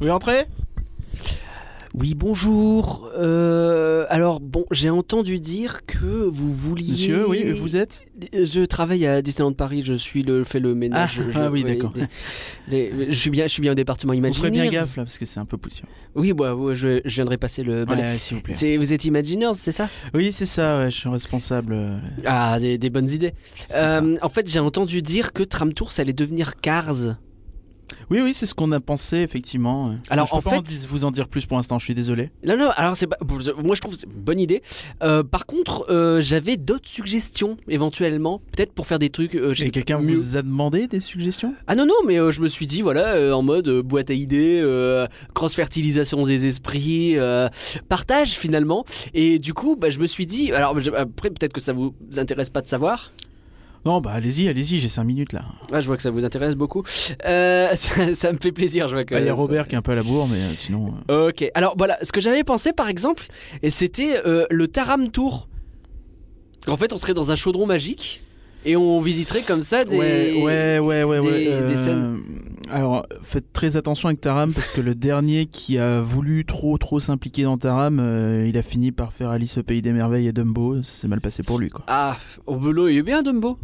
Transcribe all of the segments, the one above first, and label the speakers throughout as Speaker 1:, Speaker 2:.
Speaker 1: Oui, entrez
Speaker 2: Oui, bonjour. Euh, alors, bon, j'ai entendu dire que vous vouliez.
Speaker 1: Monsieur, oui, vous êtes
Speaker 2: Je travaille à Disneyland Paris, je suis le, fais le ménage.
Speaker 1: Ah,
Speaker 2: je,
Speaker 1: ah oui,
Speaker 2: ouais,
Speaker 1: d'accord.
Speaker 2: des- les- je, suis bien, je suis bien au département
Speaker 1: Vous ferez bien
Speaker 2: Imagineers.
Speaker 1: gaffe là, parce que c'est un peu poussiéreux.
Speaker 2: Oui, bah, ouais, je, je viendrai passer le
Speaker 1: Ouais,
Speaker 2: balai.
Speaker 1: ouais, s'il vous plaît.
Speaker 2: C'est- Vous êtes Imagineers, c'est ça
Speaker 1: Oui, c'est ça, ouais, je suis responsable. euh,
Speaker 2: Ah, des, des bonnes idées.
Speaker 1: c'est ça.
Speaker 2: Euh, en fait, j'ai entendu dire que Tram Tours allait devenir Cars.
Speaker 1: Oui, oui, c'est ce qu'on a pensé, effectivement.
Speaker 2: Alors,
Speaker 1: je peux
Speaker 2: en
Speaker 1: pas
Speaker 2: fait-
Speaker 1: dis- vous en dire plus pour l'instant, je suis désolé.
Speaker 2: Non, non, alors c'est pas. Moi je trouve que c'est une bonne idée. Euh, par contre, euh, j'avais d'autres suggestions éventuellement, peut-être pour faire des trucs. euh, je sais
Speaker 1: Et quelqu'un
Speaker 2: pas, mieux.
Speaker 1: vous a demandé des suggestions
Speaker 2: Ah non, non, mais euh, je me suis dit, voilà, euh, en mode euh, boîte à idées, euh, cross-fertilisation des esprits, euh, partage finalement. Et du coup, bah, je me suis dit, alors je- après peut-être que ça vous intéresse pas de savoir.
Speaker 1: Non, bah allez-y, allez-y, j'ai 5 minutes là.
Speaker 2: Ah, je vois que ça vous intéresse beaucoup. Euh, ça, ça me fait plaisir, je vois que.
Speaker 1: Ah, Il y a
Speaker 2: ça-
Speaker 1: Robert qui est un peu à la bourre, mais euh, sinon. euh,
Speaker 2: Ok, alors voilà, ce que j'avais pensé par exemple, et c'était euh, le Taram Tour. En fait, on serait dans un chaudron magique et on visiterait comme ça des.
Speaker 1: Ouais, ouais, ouais, ouais.
Speaker 2: des-
Speaker 1: ouais, euh,
Speaker 2: des scènes.
Speaker 1: Alors, faites très attention avec Taram parce que le dernier qui a voulu trop, trop s'impliquer dans Taram, euh, il a fini par faire Alice au pays des merveilles et Dumbo. Ça s'est mal passé pour lui, quoi.
Speaker 2: Ah, au boulot, il est bien Dumbo.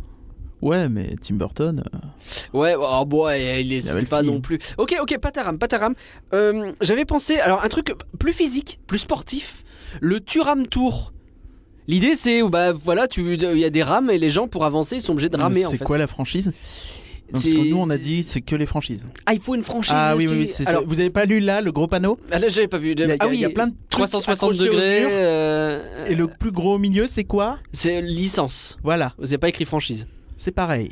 Speaker 1: Ouais, mais Tim Burton. euh,
Speaker 2: Ouais, oh, bon, ouais, il est
Speaker 1: avait
Speaker 2: c'était
Speaker 1: le
Speaker 2: pas
Speaker 1: feeling.
Speaker 2: non plus. Ok, ok, pas Taram, pas Taram. Euh, j'avais pensé, alors un truc plus physique, plus sportif, le Turam Tour. L'idée c'est, bah voilà, tu- il y a des rames et les gens pour avancer ils sont obligés de ramer en
Speaker 1: C'est
Speaker 2: fait.
Speaker 1: quoi la franchise Non, Parce
Speaker 2: C'est-
Speaker 1: que nous, on a dit c'est que les franchises.
Speaker 2: Ah, il faut une franchise.
Speaker 1: Ah oui,
Speaker 2: qui-
Speaker 1: oui, oui. c'est-
Speaker 2: Alors,
Speaker 1: Vous avez pas lu là le gros panneau
Speaker 2: ah, là j'avais pas vu.
Speaker 1: Il y a,
Speaker 2: ah
Speaker 1: il y a-
Speaker 2: oui,
Speaker 1: il y a plein de trucs
Speaker 2: 360
Speaker 1: accrochés au
Speaker 2: degrés.
Speaker 1: mur.
Speaker 2: euh,
Speaker 1: Et le plus gros au milieu, c'est quoi
Speaker 2: C'est licence.
Speaker 1: Voilà,
Speaker 2: Vous n'avez pas écrit franchise.
Speaker 1: c'est pareil.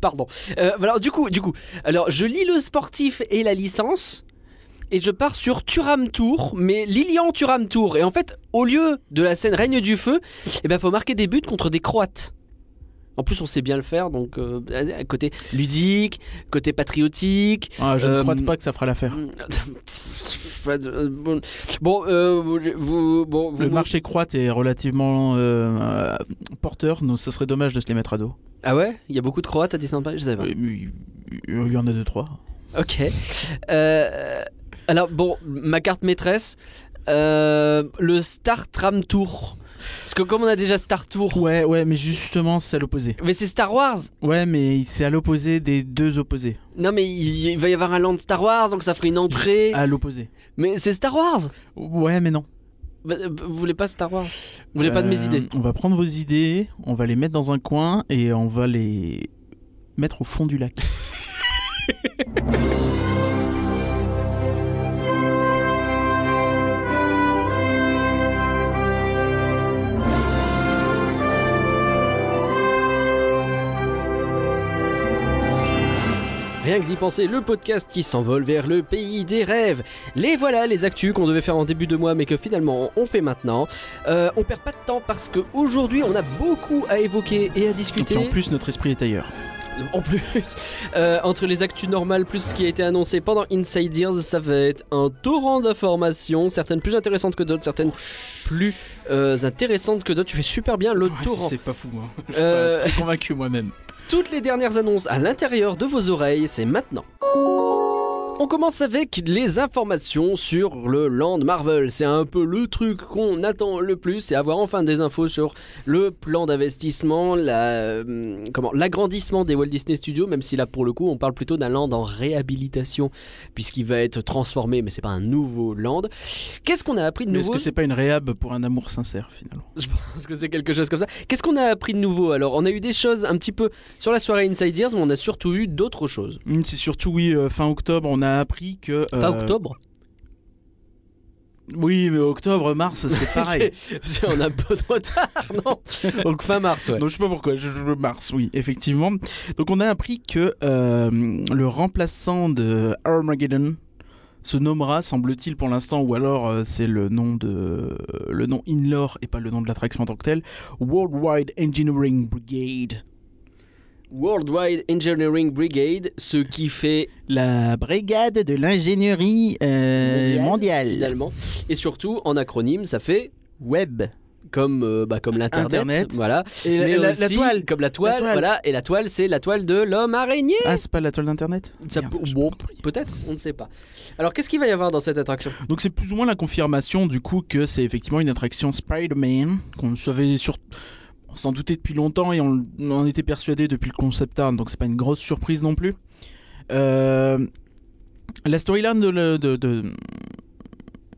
Speaker 2: Pardon. Euh, alors du coup, du coup, alors je lis le sportif et la licence. Et je pars sur Turam Tour, mais Lilian Turam Tour. Et en fait, au lieu de la scène règne du feu, eh ben faut marquer des buts contre des Croates. En plus, on sait bien le faire, donc euh, à- à côté ludique, côté patriotique.
Speaker 1: Ah, je
Speaker 2: Euh,
Speaker 1: ne crois pas que ça fera l'affaire.
Speaker 2: Bon, bon, euh, vous, vous- bon, vous-
Speaker 1: Le marché croate est relativement euh, euh, porteur, donc ça serait dommage de se les mettre à dos.
Speaker 2: Ah ouais Il y a beaucoup de Croates à Disneyland Paris Je savais pas.
Speaker 1: Euh, mais Il il y en a deux, trois.
Speaker 2: Ok. Euh, alors, bon, ma carte maîtresse, euh, le Star Tram Tour. Parce que comme on a déjà Star Tour,
Speaker 1: Ouais, ouais, mais justement, c'est à l'opposé.
Speaker 2: mais c'est Star Wars
Speaker 1: Ouais, mais c'est à l'opposé des deux opposés.
Speaker 2: Non, mais il, il va y avoir un land Star Wars, donc ça ferait une entrée.
Speaker 1: À l'opposé.
Speaker 2: Mais c'est Star Wars
Speaker 1: Ouais, mais non.
Speaker 2: Bah, euh, Vous voulez pas Star Wars Vous voulez pas de mes
Speaker 1: Euh,
Speaker 2: idées
Speaker 1: On va prendre vos idées, on va les mettre dans un coin et on va les mettre au fond du lac.
Speaker 2: Rien que d'y penser, le podcast qui s'envole vers le pays des rêves. Les voilà les actus qu'on devait faire en début de mois mais que finalement on fait maintenant. Euh, on perd pas de temps parce que aujourd'hui on a beaucoup à évoquer et à
Speaker 1: Et
Speaker 2: discuter.
Speaker 1: puis en plus, notre esprit est ailleurs.
Speaker 2: En plus, euh, entre les actus normales plus ce qui a été annoncé pendant Inside Ears, ça va être un torrent d'informations, certaines plus intéressantes que d'autres, certaines plus euh, intéressantes que d'autres. Tu fais super bien le torrent.
Speaker 1: pas fou, moi.
Speaker 2: Euh,
Speaker 1: convaincu moi-même.
Speaker 2: toutes les dernières annonces à l'intérieur de vos oreilles, c'est maintenant. On commence avec les informations sur le Land Marvel. C'est un peu le truc qu'on attend le plus, c'est avoir enfin des infos sur le plan d'investissement, la, euh, comment, l'agrandissement des Walt Disney Studios, même si là pour le coup on parle plutôt d'un land en réhabilitation puisqu'il va être transformé, mais c'est pas un nouveau land. Qu'est-ce qu'on a appris de
Speaker 1: Mais est-ce
Speaker 2: nouveau
Speaker 1: que c'est pas une réhab pour un amour sincère, finalement
Speaker 2: je pense que c'est quelque chose comme ça. Qu'est-ce qu'on a appris de nouveau alors On a eu des choses un petit peu sur la soirée Inside Ears, mais on a surtout eu d'autres choses.
Speaker 1: Hum, C'est surtout, oui, euh, fin octobre, on a appris que. euh,
Speaker 2: Fin octobre
Speaker 1: Oui, mais octobre, mars, c'est pareil.
Speaker 2: C'est- On a un peu de retard, non Donc fin mars, ouais.
Speaker 1: Non, je sais pas pourquoi, je, je- mars, oui, effectivement. Donc on a appris que euh, le remplaçant de Armageddon se nommera, semble-t-il pour l'instant, ou alors euh, c'est le nom de le nom Inlore et pas le nom de l'attraction en tant que telle, Worldwide Engineering Brigade,
Speaker 2: Worldwide Engineering Brigade, ce qui fait
Speaker 1: la brigade de l'ingénierie euh,
Speaker 2: Mondiale.
Speaker 1: mondiale.
Speaker 2: finalement. Et surtout, en acronyme, ça fait
Speaker 1: Web.
Speaker 2: comme, euh, bah, comme l'internet,
Speaker 1: Internet.
Speaker 2: voilà,
Speaker 1: Et la-
Speaker 2: mais
Speaker 1: la- la,
Speaker 2: aussi
Speaker 1: toile
Speaker 2: comme la toile,
Speaker 1: La toile.
Speaker 2: voilà, et la toile, c'est la toile de l'homme araignée.
Speaker 1: Ah, c'est pas la toile d'internet
Speaker 2: Ça
Speaker 1: Merde,
Speaker 2: peut-
Speaker 1: j'ai
Speaker 2: bon,
Speaker 1: pas compris.
Speaker 2: peut-être, on ne sait pas. Alors, qu'est-ce qu'il va y avoir dans cette attraction
Speaker 1: Donc c'est plus ou moins la confirmation du coup que c'est effectivement une attraction Spider-Man qu'on savait sur on s'en doutait depuis longtemps et on, on en était persuadé depuis le concept art, donc c'est pas une grosse surprise non plus. Euh, la storyline de, le- de, de-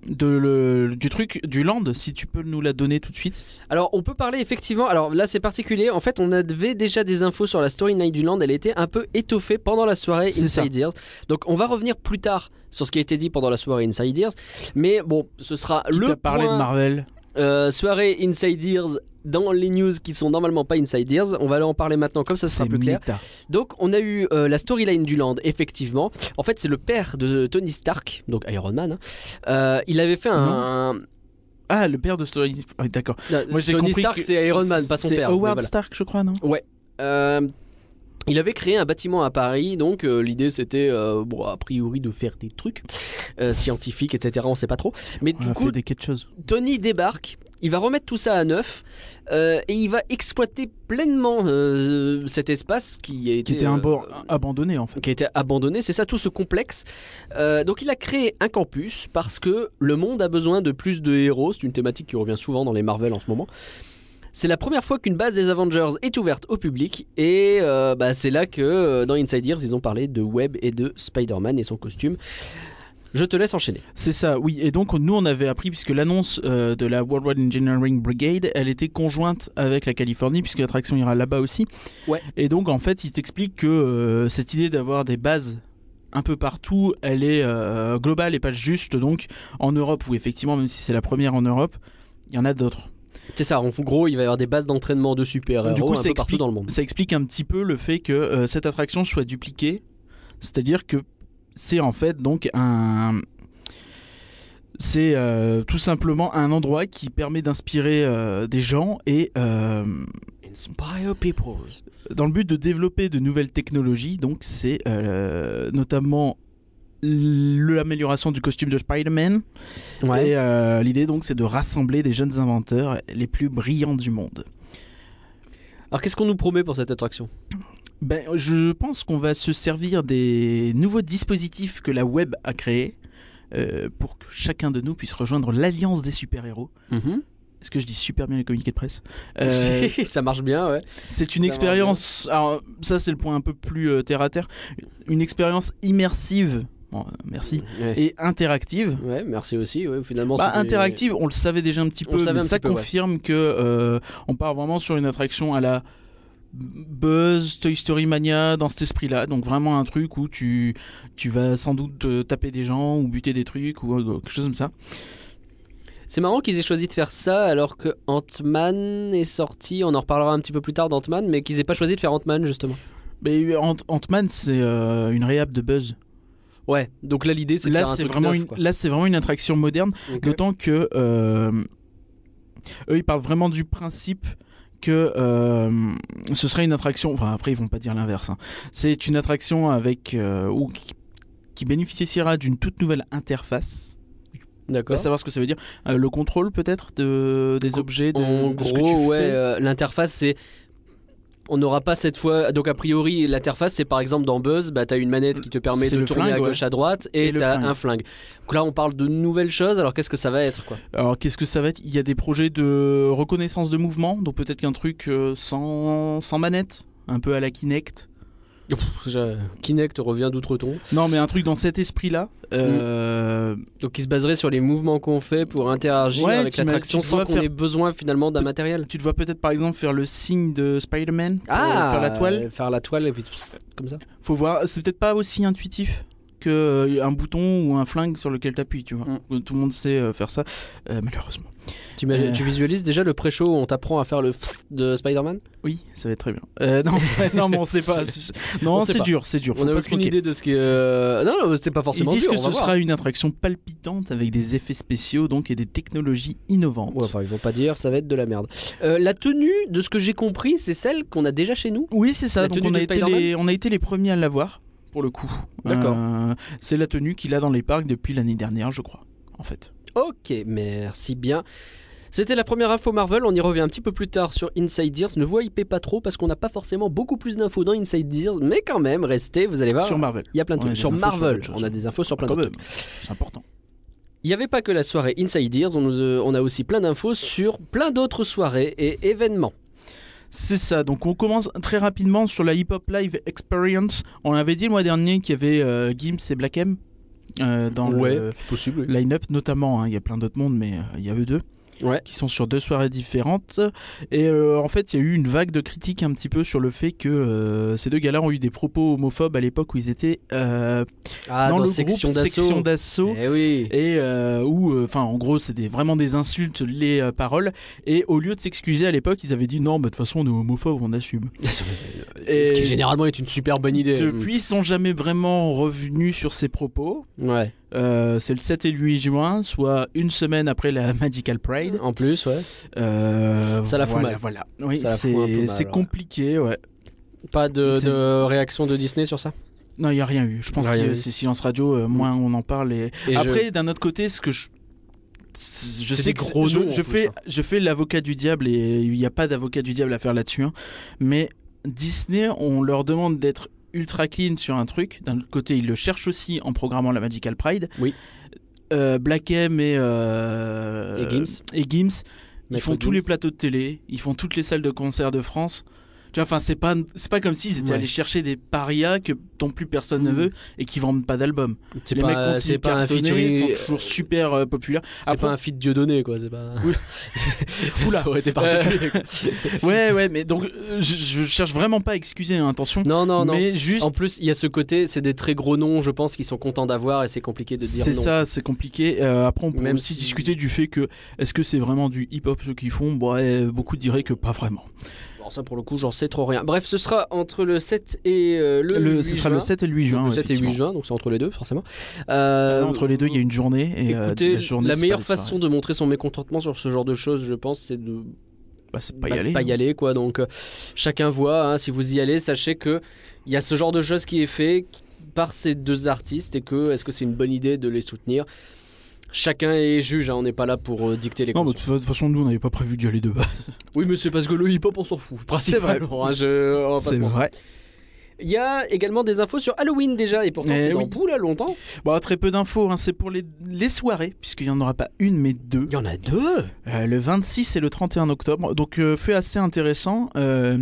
Speaker 1: de le- du truc du land, si tu peux nous la donner tout de suite.
Speaker 2: Alors, on peut parler effectivement. Alors là, c'est particulier. En fait, on avait déjà des infos sur la storyline du Land. Elle était un peu étoffée pendant la soirée
Speaker 1: C'est ça.
Speaker 2: Inside Ears. Donc, on va revenir plus tard sur ce qui a été dit pendant la soirée Inside Ears. Mais bon, ce sera
Speaker 1: Tu
Speaker 2: le
Speaker 1: as parlé
Speaker 2: point,
Speaker 1: de Marvel.
Speaker 2: euh, soirée Inside Ears dans les news qui sont normalement pas Inside Ears. On va en parler maintenant, comme ça, ce sera
Speaker 1: C'est
Speaker 2: plus clair.
Speaker 1: Mita.
Speaker 2: Donc on a eu euh, la storyline du Land, effectivement. En fait, c'est le père de Tony Stark, donc Iron Man. hein. Euh, il avait fait un...
Speaker 1: Ah, le père de Story. Ah, D'accord.
Speaker 2: Non,
Speaker 1: Moi, j'ai
Speaker 2: Tony
Speaker 1: compris
Speaker 2: Stark,
Speaker 1: que
Speaker 2: c'est Iron Man, pas son
Speaker 1: C'est
Speaker 2: père. mais
Speaker 1: Howard
Speaker 2: voilà.
Speaker 1: Stark, je crois, non
Speaker 2: Euh, il avait créé un bâtiment à Paris, donc euh, l'idée c'était, euh, bon, a priori, de faire des trucs euh, scientifiques, etc. On sait pas trop. Mais
Speaker 1: On
Speaker 2: du
Speaker 1: a
Speaker 2: coup,
Speaker 1: fait des quelque chose.
Speaker 2: Tony débarque, il va remettre tout ça à neuf euh, et il va exploiter pleinement euh, cet espace qui a été
Speaker 1: Qui était un
Speaker 2: euh,
Speaker 1: bord abandonné en fait.
Speaker 2: qui a été abandonné, c'est ça tout ce complexe. Euh, donc il a créé un campus parce que le monde a besoin de plus de héros, c'est une thématique qui revient souvent dans les Marvel en ce moment. C'est la première fois qu'une base des Avengers est ouverte au public et euh, bah, c'est là que euh, dans Inside Ears ils ont parlé de Web et de Spider-Man et son costume. Je te laisse enchaîner.
Speaker 1: C'est ça, oui. Et donc, nous, on avait appris, puisque l'annonce euh, de la Worldwide Engineering Brigade, elle était conjointe avec la Californie, puisque l'attraction ira là-bas aussi.
Speaker 2: Ouais.
Speaker 1: Et donc, en fait, il t'explique que euh, cette idée d'avoir des bases un peu partout, elle est euh, globale et pas juste, donc, en Europe, où effectivement, même si c'est la première en Europe, il y en a d'autres.
Speaker 2: C'est ça, en gros il va y avoir des bases d'entraînement de
Speaker 1: Du
Speaker 2: super-héros
Speaker 1: coup,
Speaker 2: un
Speaker 1: ça
Speaker 2: peu partout
Speaker 1: explique-
Speaker 2: dans le monde.
Speaker 1: Ça explique un petit peu le fait que euh, cette attraction soit dupliquée, c'est-à-dire que c'est en fait donc un c'est euh, tout simplement un endroit qui permet d'inspirer euh, des gens et euh,
Speaker 2: Inspire people.
Speaker 1: dans le but de développer de nouvelles technologies, donc c'est euh, notamment l- l'amélioration du costume de Spider-Man
Speaker 2: Ouais.
Speaker 1: et euh, l'idée donc c'est de rassembler des jeunes inventeurs les plus brillants du monde.
Speaker 2: Alors qu'est-ce qu'on nous promet pour cette attraction
Speaker 1: Ben, je pense qu'on va se servir des nouveaux dispositifs que la web a créés euh, pour que chacun de nous puisse rejoindre l'alliance des super-héros.
Speaker 2: Mhm.
Speaker 1: Est-ce que je dis super bien les communiqués de presse Euh,
Speaker 2: Ça marche bien, ouais.
Speaker 1: C'est une
Speaker 2: Ça
Speaker 1: expérience. Alors, ça, c'est le point un peu plus euh, terre à terre. Une expérience immersive. Bon, euh, merci.
Speaker 2: Ouais.
Speaker 1: Et interactive.
Speaker 2: Ouais, merci aussi. ouais, finalement,
Speaker 1: Bah,
Speaker 2: c'était-
Speaker 1: interactive, on le savait déjà un petit
Speaker 2: On
Speaker 1: peu,
Speaker 2: le savait
Speaker 1: mais
Speaker 2: un
Speaker 1: ça
Speaker 2: petit peu, ouais.
Speaker 1: confirme que euh, on part vraiment sur une attraction à la Buzz, Toy Story Mania, dans cet esprit-là. Donc vraiment un truc où tu, tu vas sans doute euh, taper des gens ou buter des trucs ou euh, quelque chose comme ça.
Speaker 2: C'est marrant qu'ils aient choisi de faire ça alors que Ant-Man est sorti. On en reparlera un petit peu plus tard d'Ant-Man, mais qu'ils aient pas choisi de faire Ant-Man justement.
Speaker 1: Mais Ant- Ant-Man, c'est euh, une réhab de Buzz.
Speaker 2: Ouais, donc là l'idée c'est de
Speaker 1: Là,
Speaker 2: faire un
Speaker 1: c'est
Speaker 2: truc
Speaker 1: vraiment,
Speaker 2: neuf,
Speaker 1: une-
Speaker 2: quoi.
Speaker 1: là, c'est vraiment une attraction moderne,
Speaker 2: Ok.
Speaker 1: d'autant que euh, eux, ils parlent vraiment du principe que euh, ce serait une attraction. Enfin, après, ils vont pas dire l'inverse. hein. C'est une attraction avec euh, ou qui, qui bénéficiera d'une toute nouvelle interface. Faut
Speaker 2: D'accord.
Speaker 1: savoir ce que ça veut dire. Euh, le contrôle, peut-être, de, des
Speaker 2: Gros-
Speaker 1: objets, de,
Speaker 2: En
Speaker 1: de ce que tu
Speaker 2: gros, ouais,
Speaker 1: fais.
Speaker 2: euh, l'interface c'est. On n'aura pas cette fois. Donc a priori, l'interface c'est par exemple dans Buzz, bah t'as une manette qui te permet
Speaker 1: C'est
Speaker 2: de
Speaker 1: le
Speaker 2: tourner à
Speaker 1: flingue,
Speaker 2: gauche à droite et,
Speaker 1: Et le
Speaker 2: t'as
Speaker 1: flingue.
Speaker 2: un flingue. Donc là on parle de nouvelles choses. Alors qu'est-ce que ça va être quoi
Speaker 1: Alors, qu'est-ce que ça va être Il y a des projets de reconnaissance de mouvement, donc peut-être qu'un truc euh, sans, sans manette, un peu à la Kinect.
Speaker 2: Pff, je- Kinect revient d'outre-tombe.
Speaker 1: Non, mais un truc dans cet esprit-là. euh,
Speaker 2: Donc il se baserait sur les mouvements qu'on fait pour interagir
Speaker 1: Ouais,
Speaker 2: avec
Speaker 1: t'imagines-
Speaker 2: l'attraction
Speaker 1: tu
Speaker 2: sans
Speaker 1: dois
Speaker 2: qu'on
Speaker 1: faire-
Speaker 2: ait besoin finalement d'un matériel.
Speaker 1: Tu te vois peut-être par exemple faire le signe de Spider-Man pour
Speaker 2: Ah,
Speaker 1: faire la toile.
Speaker 2: euh, Faire la toile et puis pssst, comme ça.
Speaker 1: Faut voir, c'est peut-être pas aussi intuitif que euh, un bouton ou un flingue sur lequel t'appuies, tu vois.
Speaker 2: Mm.
Speaker 1: Tout le monde sait euh, faire ça, euh, malheureusement.
Speaker 2: Tu, imagines-
Speaker 1: Euh.
Speaker 2: tu visualises déjà le pré-show où on t'apprend à faire le pssst de Spider-Man
Speaker 1: Oui, ça va être très bien. Euh, non, non, mais on sait pas.
Speaker 2: On
Speaker 1: Non,
Speaker 2: sait
Speaker 1: c'est
Speaker 2: pas.
Speaker 1: dur, c'est dur. faut
Speaker 2: On a
Speaker 1: pas se
Speaker 2: aucune
Speaker 1: moquer.
Speaker 2: idée de ce que. euh, Non, non, c'est pas
Speaker 1: Ils
Speaker 2: forcément
Speaker 1: disent
Speaker 2: dur,
Speaker 1: que
Speaker 2: on va
Speaker 1: ce
Speaker 2: voir.
Speaker 1: sera une attraction palpitante avec des effets spéciaux donc et des technologies innovantes.
Speaker 2: Ouais, enfin, ils vont pas dire, ça va être de la merde. Euh, la tenue, de ce que j'ai compris, c'est celle qu'on a déjà chez nous.
Speaker 1: Oui, c'est
Speaker 2: La
Speaker 1: ça. Donc
Speaker 2: tenue
Speaker 1: on a,
Speaker 2: de
Speaker 1: été
Speaker 2: Spider-Man
Speaker 1: les, on a été les premiers à l'avoir, pour le coup.
Speaker 2: D'accord.
Speaker 1: Euh, c'est la tenue qu'il a dans les parcs depuis l'année dernière, je crois, en fait.
Speaker 2: Ok, merci bien. C'était la première info Marvel, on y revient un petit peu plus tard sur Inside Ears. Ne vous hypez pas trop parce qu'on n'a pas forcément beaucoup plus d'infos dans Inside Ears, mais quand même, restez, vous allez voir.
Speaker 1: Sur Marvel.
Speaker 2: Il y a plein de
Speaker 1: On a
Speaker 2: trucs.
Speaker 1: des
Speaker 2: Sur
Speaker 1: infos sur
Speaker 2: Marvel,
Speaker 1: d'autres choses.
Speaker 2: on a des infos sur plein de
Speaker 1: Quand
Speaker 2: trucs.
Speaker 1: même, c'est important.
Speaker 2: Il n'y avait pas que la soirée Inside Ears, on, nous- euh, on a aussi plein d'infos sur plein d'autres soirées et événements.
Speaker 1: C'est ça, donc on commence très rapidement sur la Hip Hop Live Experience. On avait dit le mois dernier qu'il y avait euh, Gims et Black M euh, dans le
Speaker 2: c'est possible.
Speaker 1: line-up notamment, hein. il y a plein d'autres mondes mais euh, il y a eux deux
Speaker 2: Ouais.
Speaker 1: qui sont sur deux soirées différentes. Et euh, en fait il y a eu une vague de critiques un petit peu sur le fait que euh, ces deux gars-là ont eu des propos homophobes à l'époque où ils étaient euh,
Speaker 2: Ah,
Speaker 1: dans,
Speaker 2: dans,
Speaker 1: le
Speaker 2: section
Speaker 1: groupe Section
Speaker 2: d'assaut.
Speaker 1: d'Assaut.
Speaker 2: Eh oui.
Speaker 1: et euh, où enfin en gros c'était vraiment des insultes les euh, paroles et au lieu de s'excuser à l'époque ils avaient dit non bah, de toute façon on est homophobe on assume
Speaker 2: C'est- Ce qui
Speaker 1: Et-
Speaker 2: généralement est une super bonne idée.
Speaker 1: depuis ils sont jamais vraiment revenus sur ces propos
Speaker 2: Ouais.
Speaker 1: Euh, c'est le 7 et le 8 juin soit une semaine après la Magical Pride
Speaker 2: En plus, ouais.
Speaker 1: Euh,
Speaker 2: Ça la fout
Speaker 1: voilà,
Speaker 2: mal.
Speaker 1: voilà oui
Speaker 2: Ça la fout un peu
Speaker 1: c'est
Speaker 2: mal,
Speaker 1: c'est
Speaker 2: ouais.
Speaker 1: compliqué ouais
Speaker 2: Pas de,
Speaker 1: C'est-
Speaker 2: de réaction de Disney sur ça.
Speaker 1: non il y a rien eu je pense
Speaker 2: Il y a rien
Speaker 1: que
Speaker 2: eu.
Speaker 1: c'est silence radio euh, moins on en parle et
Speaker 2: Et je-
Speaker 1: Après, d'un autre côté, ce que je. Je
Speaker 2: C'est
Speaker 1: sais
Speaker 2: des
Speaker 1: que c'est-
Speaker 2: gros
Speaker 1: je,
Speaker 2: noms, en
Speaker 1: je
Speaker 2: plus,
Speaker 1: fais,
Speaker 2: hein.
Speaker 1: je fais l'avocat du diable et il n'y a pas d'avocat du diable à faire là-dessus. hein. Mais Disney, on leur demande d'être ultra clean sur un truc. D'un autre côté, ils le cherchent aussi en programmant la Magical Pride.
Speaker 2: Oui.
Speaker 1: Euh, Black M et, euh,
Speaker 2: Et Gims.
Speaker 1: et Gims, ils
Speaker 2: Maître
Speaker 1: font tous
Speaker 2: Gims.
Speaker 1: les plateaux de télé, ils font toutes les salles de concert de France. Tu vois, enfin, c'est pas, c'est pas comme s'ils étaient
Speaker 2: Ouais.
Speaker 1: allés chercher des parias que, dont plus personne ne
Speaker 2: Mm.
Speaker 1: veut et qui vendent pas d'album.
Speaker 2: C'est
Speaker 1: Les
Speaker 2: pas,
Speaker 1: mecs continuent
Speaker 2: c'est
Speaker 1: de
Speaker 2: pas un
Speaker 1: cartonner, ils
Speaker 2: featuring.
Speaker 1: sont toujours super euh, populaires.
Speaker 2: C'est
Speaker 1: Après-
Speaker 2: pas un feat Dieudonné, quoi. C'est pas.
Speaker 1: Oui. Oula.
Speaker 2: ça aurait été particulier. quoi.
Speaker 1: Ouais, ouais, mais donc euh, je, je cherche vraiment pas à excuser, hein, attention.
Speaker 2: non, non, non.
Speaker 1: Mais juste,
Speaker 2: En plus, il y a ce côté, c'est des très gros noms, je pense, qu'ils sont contents d'avoir et c'est compliqué de dire
Speaker 1: c'est
Speaker 2: non.
Speaker 1: ça, c'est compliqué. Euh, après, on peut
Speaker 2: Même
Speaker 1: aussi
Speaker 2: si-
Speaker 1: discuter du fait que est-ce que c'est vraiment du hip-hop ce qu'ils font Bon, ouais, Beaucoup diraient que pas vraiment.
Speaker 2: Alors ça, pour le coup, j'en sais trop rien. Bref, ce sera entre le 7 et euh, le,
Speaker 1: Le-
Speaker 2: 8
Speaker 1: ce sera
Speaker 2: juin.
Speaker 1: le 7 et le 8 juin.
Speaker 2: le 7 et 8
Speaker 1: effectivement.
Speaker 2: juin, donc c'est entre les deux, forcément. Euh,
Speaker 1: Là, entre les deux, il y a une journée. Et, euh,
Speaker 2: Écoutez,
Speaker 1: la, journée,
Speaker 2: la
Speaker 1: c'est pas
Speaker 2: meilleure
Speaker 1: des soirées.
Speaker 2: façon de montrer son mécontentement sur ce genre de choses, je pense, c'est de
Speaker 1: Bah, c'est pas y
Speaker 2: bah,
Speaker 1: aller.
Speaker 2: pas y aller quoi. Donc euh, chacun voit. hein, si vous y allez, sachez que il y a ce genre de choses qui est fait par ces deux artistes et que est-ce que c'est une bonne idée de les soutenir. Chacun est juge. hein, on n'est pas là pour euh, dicter les
Speaker 1: Non, mais
Speaker 2: consignes.
Speaker 1: de toute façon, nous, on n'avait pas prévu d'y aller de base.
Speaker 2: Oui, mais c'est parce que le hip-hop, on s'en fout. Principalement. hein, je- on va pas se
Speaker 1: C'est
Speaker 2: mentir.
Speaker 1: vrai.
Speaker 2: Il y a également des infos sur Halloween déjà et pourtant
Speaker 1: Eh
Speaker 2: c'est dans
Speaker 1: oui.
Speaker 2: pou là longtemps.
Speaker 1: Bon, très peu d'infos. hein, C'est pour les, les soirées, puisqu'il n'y en aura pas une, mais deux.
Speaker 2: Il y en a deux.
Speaker 1: Euh, le 26 et le 31 octobre. Donc, euh, fait assez intéressant. Euh,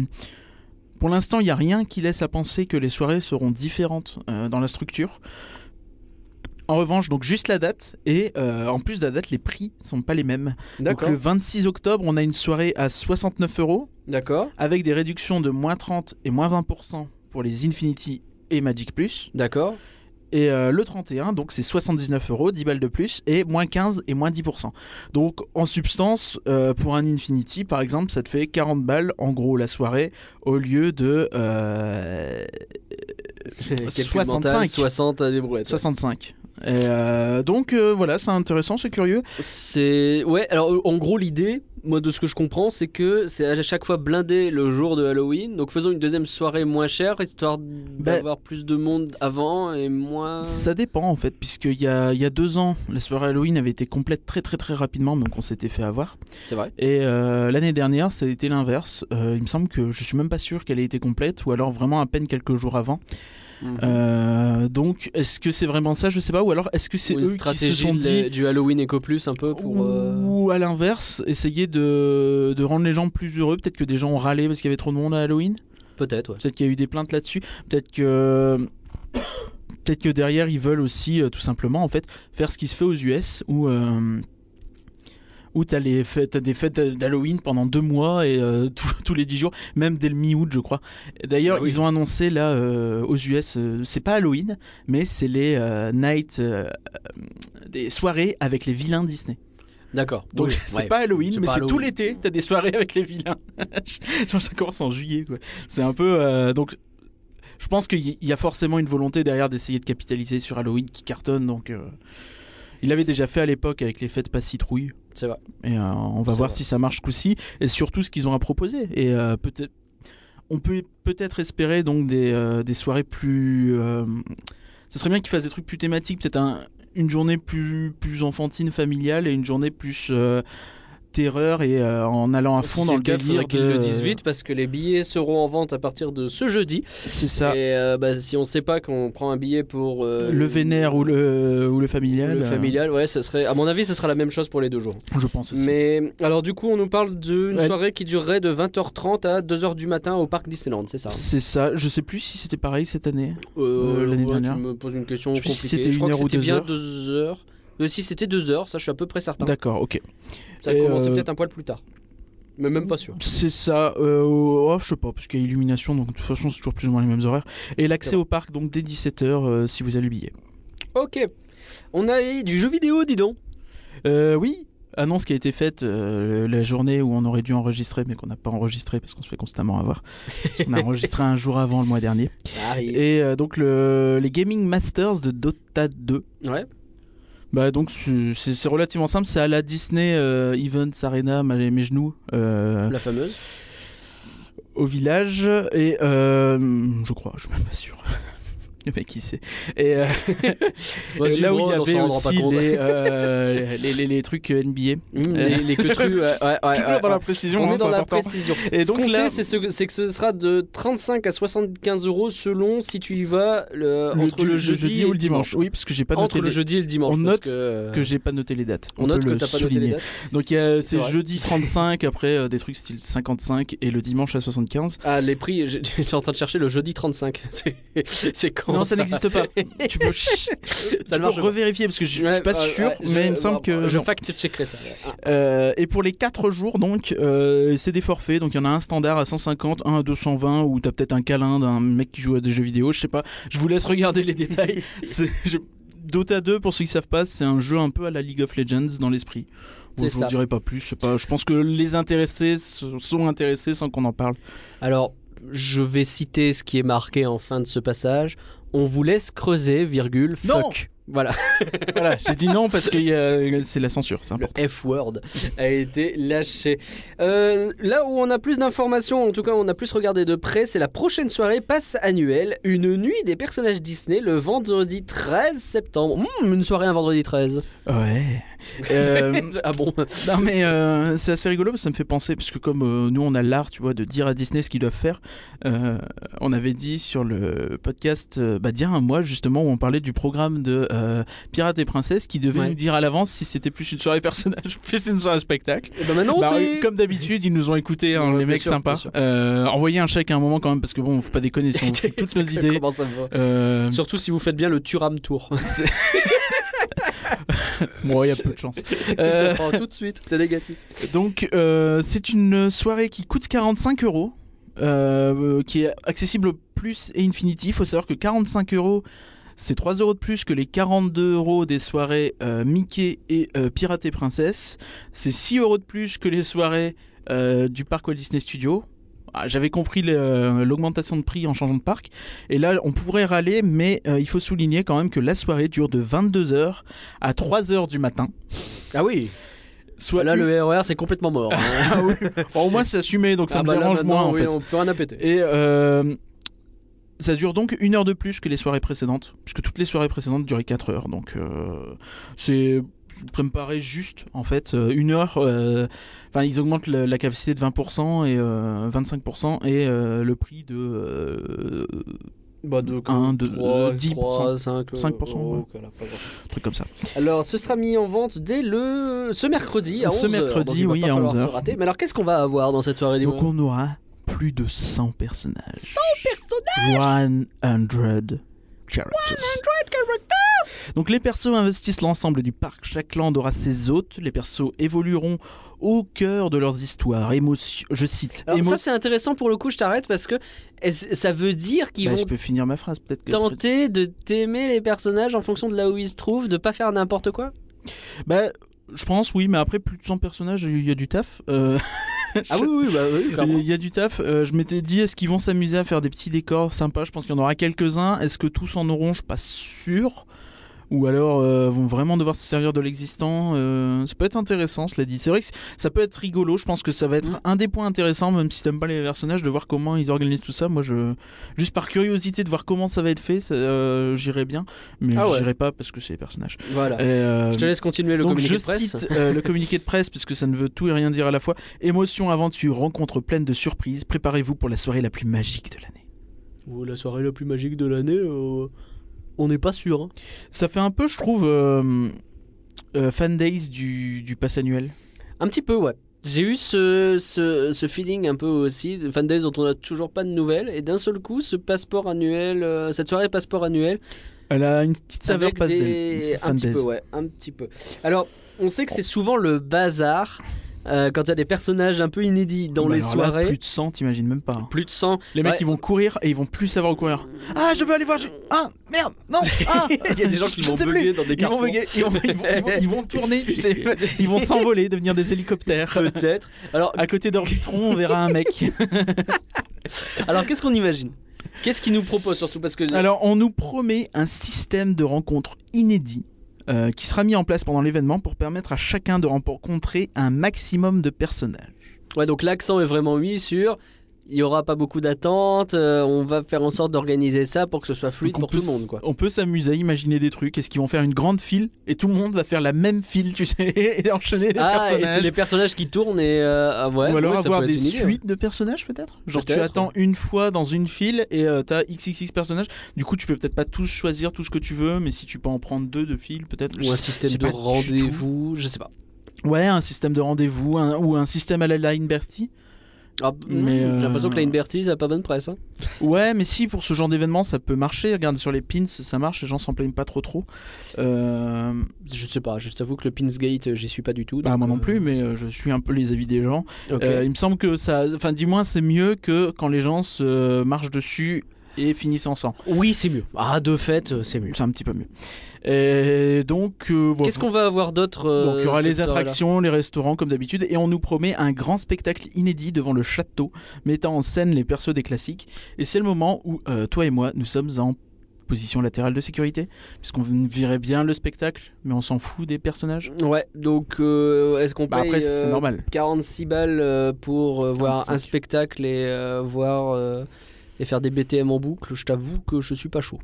Speaker 1: pour l'instant, il n'y a rien qui laisse à penser que les soirées seront différentes euh, dans la structure. En revanche, donc juste la date et euh, en plus de la date, les prix sont pas les mêmes. Donc
Speaker 2: D'accord.
Speaker 1: le 26 octobre, on a une soirée à 69 euros
Speaker 2: D'accord.
Speaker 1: avec des réductions de moins 30 et moins 20% pour les Infinity et Magic Plus.
Speaker 2: D'accord.
Speaker 1: Et euh, le 31, donc c'est 79 euros, 10 balles de plus, et moins 15 et moins 10%. Donc en substance, euh, pour un Infinity par exemple, ça te fait 40 balles en gros la soirée au lieu de euh,
Speaker 2: Calcul
Speaker 1: 65.
Speaker 2: mental, 60 à des brouettes.
Speaker 1: 65. Et, euh, donc euh, voilà, c'est intéressant, c'est curieux.
Speaker 2: C'est ouais. Alors euh, en gros l'idée, moi de ce que je comprends, c'est que c'est à chaque fois blindé le jour de Halloween. Donc faisons une deuxième soirée moins chère histoire d'avoir plus de monde avant et moins.
Speaker 1: Bah, Ça dépend en fait, puisqu'il y a, il y a deux ans, la soirée Halloween avait été complète très très très rapidement, donc on s'était fait avoir.
Speaker 2: C'est vrai.
Speaker 1: Et euh, l'année dernière, ça a été l'inverse. Euh, il me semble que je suis même pas sûr qu'elle ait été complète, ou alors vraiment à peine quelques jours avant.
Speaker 2: Mhm.
Speaker 1: Euh, donc, est-ce que c'est vraiment ça Je sais pas. Ou alors, est-ce que c'est
Speaker 2: Ou
Speaker 1: eux qui se sont
Speaker 2: de la-
Speaker 1: dit.
Speaker 2: du Halloween Eco Plus un peu pour. euh,
Speaker 1: Ou à l'inverse, essayer de, de rendre les gens plus heureux. Peut-être que des gens ont râlé parce qu'il y avait trop de monde à Halloween.
Speaker 2: Peut-être. Ouais.
Speaker 1: Peut-être qu'il y a eu des plaintes là-dessus. Peut-être que. Peut-être que derrière, ils veulent aussi, euh, tout simplement, en fait, faire ce qui se fait aux US où. euh, où t'as les fêtes- t'as des fêtes d'Halloween pendant deux mois et euh, tous- tous les dix jours, même dès le mi-août, je crois. Et D'ailleurs,
Speaker 2: Ah oui.
Speaker 1: ils ont annoncé là euh, aux US, euh, c'est pas Halloween, mais c'est les euh, night, euh, euh, des soirées avec les vilains Disney.
Speaker 2: D'accord.
Speaker 1: Donc
Speaker 2: Oui,
Speaker 1: c'est
Speaker 2: ouais.
Speaker 1: pas Halloween,
Speaker 2: C'est
Speaker 1: mais
Speaker 2: pas
Speaker 1: c'est tout
Speaker 2: Halloween.
Speaker 1: l'été. T'as des soirées avec les vilains. Genre ça commence en juillet, quoi. C'est un peu euh, donc. Je pense qu'il y- il y a forcément une volonté derrière d'essayer de capitaliser sur Halloween qui cartonne. Donc euh, il avait déjà fait à l'époque avec les fêtes pas citrouilles.
Speaker 2: C'est vrai.
Speaker 1: Et euh, on va
Speaker 2: C'est
Speaker 1: voir
Speaker 2: vrai.
Speaker 1: si ça marche ce coup-ci et surtout ce qu'ils ont à proposer. Et euh, peut-être on peut peut-être espérer donc des, euh, des soirées plus. euh, ça serait bien qu'ils fassent des trucs plus thématiques, peut-être un- une journée plus plus enfantine, familiale et une journée plus euh, terreur et euh, en allant à fond
Speaker 2: Si
Speaker 1: dans
Speaker 2: c'est
Speaker 1: le
Speaker 2: cas, faudrait
Speaker 1: délire
Speaker 2: qu'ils
Speaker 1: de-
Speaker 2: le disent vite parce que les billets seront en vente à partir de ce jeudi.
Speaker 1: C'est ça.
Speaker 2: Et euh, bah, si on sait pas qu'on prend un billet pour euh,
Speaker 1: le vénère ou le ou le
Speaker 2: ou
Speaker 1: familial.
Speaker 2: le
Speaker 1: euh,
Speaker 2: familial, ouais, ça serait. À mon avis, ce sera la même chose pour les deux jours.
Speaker 1: Je pense aussi.
Speaker 2: Mais alors du coup, on nous parle d'une
Speaker 1: Ouais.
Speaker 2: soirée qui durerait de 20h30 à 2h du matin au parc Disneyland, c'est ça hein
Speaker 1: C'est ça. Je sais plus si c'était pareil cette année.
Speaker 2: Euh,
Speaker 1: l'année
Speaker 2: ouais,
Speaker 1: dernière.
Speaker 2: Tu me poses une question
Speaker 1: Je sais
Speaker 2: compliquée.
Speaker 1: plus si c'était
Speaker 2: je crois
Speaker 1: une
Speaker 2: que
Speaker 1: heure ou
Speaker 2: c'était
Speaker 1: deux
Speaker 2: bien
Speaker 1: heures.
Speaker 2: 2 heures. Euh, si c'était 2 heures, ça je suis à peu près certain.
Speaker 1: D'accord. Ok.
Speaker 2: Ça
Speaker 1: Et,
Speaker 2: commençait
Speaker 1: euh,
Speaker 2: peut-être un poil plus tard. Mais même pas sûr.
Speaker 1: C'est ça, euh, oh, je sais pas, parce qu'il y a illumination, donc de toute façon c'est toujours plus ou moins les mêmes horaires. Et
Speaker 2: C'est
Speaker 1: l'accès au parc, donc dès 17h si vous avez le billet.
Speaker 2: Ok. On a du jeu vidéo, dis donc.
Speaker 1: Euh, oui, annonce qui a été faite euh, la journée où on aurait dû enregistrer, mais qu'on n'a pas enregistré parce qu'on se fait constamment avoir. on a enregistré un jour avant le mois dernier.
Speaker 2: Ah
Speaker 1: Et euh, donc le- les Gaming Masters de Dota 2.
Speaker 2: Ouais.
Speaker 1: Bah donc c'est c'est relativement simple, c'est à la Disney euh, Events Arena, ma- mes genoux. euh,
Speaker 2: La fameuse.
Speaker 1: au village et euh, je crois, je suis même pas sûr. Le mec qui sait. Et, euh, et
Speaker 2: Vas-y,
Speaker 1: là
Speaker 2: bon,
Speaker 1: où il y
Speaker 2: on s'en
Speaker 1: avait
Speaker 2: rendra
Speaker 1: aussi
Speaker 2: pas compte.
Speaker 1: les, euh, les, les- les trucs NBA.
Speaker 2: Mmh, les, les queutrus, ouais, ouais, ouais, ouais, ouais.
Speaker 1: précision,
Speaker 2: On est dans la précision. hein,
Speaker 1: hein, Et
Speaker 2: Et donc
Speaker 1: donc
Speaker 2: ce
Speaker 1: là-
Speaker 2: qu'on sait, c'est ce- c'est que ce sera de 35 à 75 euros selon si tu y vas le-
Speaker 1: Le,
Speaker 2: entre le, jeudi,
Speaker 1: jeudi
Speaker 2: et
Speaker 1: ou le dimanche. Oui, parce que j'ai pas
Speaker 2: Entre
Speaker 1: noté
Speaker 2: le
Speaker 1: les-
Speaker 2: jeudi et le dimanche.
Speaker 1: On
Speaker 2: parce
Speaker 1: note
Speaker 2: que, euh,
Speaker 1: que j'ai pas noté les dates.
Speaker 2: on note
Speaker 1: peut
Speaker 2: que
Speaker 1: le
Speaker 2: t'as pas noté les
Speaker 1: souligner.
Speaker 2: dates.
Speaker 1: Donc il y a-
Speaker 2: C'est
Speaker 1: c'est
Speaker 2: vrai.
Speaker 1: jeudi 35 après euh, des trucs style 55 et le dimanche à 75.
Speaker 2: Ah, les prix, j'ai- j'étais en train de chercher le jeudi 35. C'est- C'est quand
Speaker 1: non, ça n'existe pas. tu peux, ch-
Speaker 2: Ça
Speaker 1: tu
Speaker 2: ne
Speaker 1: peux
Speaker 2: marche pas.
Speaker 1: revérifier parce que je, je
Speaker 2: Ouais,
Speaker 1: suis pas
Speaker 2: euh,
Speaker 1: sûr,
Speaker 2: ouais,
Speaker 1: mais
Speaker 2: je-
Speaker 1: il me semble
Speaker 2: bon,
Speaker 1: que
Speaker 2: Je fact-checkerai ça. Ah,
Speaker 1: Euh, et pour les 4 jours, donc, euh, c'est des forfaits. Donc, il y en a un standard à 150, un à 220, ou t'as peut-être un câlin d'un mec qui joue à des jeux vidéo. Je sais pas. Je vous laisse regarder les détails. C'est- je- Dota 2, pour ceux qui savent pas, c'est un jeu un peu à la League of Legends dans l'esprit. Bon,
Speaker 2: C'est
Speaker 1: je vous
Speaker 2: ça.
Speaker 1: dirai pas plus. c'est Pas, je pense que les intéressés s- sont intéressés sans qu'on en parle.
Speaker 2: Alors, je vais citer ce qui est marqué en fin de ce passage. On vous laisse creuser, virgule,
Speaker 1: Non.
Speaker 2: fuck. Voilà,
Speaker 1: voilà, j'ai dit non parce que y a- c'est la censure. C'est important.
Speaker 2: le F-word a été lâché. Euh, là où on a plus d'informations, en tout cas on a plus regardé de près, c'est la prochaine soirée passe annuelle, une nuit des personnages Disney le vendredi 13 septembre. Hmm, une soirée un vendredi 13.
Speaker 1: Ouais. Euh,
Speaker 2: ah bon
Speaker 1: Non mais euh, c'est assez rigolo parce que ça me fait penser parce que comme euh, nous on a l'art tu vois de dire à Disney ce qu'ils doivent faire euh, on avait dit sur le podcast euh, bah dire un mois justement où on parlait du programme de euh, Pirates et Princesses qui devait
Speaker 2: Ouais.
Speaker 1: nous dire à l'avance si c'était plus une soirée personnage plus une soirée spectacle
Speaker 2: Eh ben maintenant
Speaker 1: Bah,
Speaker 2: c'est...
Speaker 1: comme d'habitude ils nous ont écouté
Speaker 2: Ouais,
Speaker 1: les
Speaker 2: bien
Speaker 1: mecs
Speaker 2: sûr,
Speaker 1: sympas
Speaker 2: bien sûr.
Speaker 1: Euh, envoyez un chèque à un moment quand même parce que bon faut pas déconner si on fait toutes nos idées
Speaker 2: Comment ça va
Speaker 1: euh,
Speaker 2: Surtout si vous faites bien le Turam Tour.
Speaker 1: bon il y a peu de chance Euh,
Speaker 2: Oh, tout de suite, c'est négatif.
Speaker 1: Donc, euh, c'est une soirée qui coûte 45 euros, euh, qui est accessible au plus et Infinity. Il faut savoir que 45 euros, c'est 3 euros de plus que les 42 euros des soirées euh, Mickey et euh, Pirate et Princesse. C'est 6 euros de plus que les soirées euh, du parc Walt Disney Studio. Ah, J'avais compris le- euh, l'augmentation de prix en changeant de parc. Et là, on pourrait râler, mais euh, il faut souligner quand même que la soirée dure de 22h à 3h du matin.
Speaker 2: Ah oui,
Speaker 1: Soit
Speaker 2: là
Speaker 1: une
Speaker 2: le RER c'est complètement mort. hein.
Speaker 1: ah oui. Bon, au moins c'est assumé, donc ça
Speaker 2: Ah
Speaker 1: me
Speaker 2: bah là,
Speaker 1: dérange
Speaker 2: maintenant,
Speaker 1: moins en
Speaker 2: oui,
Speaker 1: fait.
Speaker 2: On peut rien à péter.
Speaker 1: Et euh, ça dure donc une heure de plus que les soirées précédentes, puisque toutes les soirées précédentes duraient 4 heures, donc euh, c'est ça me paraît juste en fait Euh, une heure euh, enfin ils augmentent la, la capacité de 20% et euh, 25% et euh, le prix de euh,
Speaker 2: Bah, donc,
Speaker 1: un, deux, euh,
Speaker 2: 3,
Speaker 1: dix
Speaker 2: 10%,
Speaker 1: pour
Speaker 2: 5,
Speaker 1: 5%,
Speaker 2: oh,
Speaker 1: ouais. truc comme ça
Speaker 2: Alors, ce sera mis en vente dès le ce mercredi à 11h.
Speaker 1: Ce mercredi, oui, à 11 heures.
Speaker 2: Mais alors, qu'est-ce qu'on va avoir dans cette soirée
Speaker 1: donc
Speaker 2: dis-moi
Speaker 1: on aura plus de 100 personnages 100 personnages 100 characters Donc les persos investissent l'ensemble du parc, chaque land aura ses hôtes, les persos évolueront au cœur de leurs histoires, émotion, je cite,
Speaker 2: Alors,
Speaker 1: émo-
Speaker 2: ça, c'est intéressant pour le coup, je t'arrête parce que eh, c- ça veut dire qu'ils
Speaker 1: Bah, je
Speaker 2: vont
Speaker 1: peux finir ma phrase peut-être que
Speaker 2: tenter de t'aimer les personnages en fonction de là où ils se trouvent, de pas faire n'importe quoi.
Speaker 1: Bah, je pense oui, mais après plus de 100 personnages, il y a du taf. Euh,
Speaker 2: Ah oui, oui, bah oui, clairement.
Speaker 1: Il y a du taf. Euh, je m'étais dit, est-ce qu'ils vont s'amuser à faire des petits décors sympas Je pense qu'il y en aura quelques-uns. Est-ce que tous en auront Je suis pas sûr. ou alors euh, vont vraiment devoir se servir de l'existant. euh, ça peut être intéressant, cela dit. C'est vrai que c- ça peut être rigolo. Je pense que ça va être
Speaker 2: Mm.
Speaker 1: un des points intéressants, même si t'aimes pas les personnages, de voir comment ils organisent tout ça. Moi, je juste par curiosité de voir comment ça va être fait, ça, euh, j'irai bien, mais
Speaker 2: Ah ouais.
Speaker 1: j'irai pas parce que c'est les personnages.
Speaker 2: Voilà.
Speaker 1: Et, euh,
Speaker 2: Je te laisse continuer le
Speaker 1: donc
Speaker 2: communiqué
Speaker 1: je
Speaker 2: de presse.
Speaker 1: cite euh, le communiqué de presse puisque ça ne veut tout et rien dire à la fois. Émotion, aventure, rencontre pleine de surprises. Préparez-vous pour la soirée la plus magique de l'année.
Speaker 2: Ou Oh, la soirée la plus magique de l'année, euh, on n'est pas sûr. hein.
Speaker 1: Ça fait un peu, je trouve, euh, euh, fan days du, du pass annuel.
Speaker 2: Un petit peu, ouais. J'ai eu ce, ce, ce feeling un peu aussi de fan days dont on n'a toujours pas de nouvelles. Et d'un seul coup, ce passeport annuel, euh, cette soirée passeport annuel,
Speaker 1: Elle a une petite saveur
Speaker 2: avec
Speaker 1: pass
Speaker 2: des...
Speaker 1: day-
Speaker 2: un
Speaker 1: fan
Speaker 2: petit
Speaker 1: days.
Speaker 2: peu, ouais, un petit peu. Alors, on sait que c'est souvent le bazar euh, quand il y a des personnages un peu inédits dans
Speaker 1: Bah
Speaker 2: les
Speaker 1: alors là,
Speaker 2: soirées.
Speaker 1: plus de 100, t'imagines même pas. hein.
Speaker 2: plus de 100.
Speaker 1: Les mecs,
Speaker 2: Ouais.
Speaker 1: ils vont courir et ils vont plus savoir où courir. Ah, je veux aller voir. je- Ah, merde, non. Ah,
Speaker 2: Il y a des gens qui
Speaker 1: Je
Speaker 2: vont
Speaker 1: ne sais plus.
Speaker 2: bugger dans des
Speaker 1: Ils vont,
Speaker 2: carrefours.
Speaker 1: bugger, ils, vont, ils vont- ils vont- ils vont tourner, je sais pas. ils vont s'envoler, devenir des hélicoptères.
Speaker 2: Peut-être. Alors,
Speaker 1: À côté d'Orbitron, on verra un mec.
Speaker 2: alors qu'est-ce qu'on imagine Qu'est-ce qu'ils nous proposent surtout Parce que
Speaker 1: Alors, on nous promet un système de rencontres inédit euh, qui sera mis en place pendant l'événement pour permettre à chacun de rencontrer un maximum de personnages.
Speaker 2: Ouais, donc l'accent est vraiment mis sur. Il n'y aura pas beaucoup d'attentes. euh, on va faire en sorte d'organiser ça pour que ce soit fluide
Speaker 1: Donc, on
Speaker 2: pour
Speaker 1: peut
Speaker 2: tout le monde,
Speaker 1: s-
Speaker 2: quoi.
Speaker 1: On peut s'amuser à imaginer des trucs. Est-ce qu'ils vont faire une grande file et tout le monde va faire la même file, tu sais, et enchaîner les
Speaker 2: Ah, et c'est
Speaker 1: personnages
Speaker 2: les personnages qui tournent et euh, ah ouais,
Speaker 1: Ou alors
Speaker 2: ouais, ça
Speaker 1: avoir
Speaker 2: peut être
Speaker 1: des
Speaker 2: une idée, hein. ouais.
Speaker 1: suites de personnages peut-être Genre tu
Speaker 2: Peut-être.
Speaker 1: attends une fois dans une file et euh, t'as XXX personnages. Du coup tu peux peut-être pas tous choisir tout ce que tu veux, mais si tu peux en prendre deux de file peut-être.
Speaker 2: ou un
Speaker 1: Je
Speaker 2: système
Speaker 1: sais
Speaker 2: de
Speaker 1: pas du tout.
Speaker 2: rendez-vous, je sais pas.
Speaker 1: Ouais, un système de rendez-vous un- ou un système à la Line Bertie.
Speaker 2: Ah,
Speaker 1: Mais,
Speaker 2: hmm, J'ai l'impression
Speaker 1: euh,
Speaker 2: que la Inberti, ça a pas bonne presse. hein.
Speaker 1: Ouais, mais si pour ce genre d'événement ça peut marcher. Regarde sur les pins, ça marche. Les gens s'en plaignent pas trop trop. Euh,
Speaker 2: Je sais pas, je t'avoue que le Pinsgate, euh, j'y suis pas du tout.
Speaker 1: bah,
Speaker 2: donc,
Speaker 1: moi non
Speaker 2: euh,
Speaker 1: plus, mais euh, je suis un peu les avis des gens.
Speaker 2: ok.
Speaker 1: Euh, il me semble que ça, enfin du moins c'est mieux que quand les gens se euh, marchent dessus et finissent en sang.
Speaker 2: Oui, c'est mieux. Ah, de fait, euh, c'est mieux.
Speaker 1: C'est un petit peu mieux. Et donc, euh, voilà.
Speaker 2: Qu'est-ce qu'on va avoir d'autre euh,
Speaker 1: Donc, il y aura
Speaker 2: cette
Speaker 1: les
Speaker 2: soirée-là
Speaker 1: attractions, les restaurants comme d'habitude, et on nous promet un grand spectacle inédit devant le château, mettant en scène les persos des classiques. Et c'est le moment où euh, toi et moi, nous sommes en position latérale de sécurité, puisqu'on verrait bien le spectacle, mais on s'en fout des personnages.
Speaker 2: Ouais, donc euh, est-ce qu'on
Speaker 1: Bah,
Speaker 2: paye
Speaker 1: après, c'est
Speaker 2: euh,
Speaker 1: normal.
Speaker 2: 46 balles euh, pour euh, voir
Speaker 1: 45.
Speaker 2: un spectacle et euh, voir euh, et faire des BTM en boucle, je t'avoue que je suis pas chaud.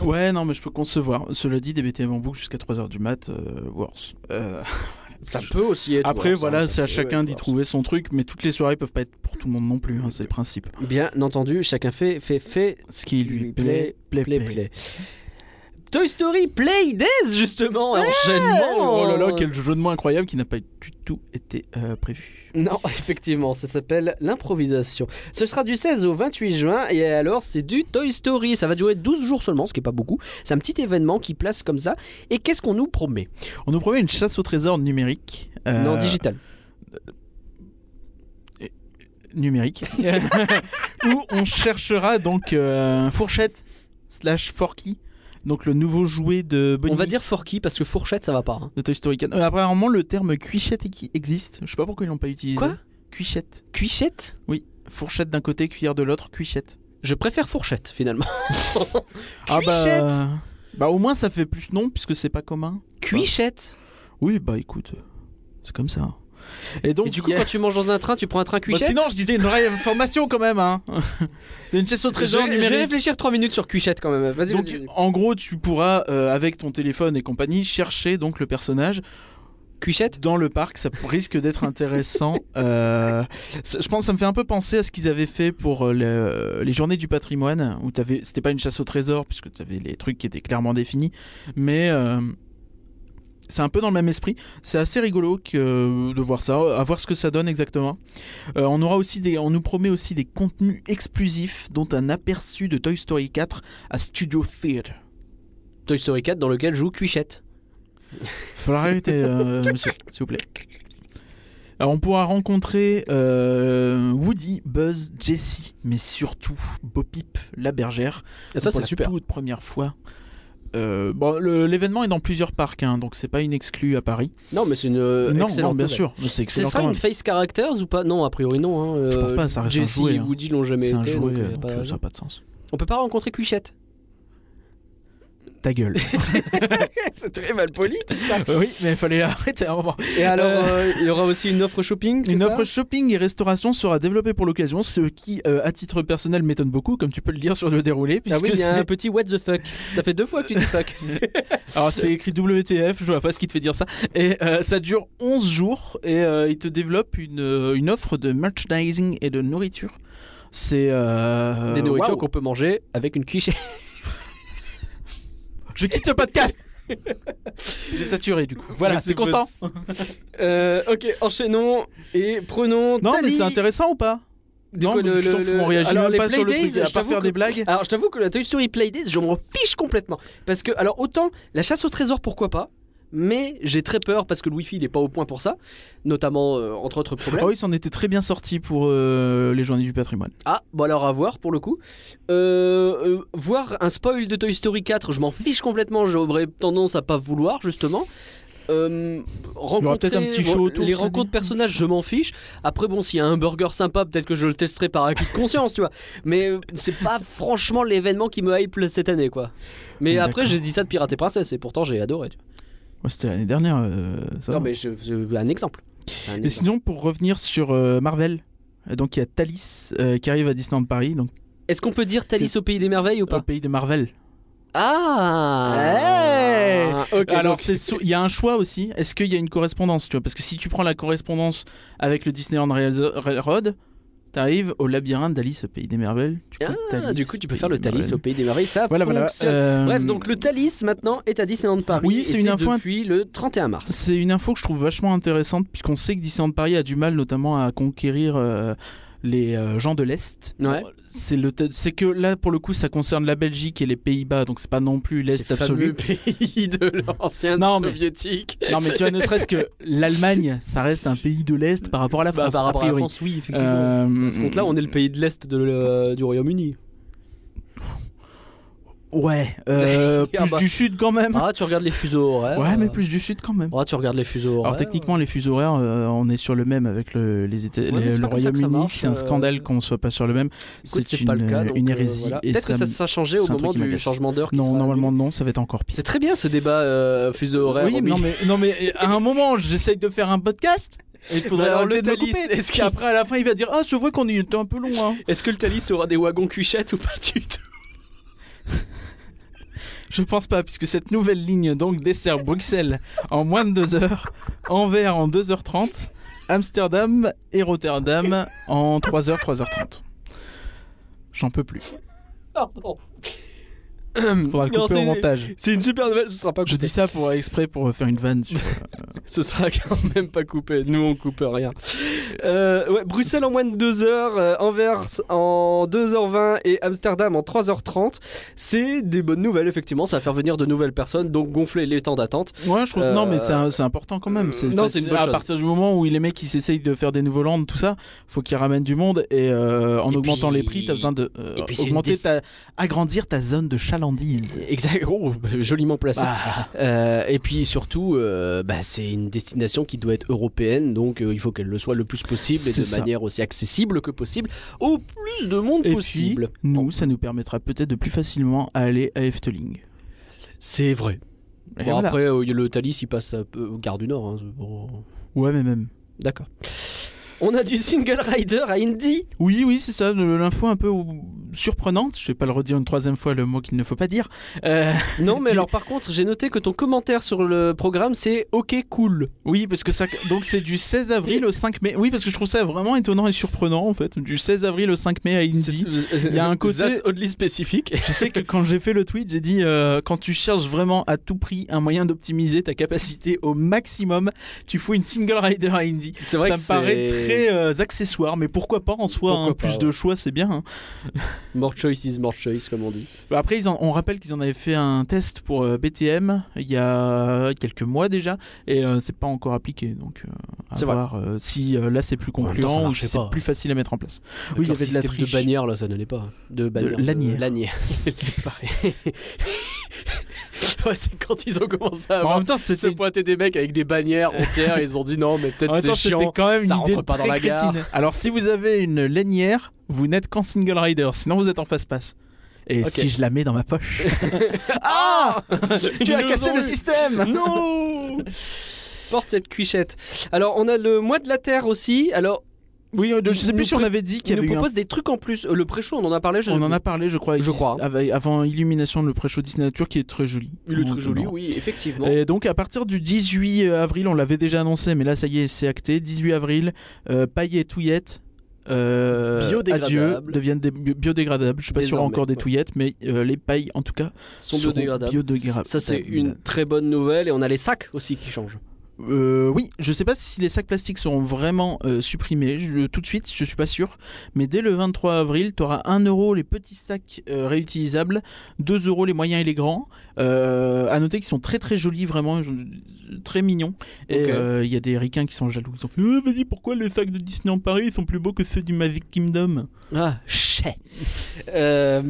Speaker 1: Ouais, non, mais je peux concevoir. Cela dit, des BTM en boucle jusqu'à 3h du mat, euh, worse. Euh,
Speaker 2: Ça peut aussi être.
Speaker 1: Après, voilà, c'est à chacun d'y trouver son truc, mais toutes les soirées peuvent pas être pour tout le monde non plus, hein, c'est le principe.
Speaker 2: Bien entendu, chacun fait, fait, fait,
Speaker 1: Ce qui lui plaît, plaît, plaît.
Speaker 2: play, play. Toy Story Play Days, justement, enchaînement
Speaker 1: Oh là là, quel jeu de mots incroyable qui n'a pas du tout été euh, prévu.
Speaker 2: Non, effectivement, ça s'appelle l'improvisation. Ce sera du 16 au 28 juin, et alors c'est du Toy Story. Ça va durer 12 jours seulement, ce qui est pas beaucoup. C'est un petit événement qui place comme ça. Et qu'est-ce qu'on nous promet
Speaker 1: On nous promet une chasse au trésor numérique. euh,
Speaker 2: Non, digital.
Speaker 1: Numérique. où on cherchera donc euh, fourchette slash forky, donc le nouveau jouet de Bonnie
Speaker 2: On va dire forky parce que fourchette ça va pas. hein.
Speaker 1: de Toy Story 4. Euh, apparemment, le terme cuichette qui existe. Je sais pas pourquoi ils l'ont pas utilisé.
Speaker 2: Quoi
Speaker 1: Cuichette.
Speaker 2: Cuichette
Speaker 1: Oui. Fourchette d'un côté, cuillère de l'autre, cuichette.
Speaker 2: Je préfère fourchette finalement.
Speaker 1: bah... bah au moins ça fait plus non puisque c'est pas commun.
Speaker 2: Cuichette
Speaker 1: Oui, bah écoute, c'est comme ça. Et donc
Speaker 2: Et du coup,
Speaker 1: il y a-
Speaker 2: quand tu manges dans un train, tu prends un train
Speaker 1: Bah,
Speaker 2: cuichette
Speaker 1: sinon, je disais une vraie information quand même. Hein. c'est une chasse au
Speaker 2: je,
Speaker 1: trésor
Speaker 2: vais- je vais
Speaker 1: numérique.
Speaker 2: réfléchir 3 minutes sur cuichette quand même. Vas-y,
Speaker 1: Donc,
Speaker 2: vas-y. vas-y.
Speaker 1: en gros, tu pourras euh, avec ton téléphone et compagnie chercher donc le personnage
Speaker 2: Cuichette
Speaker 1: dans le parc. Ça risque d'être intéressant. Euh, ça- je pense, que ça me fait un peu penser à ce qu'ils avaient fait pour euh, le- les journées du patrimoine, où t'avais, c'était pas une chasse au trésor puisque t'avais les trucs qui étaient clairement définis, mais euh, c'est un peu dans le même esprit. C'est assez rigolo que, euh, de voir ça, à voir ce que ça donne exactement. Euh, on aura aussi des, on nous promet aussi des contenus exclusifs, dont un aperçu de Toy Story 4 à Studio Theatre.
Speaker 2: Toy Story 4 dans lequel joue cuichette.
Speaker 1: Falloir arrêter, euh, monsieur, s'il vous plaît. Alors, on pourra rencontrer euh, Woody, Buzz, Jessie, mais surtout Bo Peep, la bergère.
Speaker 2: Et ça
Speaker 1: pour
Speaker 2: c'est
Speaker 1: la
Speaker 2: super.
Speaker 1: toute première fois. Euh, bon, le- l'événement est dans plusieurs parcs, hein, donc c'est pas une exclue à Paris.
Speaker 2: Non, mais c'est une euh,
Speaker 1: non,
Speaker 2: excellente
Speaker 1: non, bien
Speaker 2: nouvelle.
Speaker 1: sûr, mais c'est
Speaker 2: C'est
Speaker 1: excellent.
Speaker 2: ça
Speaker 1: quand
Speaker 2: une
Speaker 1: même.
Speaker 2: face characters ou pas Non, a priori non. Hein.
Speaker 1: Je pense
Speaker 2: Euh,
Speaker 1: pas, ça reste un
Speaker 2: Jesse
Speaker 1: jouet,
Speaker 2: et
Speaker 1: hein.
Speaker 2: Woody l'ont jamais
Speaker 1: C'est
Speaker 2: été. euh, bah,
Speaker 1: un jouet, euh,
Speaker 2: donc, euh,
Speaker 1: donc,
Speaker 2: pas-
Speaker 1: euh, ça n'a pas de sens.
Speaker 2: On peut pas rencontrer Cuichette.
Speaker 1: ta gueule. Euh,
Speaker 2: C'est très mal poli. tout ça.
Speaker 1: oui, mais il fallait arrêter à un moment.
Speaker 2: Et alors, euh, il y aura aussi une offre shopping c'est
Speaker 1: Une
Speaker 2: ça
Speaker 1: offre shopping et restauration sera développée pour l'occasion, ce qui, euh, à titre personnel, m'étonne beaucoup, comme tu peux le dire sur le déroulé.
Speaker 2: Ah
Speaker 1: Puisque
Speaker 2: oui, il y a
Speaker 1: c'est-
Speaker 2: un petit what the fuck. Ça fait deux fois que tu dis fuck.
Speaker 1: Alors c'est écrit WTF, je vois pas ce qui te fait dire ça. Et euh, ça dure 11 jours et euh, ils te développent une, euh, une offre de merchandising et de nourriture. C'est euh,
Speaker 2: Des nourritures
Speaker 1: waouh.
Speaker 2: qu'on peut manger avec une cuillère.
Speaker 1: Je quitte ce podcast. J'ai saturé du coup. Voilà,
Speaker 2: Mais c'est
Speaker 1: c'est content.
Speaker 2: Euh, ok, enchaînons et prenons.
Speaker 1: Non mais
Speaker 2: Tali.
Speaker 1: c'est intéressant ou pas
Speaker 2: Du
Speaker 1: Non,
Speaker 2: coup,
Speaker 1: mais
Speaker 2: le-
Speaker 1: je t'en
Speaker 2: le-
Speaker 1: fous,
Speaker 2: le-
Speaker 1: on réagit
Speaker 2: alors,
Speaker 1: même
Speaker 2: les
Speaker 1: pas sur le
Speaker 2: Playdays,
Speaker 1: truc, à part
Speaker 2: je t'avoue
Speaker 1: faire
Speaker 2: que-
Speaker 1: des blagues.
Speaker 2: Alors, je t'avoue que la théorie sur Playdays, je m'en fiche complètement. Parce que, alors, autant la chasse au trésor, pourquoi pas mais j'ai très peur parce que le wifi il est pas au point pour ça, notamment euh, entre autres problèmes.
Speaker 1: Ah oui, s'en était très bien sorti pour euh, les journées du patrimoine.
Speaker 2: Ah, bon alors à voir pour le coup. Euh, euh, voir un spoil de Toy Story 4, je m'en fiche complètement, j'aurais tendance à pas vouloir justement. Euh, rencontrer-
Speaker 1: peut-être un petit show
Speaker 2: bon,
Speaker 1: autour,
Speaker 2: les
Speaker 1: ça
Speaker 2: rencontres
Speaker 1: dit.
Speaker 2: personnages, je m'en fiche. Après, bon, s'il y a un burger sympa, peut-être que je le testerai par acquis de conscience, tu vois. Mais euh, c'est pas franchement l'événement qui me hype cette année, quoi. Mais
Speaker 1: D'accord.
Speaker 2: après, j'ai dit ça de Pirate et Princesse, et pourtant j'ai adoré. tu vois.
Speaker 1: Ouais, C'était l'année dernière. euh, ça
Speaker 2: Non,
Speaker 1: va.
Speaker 2: mais je- je- un exemple. Un
Speaker 1: Et
Speaker 2: exemple.
Speaker 1: sinon, pour revenir sur euh, Marvel, euh, donc il y a Thalys euh, qui arrive à Disneyland Paris, donc
Speaker 2: Est-ce qu'on peut dire Thalys au pays des merveilles ou
Speaker 1: au
Speaker 2: pas
Speaker 1: pays de Marvel. Hey
Speaker 2: Ah Ok,
Speaker 1: Ah Alors,
Speaker 2: donc-
Speaker 1: c'est sou- il y a un choix aussi. Est-ce qu'il y a une correspondance, tu vois Parce que si tu prends la correspondance avec le Disneyland Rail- Railroad, t'arrives au labyrinthe d'Alice au pays des merveilles. Tu
Speaker 2: Ah,
Speaker 1: prends Thalys,
Speaker 2: du coup, tu peux
Speaker 1: Pays
Speaker 2: faire
Speaker 1: des
Speaker 2: le Thalys
Speaker 1: merveilles.
Speaker 2: au pays des merveilles, ça
Speaker 1: Voilà, voilà.
Speaker 2: fonctionne.
Speaker 1: Euh,
Speaker 2: Bref, donc le Thalys maintenant est à Disneyland Paris.
Speaker 1: Oui,
Speaker 2: et
Speaker 1: c'est une info-
Speaker 2: depuis le 31 mars.
Speaker 1: C'est une info que je trouve vachement intéressante puisqu'on sait que Disneyland Paris a du mal notamment à conquérir euh, les euh, gens de l'Est.
Speaker 2: Ouais.
Speaker 1: C'est le t- c'est que là pour le coup ça concerne la Belgique et les Pays-Bas donc c'est pas non plus l'Est
Speaker 2: C'est
Speaker 1: absolu.
Speaker 2: le pays de l'ancien
Speaker 1: Non, mais-
Speaker 2: soviétique.
Speaker 1: Non mais tu vois ne serait-ce que l'Allemagne ça reste un pays de l'Est par rapport à la
Speaker 2: Bah,
Speaker 1: France
Speaker 2: par
Speaker 1: a
Speaker 2: rapport à la
Speaker 1: priori.
Speaker 2: France, oui, effectivement.
Speaker 1: Euh,
Speaker 2: À ce compte-là, on est le pays de l'Est de le- euh, du Royaume-Uni.
Speaker 1: Ouais, euh,
Speaker 2: Ah
Speaker 1: plus
Speaker 2: bah.
Speaker 1: du sud quand même.
Speaker 2: Ah, tu regardes les fuseaux horaires.
Speaker 1: ouais, mais
Speaker 2: euh,
Speaker 1: plus du sud quand même.
Speaker 2: Ah, tu regardes les fuseaux horaires.
Speaker 1: Alors techniquement, les fuseaux horaires, euh, on est sur le même avec le, les Éta-
Speaker 2: Ouais,
Speaker 1: les-
Speaker 2: mais c'est
Speaker 1: le
Speaker 2: pas comme ça que ça
Speaker 1: Royaume-Uni.
Speaker 2: marche,
Speaker 1: C'est un
Speaker 2: euh,
Speaker 1: scandale qu'on soit pas sur le même.
Speaker 2: Écoute,
Speaker 1: C'est une,
Speaker 2: pas le cas. donc,
Speaker 1: une
Speaker 2: euh,
Speaker 1: hérésie.
Speaker 2: voilà.
Speaker 1: et
Speaker 2: Peut-être que ça
Speaker 1: me-
Speaker 2: sera changé au
Speaker 1: c'est un truc
Speaker 2: moment
Speaker 1: qui
Speaker 2: du
Speaker 1: m'agace.
Speaker 2: changement d'heure. qui
Speaker 1: Non,
Speaker 2: sera
Speaker 1: normalement
Speaker 2: annulé.
Speaker 1: non, ça va être encore pire.
Speaker 2: C'est très bien ce débat euh, fuseau horaire.
Speaker 1: Oui,
Speaker 2: au
Speaker 1: mais non
Speaker 2: milieu.
Speaker 1: mais non mais à un moment, j'essaye de faire un podcast. Et il faudrait
Speaker 2: Bah, alors,
Speaker 1: arrêter
Speaker 2: le
Speaker 1: de me
Speaker 2: Thalys,
Speaker 1: couper.
Speaker 2: est-ce
Speaker 1: Puis
Speaker 2: qu'il-
Speaker 1: après à la fin, il va dire ah, je vois qu'on était un peu long. hein.
Speaker 2: Est-ce que le Thalys aura des wagons cuchettes ou pas du tout
Speaker 1: Je pense pas, puisque cette nouvelle ligne donc dessert Bruxelles en moins de 2 heures, Anvers en 2h30, Amsterdam et Rotterdam en 3h, 3h30. J'en peux plus.
Speaker 2: Pardon.
Speaker 1: Faudra le
Speaker 2: Hmm. Non,
Speaker 1: couper
Speaker 2: c'est-
Speaker 1: au montage.
Speaker 2: C'est une super nouvelle, ce sera pas coupé.
Speaker 1: Je dis ça pour exprès pour faire une vanne. sur-
Speaker 2: Ce sera quand même pas coupé. Nous, on coupe rien. Euh, ouais, Bruxelles en moins de 2 heures, euh, Anvers en 2h20 et Amsterdam en 3h30. C'est des bonnes nouvelles, effectivement. Ça va faire venir de nouvelles personnes, donc gonfler les temps d'attente.
Speaker 1: Ouais, je trouve.
Speaker 2: Euh,
Speaker 1: Non, mais c'est un- c'est important quand même.
Speaker 2: non, c'est
Speaker 1: facile-
Speaker 2: une bonne
Speaker 1: à
Speaker 2: chose.
Speaker 1: partir du moment où les mecs ils essayent de faire des nouveaux landes, tout ça, faut qu'ils ramènent du monde et euh, en
Speaker 2: Et
Speaker 1: augmentant
Speaker 2: puis-
Speaker 1: les prix, t'as besoin de euh,
Speaker 2: et puis c'est une
Speaker 1: augmenter
Speaker 2: déc-
Speaker 1: ta, agrandir ta zone de chalandise.
Speaker 2: Exact. Oh, joliment placé.
Speaker 1: Bah,
Speaker 2: Euh, et puis surtout, euh, bah, c'est une destination qui doit être européenne, donc euh, il faut qu'elle le soit le plus possible et
Speaker 1: C'est
Speaker 2: de
Speaker 1: ça.
Speaker 2: manière aussi accessible que possible au plus de monde
Speaker 1: Et
Speaker 2: possible.
Speaker 1: puis, nous, ça nous permettra peut-être de plus facilement aller à Efteling.
Speaker 2: C'est vrai.
Speaker 1: Et
Speaker 2: Bon,
Speaker 1: voilà.
Speaker 2: après, euh, le Thalys, il passe à, euh, au Gare du Nord. hein, c'est bon.
Speaker 1: Ouais, mais même.
Speaker 2: D'accord. On a du single rider à Indy.
Speaker 1: Oui, oui, c'est ça, le- l'info un peu ou- surprenante. Je vais pas le redire une troisième fois le mot qu'il ne faut pas dire. Euh,
Speaker 2: Non, mais
Speaker 1: Tu-
Speaker 2: alors par contre, j'ai noté que ton commentaire sur le programme, c'est OK cool.
Speaker 1: oui, parce que ça. Donc c'est du 16 avril au 5 mai. Oui, parce que je trouve ça vraiment étonnant et surprenant en fait. Du 16 avril au 5 mai à Indy.
Speaker 2: Il
Speaker 1: y a un côté-
Speaker 2: oddly spécifique.
Speaker 1: Je sais que quand j'ai fait le tweet, j'ai dit euh, quand tu cherches vraiment à tout prix un moyen d'optimiser ta capacité au maximum, tu fous une single rider à Indy.
Speaker 2: C'est vrai
Speaker 1: ça
Speaker 2: que
Speaker 1: me paraît
Speaker 2: c'est-
Speaker 1: très euh, accessoire, mais pourquoi pas en soi
Speaker 2: Pourquoi
Speaker 1: hein,
Speaker 2: pas,
Speaker 1: Plus de choix, c'est bien. hein.
Speaker 2: More choice is more choice, comme on dit.
Speaker 1: Bah Après, ils en- on rappelle qu'ils en avaient fait un test pour euh, BTM il y a quelques mois déjà, et euh, c'est pas encore appliqué. Donc, euh, à
Speaker 2: C'est vrai.
Speaker 1: voir euh, si euh, là c'est plus
Speaker 2: En même temps, ça
Speaker 1: concluant ou
Speaker 2: marchait
Speaker 1: si c'est
Speaker 2: pas.
Speaker 1: plus facile à mettre en place.
Speaker 2: Avec
Speaker 1: il y
Speaker 2: leur
Speaker 1: avait de la
Speaker 2: système
Speaker 1: triche.
Speaker 2: de bannière, là, ça n'allait pas. De bannière. de-
Speaker 1: lanière.
Speaker 2: lanière.
Speaker 1: C'est pareil.
Speaker 2: ouais, c'est quand ils ont commencé
Speaker 1: Ah,
Speaker 2: à
Speaker 1: en
Speaker 2: avoir-
Speaker 1: même temps, c'est
Speaker 2: se pointer des mecs avec des bannières entières. ils ont dit non, mais
Speaker 1: en
Speaker 2: peut-être
Speaker 1: même temps,
Speaker 2: c'est
Speaker 1: c'était
Speaker 2: chiant.
Speaker 1: quand même
Speaker 2: ça
Speaker 1: une idée
Speaker 2: rentre pas dans
Speaker 1: très
Speaker 2: la gare.
Speaker 1: crétine. Alors, si vous avez une lanière, vous n'êtes qu'en single rider, sinon vous êtes en fast pass. Et
Speaker 2: Ok.
Speaker 1: si je la mets dans ma poche Ah Tu as
Speaker 2: Nous
Speaker 1: cassé
Speaker 2: ont
Speaker 1: le
Speaker 2: eu.
Speaker 1: système
Speaker 2: Non Porte cette cuichette. Alors, on a le mois de la Terre aussi. Alors,
Speaker 1: Oui, euh, je sais
Speaker 2: Nous
Speaker 1: plus si on
Speaker 2: pro-
Speaker 1: avait dit
Speaker 2: il
Speaker 1: qu'il y
Speaker 2: nous
Speaker 1: avait eu un
Speaker 2: propose des trucs en plus. Euh, Le pré-show, on en a parlé. Je...
Speaker 1: On en a parlé, je crois, avec
Speaker 2: Je
Speaker 1: Dis-
Speaker 2: crois.
Speaker 1: avec- avant Illumination, le pré-show Disney Nature, qui est très joli.
Speaker 2: Le truc
Speaker 1: Non.
Speaker 2: joli, oui, effectivement.
Speaker 1: Et donc à partir du 18 avril, on l'avait déjà annoncé, mais là ça y est, c'est acté. 18 avril, euh, paille et touillette. euh,
Speaker 2: Biodégradables.
Speaker 1: adieu, deviennent des bi- biodégradables. Je suis pas sûr
Speaker 2: Désormais,
Speaker 1: encore des
Speaker 2: ouais.
Speaker 1: touillettes, mais euh, les pailles en tout cas
Speaker 2: Sont
Speaker 1: seront
Speaker 2: biodégradables.
Speaker 1: biodégradables.
Speaker 2: Ça, c'est une très bonne nouvelle. Et on a les sacs aussi qui changent.
Speaker 1: Euh, oui, je sais pas si les sacs plastiques seront vraiment euh, supprimés je- tout de suite, je suis pas sûr. Mais dès le 23 avril, tu auras 1 euro les petits sacs euh, réutilisables, 2 euros les moyens et les grands. Euh, à noter qu'ils sont très très jolis, vraiment ils sont très mignons. Et euh,
Speaker 2: Ok.
Speaker 1: il y a des ricains qui sont jaloux. Ils ont fait Euh, Vas-y, pourquoi les sacs de Disney en Paris sont plus beaux que ceux du Magic Kingdom
Speaker 2: Ah, chais Euh,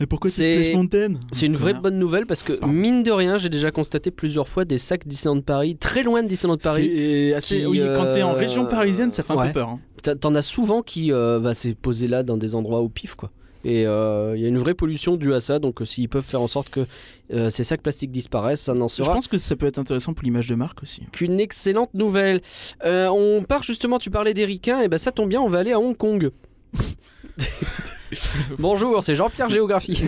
Speaker 1: Et pourquoi c'est
Speaker 2: C'est-
Speaker 1: Splash Mountain
Speaker 2: C'est une vraie
Speaker 1: Connard.
Speaker 2: bonne nouvelle parce que,
Speaker 1: Pardon.
Speaker 2: mine de rien, j'ai déjà constaté plusieurs fois des sacs Disneyland Paris, très loin de Disneyland Paris.
Speaker 1: C'est assez-
Speaker 2: qui,
Speaker 1: oui, quand t'es en
Speaker 2: euh,
Speaker 1: région parisienne, ça fait un
Speaker 2: ouais.
Speaker 1: peu peur. hein.
Speaker 2: T'as- T'en as souvent qui euh, bah, s'est posé là dans des endroits au pif, quoi. Et euh, il y a une vraie pollution due à ça, donc euh, s'ils peuvent faire en sorte que euh, ces sacs plastiques disparaissent, ça n'en
Speaker 1: Je
Speaker 2: sera
Speaker 1: pense que ça peut être intéressant pour l'image de marque aussi.
Speaker 2: qu'une excellente nouvelle. Euh, on part justement, tu parlais des ricains, et ben ça tombe bien, on va aller à Hong Kong. Bonjour, c'est Jean-Pierre Géographie.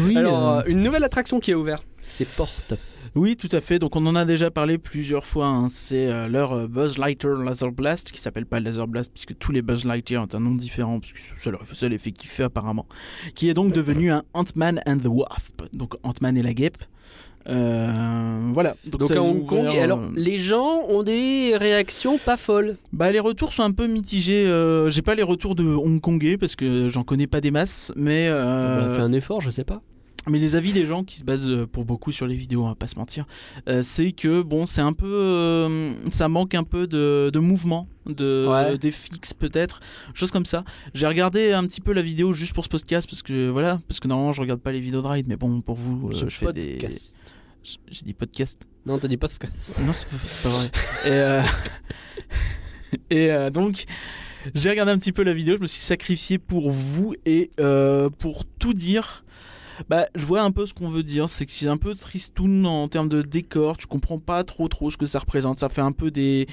Speaker 1: Oui,
Speaker 2: Alors, euh, une nouvelle attraction qui est ouverte, c'est Porte.
Speaker 1: Oui, tout à fait. Donc, on en a déjà parlé plusieurs fois. hein. C'est euh, leur euh, Buzz Lightyear Laser Blast, qui s'appelle pas Laser Blast, puisque tous les Buzz Lightyear ont un nom différent, puisque c'est leur seul effet qu'il fait apparemment, qui est donc devenu un Ant-Man and the Wasp. Donc, Ant-Man et la guêpe. Euh, voilà.
Speaker 2: Donc
Speaker 1: ça
Speaker 2: à
Speaker 1: a
Speaker 2: Hong
Speaker 1: ouvert,
Speaker 2: Kong, et
Speaker 1: euh,
Speaker 2: alors les gens ont des réactions pas folles.
Speaker 1: bah, les retours sont un peu mitigés. euh, J'ai pas les retours de Hongkongais parce que j'en connais pas des masses, mais euh,
Speaker 2: Ah ben, On fait un effort, je sais pas.
Speaker 1: Mais les avis des gens qui se basent euh, pour beaucoup sur les vidéos, on va pas se mentir, euh, c'est que bon, c'est un peu, euh, ça manque un peu de, de mouvement, de
Speaker 2: Ouais.
Speaker 1: des fixes peut-être, choses comme ça. J'ai regardé un petit peu la vidéo juste pour ce podcast parce que voilà, parce que normalement je regarde pas les vidéos de ride, mais bon pour vous, euh,
Speaker 2: Ce
Speaker 1: je fais des,
Speaker 2: podcast.
Speaker 1: j- j'ai dit podcast.
Speaker 2: Non, t'as dit podcast.
Speaker 1: Non, c'est pas, c'est pas vrai. Et, euh, et euh, donc, j'ai regardé un petit peu la vidéo, je me suis sacrifié pour vous et euh, pour tout dire. Bah, je vois un peu ce qu'on veut dire, c'est que c'est un peu tristoun en termes de décor, tu comprends pas trop trop ce que ça représente, ça fait un peu des...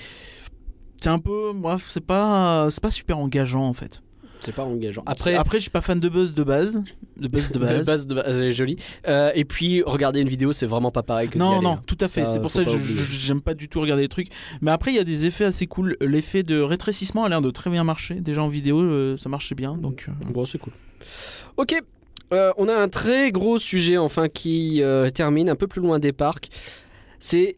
Speaker 1: C'est un peu... Bref, c'est pas, c'est pas super engageant en fait.
Speaker 2: C'est pas engageant.
Speaker 1: C'est-
Speaker 2: Après,
Speaker 1: Après, je suis pas fan de Buzz de base. De Buzz de base.
Speaker 2: base de base, elle est jolie. Euh, et puis regarder une vidéo, c'est vraiment pas pareil que d'y
Speaker 1: Non,
Speaker 2: aller,
Speaker 1: non,
Speaker 2: hein.
Speaker 1: tout à fait.
Speaker 2: Ça,
Speaker 1: C'est pour
Speaker 2: faut
Speaker 1: ça que
Speaker 2: pas
Speaker 1: je-
Speaker 2: oublier.
Speaker 1: je- j'aime pas du tout regarder les trucs. Mais après, il y a des effets assez cool. L'effet de rétrécissement a l'air de très bien marcher. Déjà en vidéo, euh, ça marchait bien. Donc, euh,
Speaker 2: hein. Bon, c'est cool. Ok. Euh, on a un très gros sujet enfin qui euh, termine un peu plus loin des parcs. C'est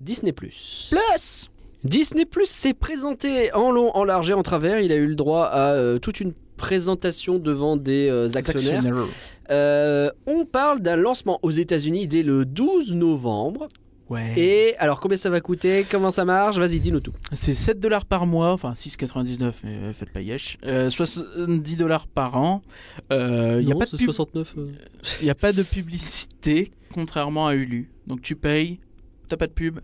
Speaker 2: Disney Plus.
Speaker 1: Plus
Speaker 2: Disney Plus s'est présenté en long, en large et en travers. Il a eu le droit à euh, toute une présentation devant des euh, actionnaires. Euh, on parle d'un lancement aux États-Unis dès le 12 novembre.
Speaker 1: Ouais.
Speaker 2: Et alors, combien ça va coûter Comment ça marche Vas-y, dis-nous tout.
Speaker 1: C'est 7 dollars par mois, enfin 6,99, mais euh, faites pas yesh. Euh, 70 dollars par an. Euh, Il n'y a, pas de pub-
Speaker 2: 69.
Speaker 1: il y a pas de publicité, contrairement à Hulu. Donc tu payes, t'as pas de pub.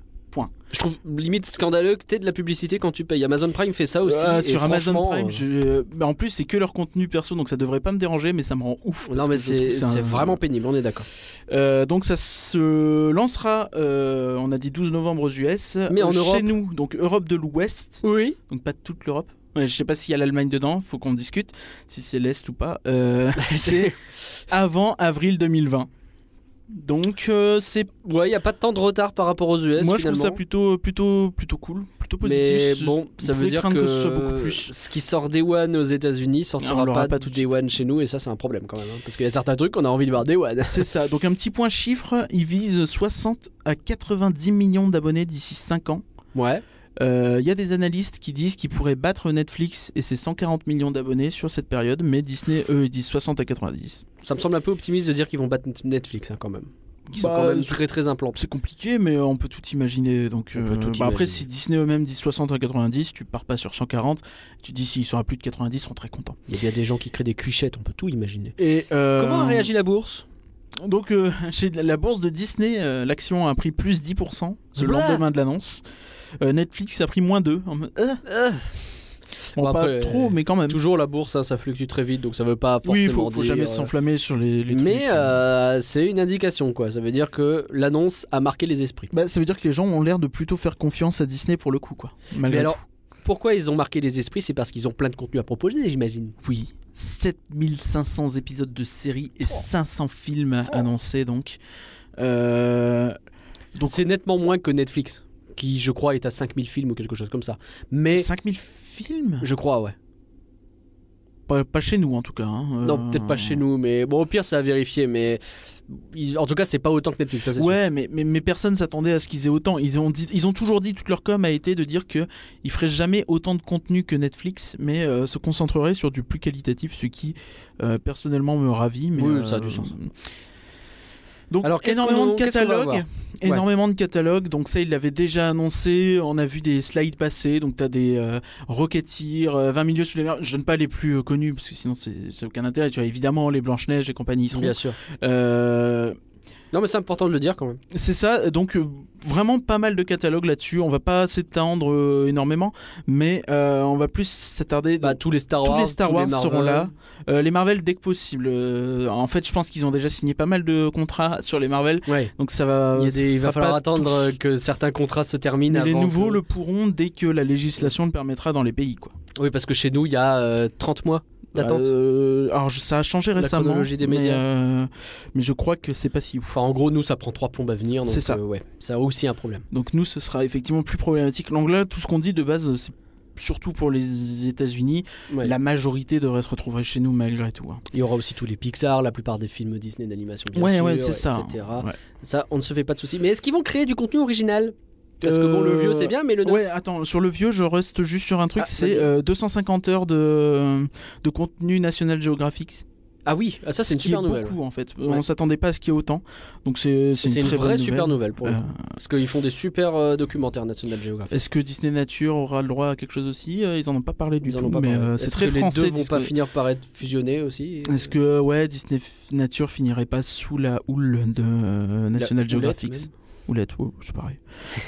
Speaker 2: Je trouve limite scandaleux que t'aies de la publicité quand tu payes. Amazon Prime fait ça Ah, aussi.
Speaker 1: Euh,
Speaker 2: et
Speaker 1: sur Amazon
Speaker 2: franchement,
Speaker 1: Prime,
Speaker 2: euh,
Speaker 1: je- bah, en plus c'est que leur contenu perso, donc ça devrait pas me déranger, mais ça me rend ouf. parce
Speaker 2: Non, mais
Speaker 1: que je
Speaker 2: c'est
Speaker 1: trouve ça
Speaker 2: c'est
Speaker 1: un-
Speaker 2: vraiment pénible, on est d'accord.
Speaker 1: Euh, donc ça se lancera, euh, on a dit 12 novembre aux US,
Speaker 2: Mais en
Speaker 1: Euh,
Speaker 2: Europe.
Speaker 1: chez nous, donc Europe de l'Ouest,
Speaker 2: Oui.
Speaker 1: donc pas toute l'Europe. Ouais, je sais pas s'il y a l'Allemagne dedans, faut qu'on discute si c'est l'Est ou pas. Euh, c'est avant avril 2020. Donc euh, c'est,
Speaker 2: Ouais, il n'y a pas de temps de retard par rapport aux US.
Speaker 1: moi je
Speaker 2: finalement.
Speaker 1: trouve ça plutôt plutôt plutôt cool, plutôt
Speaker 2: Mais
Speaker 1: positif.
Speaker 2: bon,
Speaker 1: Je
Speaker 2: ça veut
Speaker 1: pouvais
Speaker 2: dire
Speaker 1: craindre
Speaker 2: que,
Speaker 1: que ce soit beaucoup plus.
Speaker 2: ce qui sort Day One aux États-Unis
Speaker 1: Ah,
Speaker 2: sortira
Speaker 1: on l'aura
Speaker 2: pas,
Speaker 1: pas tout de
Speaker 2: Day
Speaker 1: suite.
Speaker 2: One chez nous, et ça, c'est un problème quand même. hein, parce qu'il y a certains trucs qu'on a envie de voir Day One.
Speaker 1: C'est ça. Donc un petit point chiffre, ils visent 60 à 90 millions d'abonnés d'ici 5 ans.
Speaker 2: Ouais.
Speaker 1: Euh, Il y a des analystes qui disent qu'ils pourraient battre Netflix et ses 140 millions d'abonnés sur cette période, mais Disney, eux, ils disent 60 à 90.
Speaker 2: Ça me semble un peu optimiste de dire qu'ils vont battre Netflix hein, quand même. Qui sont
Speaker 1: Bah,
Speaker 2: quand même
Speaker 1: c'est-
Speaker 2: très très implants.
Speaker 1: C'est compliqué, mais on peut tout imaginer. Donc,
Speaker 2: On peut
Speaker 1: euh,
Speaker 2: tout
Speaker 1: bah,
Speaker 2: imaginer.
Speaker 1: Après, si Disney eux-mêmes disent 60 à 90, tu pars pas sur 140. Tu dis s'ils sont à plus de 90, ils seront très contents.
Speaker 2: Il y a bien des gens qui créent des cuchettes, on peut tout imaginer.
Speaker 1: Et, euh,
Speaker 2: Comment a réagi la bourse
Speaker 1: Donc, euh, chez la bourse de Disney, euh, l'action a pris plus 10% le
Speaker 2: Blah
Speaker 1: lendemain de l'annonce. Euh, Netflix a pris moins 2. En mode, euh, Bon,
Speaker 2: Bon,
Speaker 1: pas
Speaker 2: après,
Speaker 1: trop, mais quand même.
Speaker 2: Toujours la bourse, hein, ça fluctue très vite, donc ça veut pas forcément
Speaker 1: Mmh. Oui, il faut, faut
Speaker 2: dire,
Speaker 1: jamais
Speaker 2: euh,
Speaker 1: s'enflammer sur les, les trucs.
Speaker 2: Mais euh, c'est une indication, quoi. Ça veut dire que l'annonce a marqué les esprits.
Speaker 1: Bah, ça veut dire que les gens ont l'air de plutôt faire confiance à Disney pour le coup, quoi. Malgré
Speaker 2: Mais
Speaker 1: tout.
Speaker 2: alors, pourquoi ils ont marqué les esprits C'est parce qu'ils ont plein de contenu à proposer, j'imagine.
Speaker 1: Oui, 7500 épisodes de séries
Speaker 2: Oh.
Speaker 1: et 500 films annoncés donc. Euh,
Speaker 2: Donc c'est nettement moins que Netflix, qui, je crois, est à 5000 films ou quelque chose comme ça. Mais
Speaker 1: 5000 films
Speaker 2: je crois, ouais.
Speaker 1: pas, pas chez nous en tout cas. hein. Euh,
Speaker 2: Non, peut-être pas chez nous, mais bon, au pire, ça à vérifier. Mais il- en tout cas, c'est pas autant que Netflix, ça c'est sûr.
Speaker 1: Ouais, mais, mais, mais personne s'attendait à ce qu'ils aient autant. Ils ont, dit, ils ont toujours dit, toute leur com a été de dire qu'ils feraient jamais autant de contenu que Netflix, mais euh, se concentreraient sur du plus qualitatif, ce qui euh, personnellement me ravit. Mais, euh,
Speaker 2: Oui, ça a du sens.
Speaker 1: Donc,
Speaker 2: Alors, qu'est-ce
Speaker 1: énormément
Speaker 2: qu'on-
Speaker 1: de
Speaker 2: qu'est-ce qu'on va
Speaker 1: catalogues.
Speaker 2: avoir Ouais.
Speaker 1: Énormément de catalogues. Donc, ça, ils l'avaient déjà annoncé. On a vu des slides passer. Donc, tu as des euh, Rocketeer, euh, 20 milieux sous les mers. Je donne pas les plus euh, connus parce que sinon, c'est c'est aucun intérêt. Tu vois, évidemment, les Blanche-Neige et compagnie, ils seront.
Speaker 2: Bien sûr.
Speaker 1: Euh,
Speaker 2: Non, mais c'est important de le dire quand même.
Speaker 1: c'est ça, donc euh, vraiment pas mal de catalogues là-dessus. On va pas s'étendre euh, énormément, mais euh, on va plus s'attarder.
Speaker 2: Bah, tous les Star
Speaker 1: Tous
Speaker 2: Wars,
Speaker 1: les Star Wars
Speaker 2: Marvel.
Speaker 1: seront là. Euh, les Marvel dès que possible. Euh, en fait, je pense qu'ils ont déjà signé pas mal de contrats sur les Marvel,
Speaker 2: Ouais.
Speaker 1: donc ça va.
Speaker 2: Il, y a des- il
Speaker 1: Euh, ça
Speaker 2: va falloir
Speaker 1: pas
Speaker 2: attendre
Speaker 1: tous-
Speaker 2: euh, que certains contrats se terminent.
Speaker 1: Mais les
Speaker 2: avant
Speaker 1: nouveaux
Speaker 2: que-
Speaker 1: le pourront dès que la législation le permettra dans les pays, quoi.
Speaker 2: Oui, parce que chez nous, il y a euh, 30 mois d'attente.
Speaker 1: Euh, alors je- ça a changé
Speaker 2: La
Speaker 1: récemment.
Speaker 2: chronologie des médias.
Speaker 1: Mais, euh, mais je crois que c'est pas si ouf.
Speaker 2: Enfin, en gros, nous, ça prend trois plombes à venir. donc,
Speaker 1: C'est ça.
Speaker 2: euh, ouais, ça a aussi un problème.
Speaker 1: Donc nous, ce sera effectivement plus problématique. L'anglais, tout ce qu'on dit de base, euh, c'est surtout pour les États-Unis.
Speaker 2: Ouais.
Speaker 1: La majorité devrait se retrouver chez nous malgré tout. hein.
Speaker 2: Il y aura aussi tous les Pixar, la plupart des films Disney d'animation. bien
Speaker 1: Ouais,
Speaker 2: sûr,
Speaker 1: ouais, c'est ça.
Speaker 2: etc.
Speaker 1: Ouais.
Speaker 2: Ça, on ne se fait pas de soucis. Mais est-ce qu'ils vont créer du contenu original Parce que bon, le
Speaker 1: Euh,
Speaker 2: vieux, c'est bien, mais le neuf.
Speaker 1: Ouais, attends, sur le vieux, je reste juste sur un truc,
Speaker 2: Ah,
Speaker 1: c'est
Speaker 2: vas-y.
Speaker 1: euh, 250 heures de, de contenu national géographique.
Speaker 2: Ah oui, ah, ça,
Speaker 1: Ce
Speaker 2: c'est une
Speaker 1: qui
Speaker 2: super
Speaker 1: est
Speaker 2: nouvelle.
Speaker 1: beaucoup en fait.
Speaker 2: Ouais.
Speaker 1: On s'attendait pas à ce qu'il y ait autant. Donc c'est c'est
Speaker 2: C'est
Speaker 1: une,
Speaker 2: une,
Speaker 1: très
Speaker 2: vraie
Speaker 1: bonne
Speaker 2: super nouvelle pour
Speaker 1: Euh,
Speaker 2: eux. Parce qu'ils font des super euh, documentaires National Geographic.
Speaker 1: Est-ce que Disney Nature aura le droit à quelque chose aussi Euh, Ils en ont pas parlé du
Speaker 2: Ils en
Speaker 1: tout,
Speaker 2: ont pas
Speaker 1: mais
Speaker 2: parlé.
Speaker 1: euh,
Speaker 2: Est-ce
Speaker 1: c'est très
Speaker 2: que
Speaker 1: français.
Speaker 2: Les deux vont
Speaker 1: Disney-
Speaker 2: pas finir par être fusionnés aussi
Speaker 1: Est-ce que euh, ouais, Disney F- Nature finirait pas sous la houle de euh,
Speaker 2: La
Speaker 1: National
Speaker 2: houlette,
Speaker 1: Geographic
Speaker 2: même.
Speaker 1: Houlette, ouais, c'est pareil.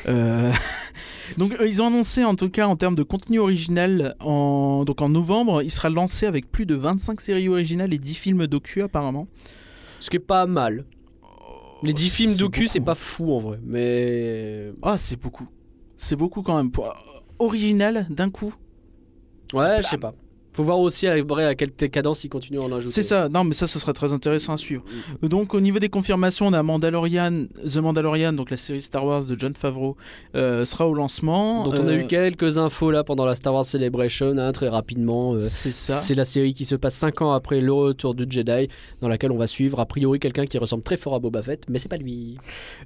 Speaker 1: Euh, donc euh, ils ont annoncé en tout cas en termes de contenu original, en, donc en novembre, il sera lancé avec plus de 25 séries originales et 10 films docu apparemment.
Speaker 2: Ce qui est pas mal. Les 10 films
Speaker 1: Oh, c'est
Speaker 2: docu, c'est
Speaker 1: beaucoup.
Speaker 2: pas fou en vrai. Mais.
Speaker 1: Ah c'est beaucoup. C'est beaucoup quand même. Pour, original d'un coup.
Speaker 2: Ouais,
Speaker 1: pas-
Speaker 2: je sais pas. Faut voir aussi à, vrai, à quelle cadence ils continuent à en ajouter.
Speaker 1: C'est ça, non mais ça ce sera très intéressant à suivre.
Speaker 2: Mm.
Speaker 1: Donc au niveau des confirmations, on a Mandalorian, The Mandalorian, donc la série Star Wars de John Favreau, euh, sera au lancement.
Speaker 2: Donc on a
Speaker 1: Euh,
Speaker 2: eu quelques infos là pendant la Star Wars Celebration, hein, très rapidement. euh,
Speaker 1: C'est ça.
Speaker 2: C'est la série qui se passe 5 ans après le retour du Jedi, dans laquelle on va suivre a priori quelqu'un qui ressemble très fort à Boba Fett, mais c'est pas lui.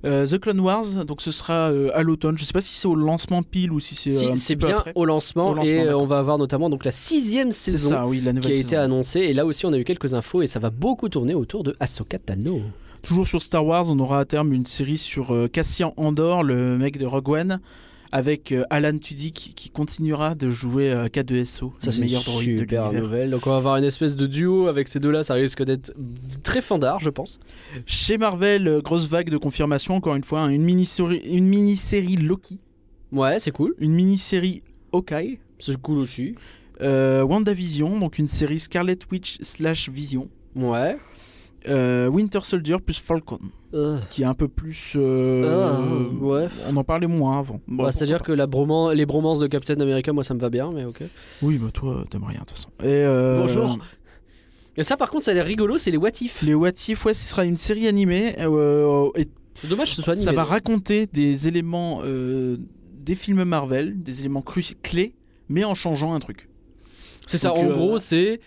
Speaker 1: Euh, The Clone Wars, donc ce sera euh, à l'automne. Je sais pas si c'est au lancement pile ou si c'est
Speaker 2: Si,
Speaker 1: euh, un
Speaker 2: c'est
Speaker 1: petit peu
Speaker 2: bien
Speaker 1: après.
Speaker 2: au lancement,
Speaker 1: Au lancement,
Speaker 2: et euh,
Speaker 1: d'accord.
Speaker 2: on va avoir notamment donc la sixième
Speaker 1: C'est
Speaker 2: saison
Speaker 1: ça, oui, la
Speaker 2: qui
Speaker 1: nouvelle
Speaker 2: a
Speaker 1: saison.
Speaker 2: été annoncée. Et là aussi, on a eu quelques infos et ça va beaucoup tourner autour de Ahsoka Tano.
Speaker 1: Toujours sur Star Wars, on aura à terme une série sur euh, Cassian Andor, le mec de Rogue One, avec euh, Alan Tudyk qui continuera de jouer euh, K2SO,
Speaker 2: Ça,
Speaker 1: le
Speaker 2: c'est une
Speaker 1: meilleur droïde de
Speaker 2: super
Speaker 1: l'univers.
Speaker 2: nouvelle. Donc, on va avoir une espèce de duo avec ces deux-là. Ça risque d'être très fandard, je pense.
Speaker 1: Chez Marvel, euh, grosse vague de confirmation, encore une fois, hein, une mini-série une mini-série Loki,
Speaker 2: Ouais, c'est cool.
Speaker 1: une mini-série Hawkeye,
Speaker 2: C'est cool aussi.
Speaker 1: euh, WandaVision, donc une série Scarlet Witch slash Vision,
Speaker 2: Ouais.
Speaker 1: euh, Winter Soldier plus Falcon.
Speaker 2: Euh,
Speaker 1: qui est un peu plus. euh,
Speaker 2: Ah, ouais.
Speaker 1: On en parlait moins avant. Bon,
Speaker 2: bah, C'est-à-dire que la broman- les bromances de Captain America, moi, ça me va bien, mais ok.
Speaker 1: Oui, bah toi, t'aimes rien de toute façon. Et, euh,
Speaker 2: Bonjour. Et ça, par contre, ça a l'air rigolo, c'est les What If.
Speaker 1: Les What If, ouais, ce sera une série animée. euh, et
Speaker 2: C'est dommage que ce soit animé.
Speaker 1: ça va
Speaker 2: donc.
Speaker 1: raconter des éléments euh, des films Marvel, des éléments cru- clés, mais en changeant un truc.
Speaker 2: C'est ça,
Speaker 1: Donc,
Speaker 2: en
Speaker 1: euh,
Speaker 2: gros, c'est.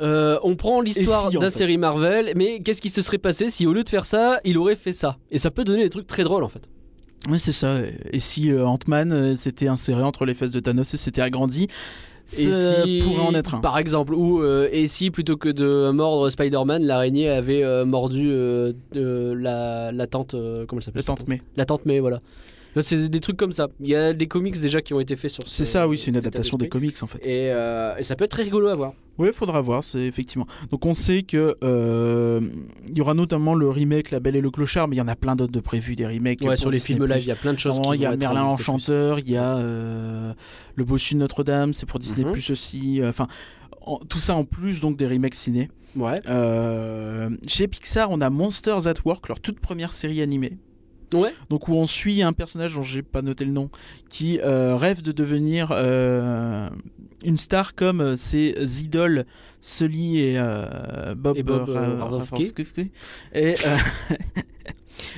Speaker 2: euh, on prend l'histoire
Speaker 1: Et si, en
Speaker 2: d'un
Speaker 1: fait.
Speaker 2: série Marvel, mais qu'est-ce qui se serait passé si au lieu de faire ça, il aurait fait ça Et ça peut donner des trucs très drôles en fait.
Speaker 1: Oui, c'est ça. Et si euh, Ant-Man euh, s'était inséré entre les fesses de Thanos et s'était agrandi,
Speaker 2: et
Speaker 1: ça
Speaker 2: si,
Speaker 1: pourrait en être un.
Speaker 2: Par exemple, ou euh, et si plutôt que de mordre Spider-Man, l'araignée avait euh, mordu euh, euh, la, la tante. euh, comment elle s'appelle
Speaker 1: Le
Speaker 2: sa
Speaker 1: tente mais
Speaker 2: La tante May, voilà. Non, C'est des trucs comme ça. Il y a des comics déjà qui ont été faits sur ce-
Speaker 1: C'est ça, oui, c'est une
Speaker 2: cet état
Speaker 1: adaptation des
Speaker 2: d'esprit.
Speaker 1: comics en fait.
Speaker 2: Et, euh, et ça peut être très rigolo à voir.
Speaker 1: Oui, faudra voir, c'est effectivement. Donc on sait que euh, il y aura notamment le remake La Belle et le Clochard, mais il y en a plein d'autres de prévus des remakes.
Speaker 2: Ouais,
Speaker 1: pour
Speaker 2: sur les
Speaker 1: Disney+.
Speaker 2: films live, il y a plein de choses.
Speaker 1: Normalement,
Speaker 2: qui
Speaker 1: Il y
Speaker 2: vont
Speaker 1: a
Speaker 2: être
Speaker 1: Merlin
Speaker 2: en Disney+.
Speaker 1: Enchanteur, il y a euh, Le Bossu de Notre-Dame, c'est pour Disney
Speaker 2: Mhm.
Speaker 1: Plus aussi. euh, Enfin, en- tout ça en plus donc des remakes ciné.
Speaker 2: Ouais.
Speaker 1: Euh, chez Pixar, on a Monsters at Work, leur toute première série animée.
Speaker 2: Ouais.
Speaker 1: Donc où on suit un personnage dont j'ai pas noté le nom, qui euh, rêve de devenir euh, une star comme euh, ses idoles Sully et euh, Bob,
Speaker 2: Et Bob, euh,
Speaker 1: Ra-
Speaker 2: Radofsky.
Speaker 1: Radofsky. Et euh,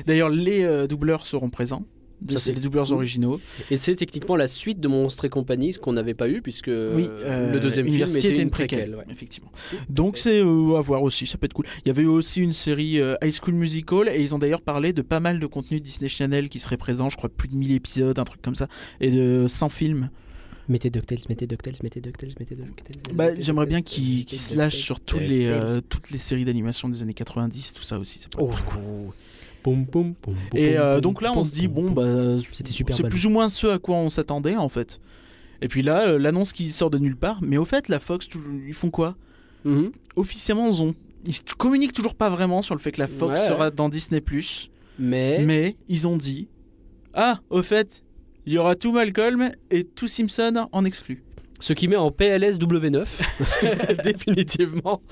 Speaker 1: d'ailleurs les euh, doubleurs seront présents.
Speaker 2: Ça,
Speaker 1: c'est
Speaker 2: c'est
Speaker 1: les doubleurs
Speaker 2: cool.
Speaker 1: originaux.
Speaker 2: Et c'est techniquement la suite de Monstres et compagnie, ce qu'on n'avait pas eu, puisque
Speaker 1: euh,
Speaker 2: le deuxième film
Speaker 1: University
Speaker 2: était une préquelle. ouais.
Speaker 1: effectivement. Donc c'est euh, à voir aussi, ça peut être cool. Il y avait eu aussi une série euh, High School Musical et ils ont d'ailleurs parlé de pas mal de contenu Disney Channel qui serait présent, je crois plus de 1000 épisodes, un truc comme ça, et de 100 films.
Speaker 2: Mettez DuckTales, mettez DuckTales, mettez DuckTales, mettez DuckTales.
Speaker 1: Bah,
Speaker 2: mettez
Speaker 1: J'aimerais bien
Speaker 2: DuckTales,
Speaker 1: qu'ils
Speaker 2: mettez
Speaker 1: qu'ils se lâchent
Speaker 2: DuckTales.
Speaker 1: sur tous les, euh, toutes les séries d'animation des années 90, tout ça aussi. ça pourrait
Speaker 2: Oh.
Speaker 1: être cool.
Speaker 2: Pom, pom, pom,
Speaker 1: Et
Speaker 2: pom,
Speaker 1: euh,
Speaker 2: pom,
Speaker 1: donc là on
Speaker 2: pom,
Speaker 1: se dit, bon,
Speaker 2: pom, pom.
Speaker 1: bah,
Speaker 2: C'était super
Speaker 1: c'est
Speaker 2: bad.
Speaker 1: plus ou moins ce à quoi on s'attendait en fait. Et puis là, euh, l'annonce qui sort de nulle part, mais au fait, la Fox, tou- ils font quoi
Speaker 2: Mhm.
Speaker 1: officiellement ils ont ils se communiquent toujours pas vraiment sur le fait que la Fox
Speaker 2: Ouais.
Speaker 1: sera dans Disney
Speaker 2: Mais.
Speaker 1: mais ils ont dit ah au fait il y aura tout Malcolm et tout Simpson en exclu
Speaker 2: Ce qui met en PLS W9, définitivement.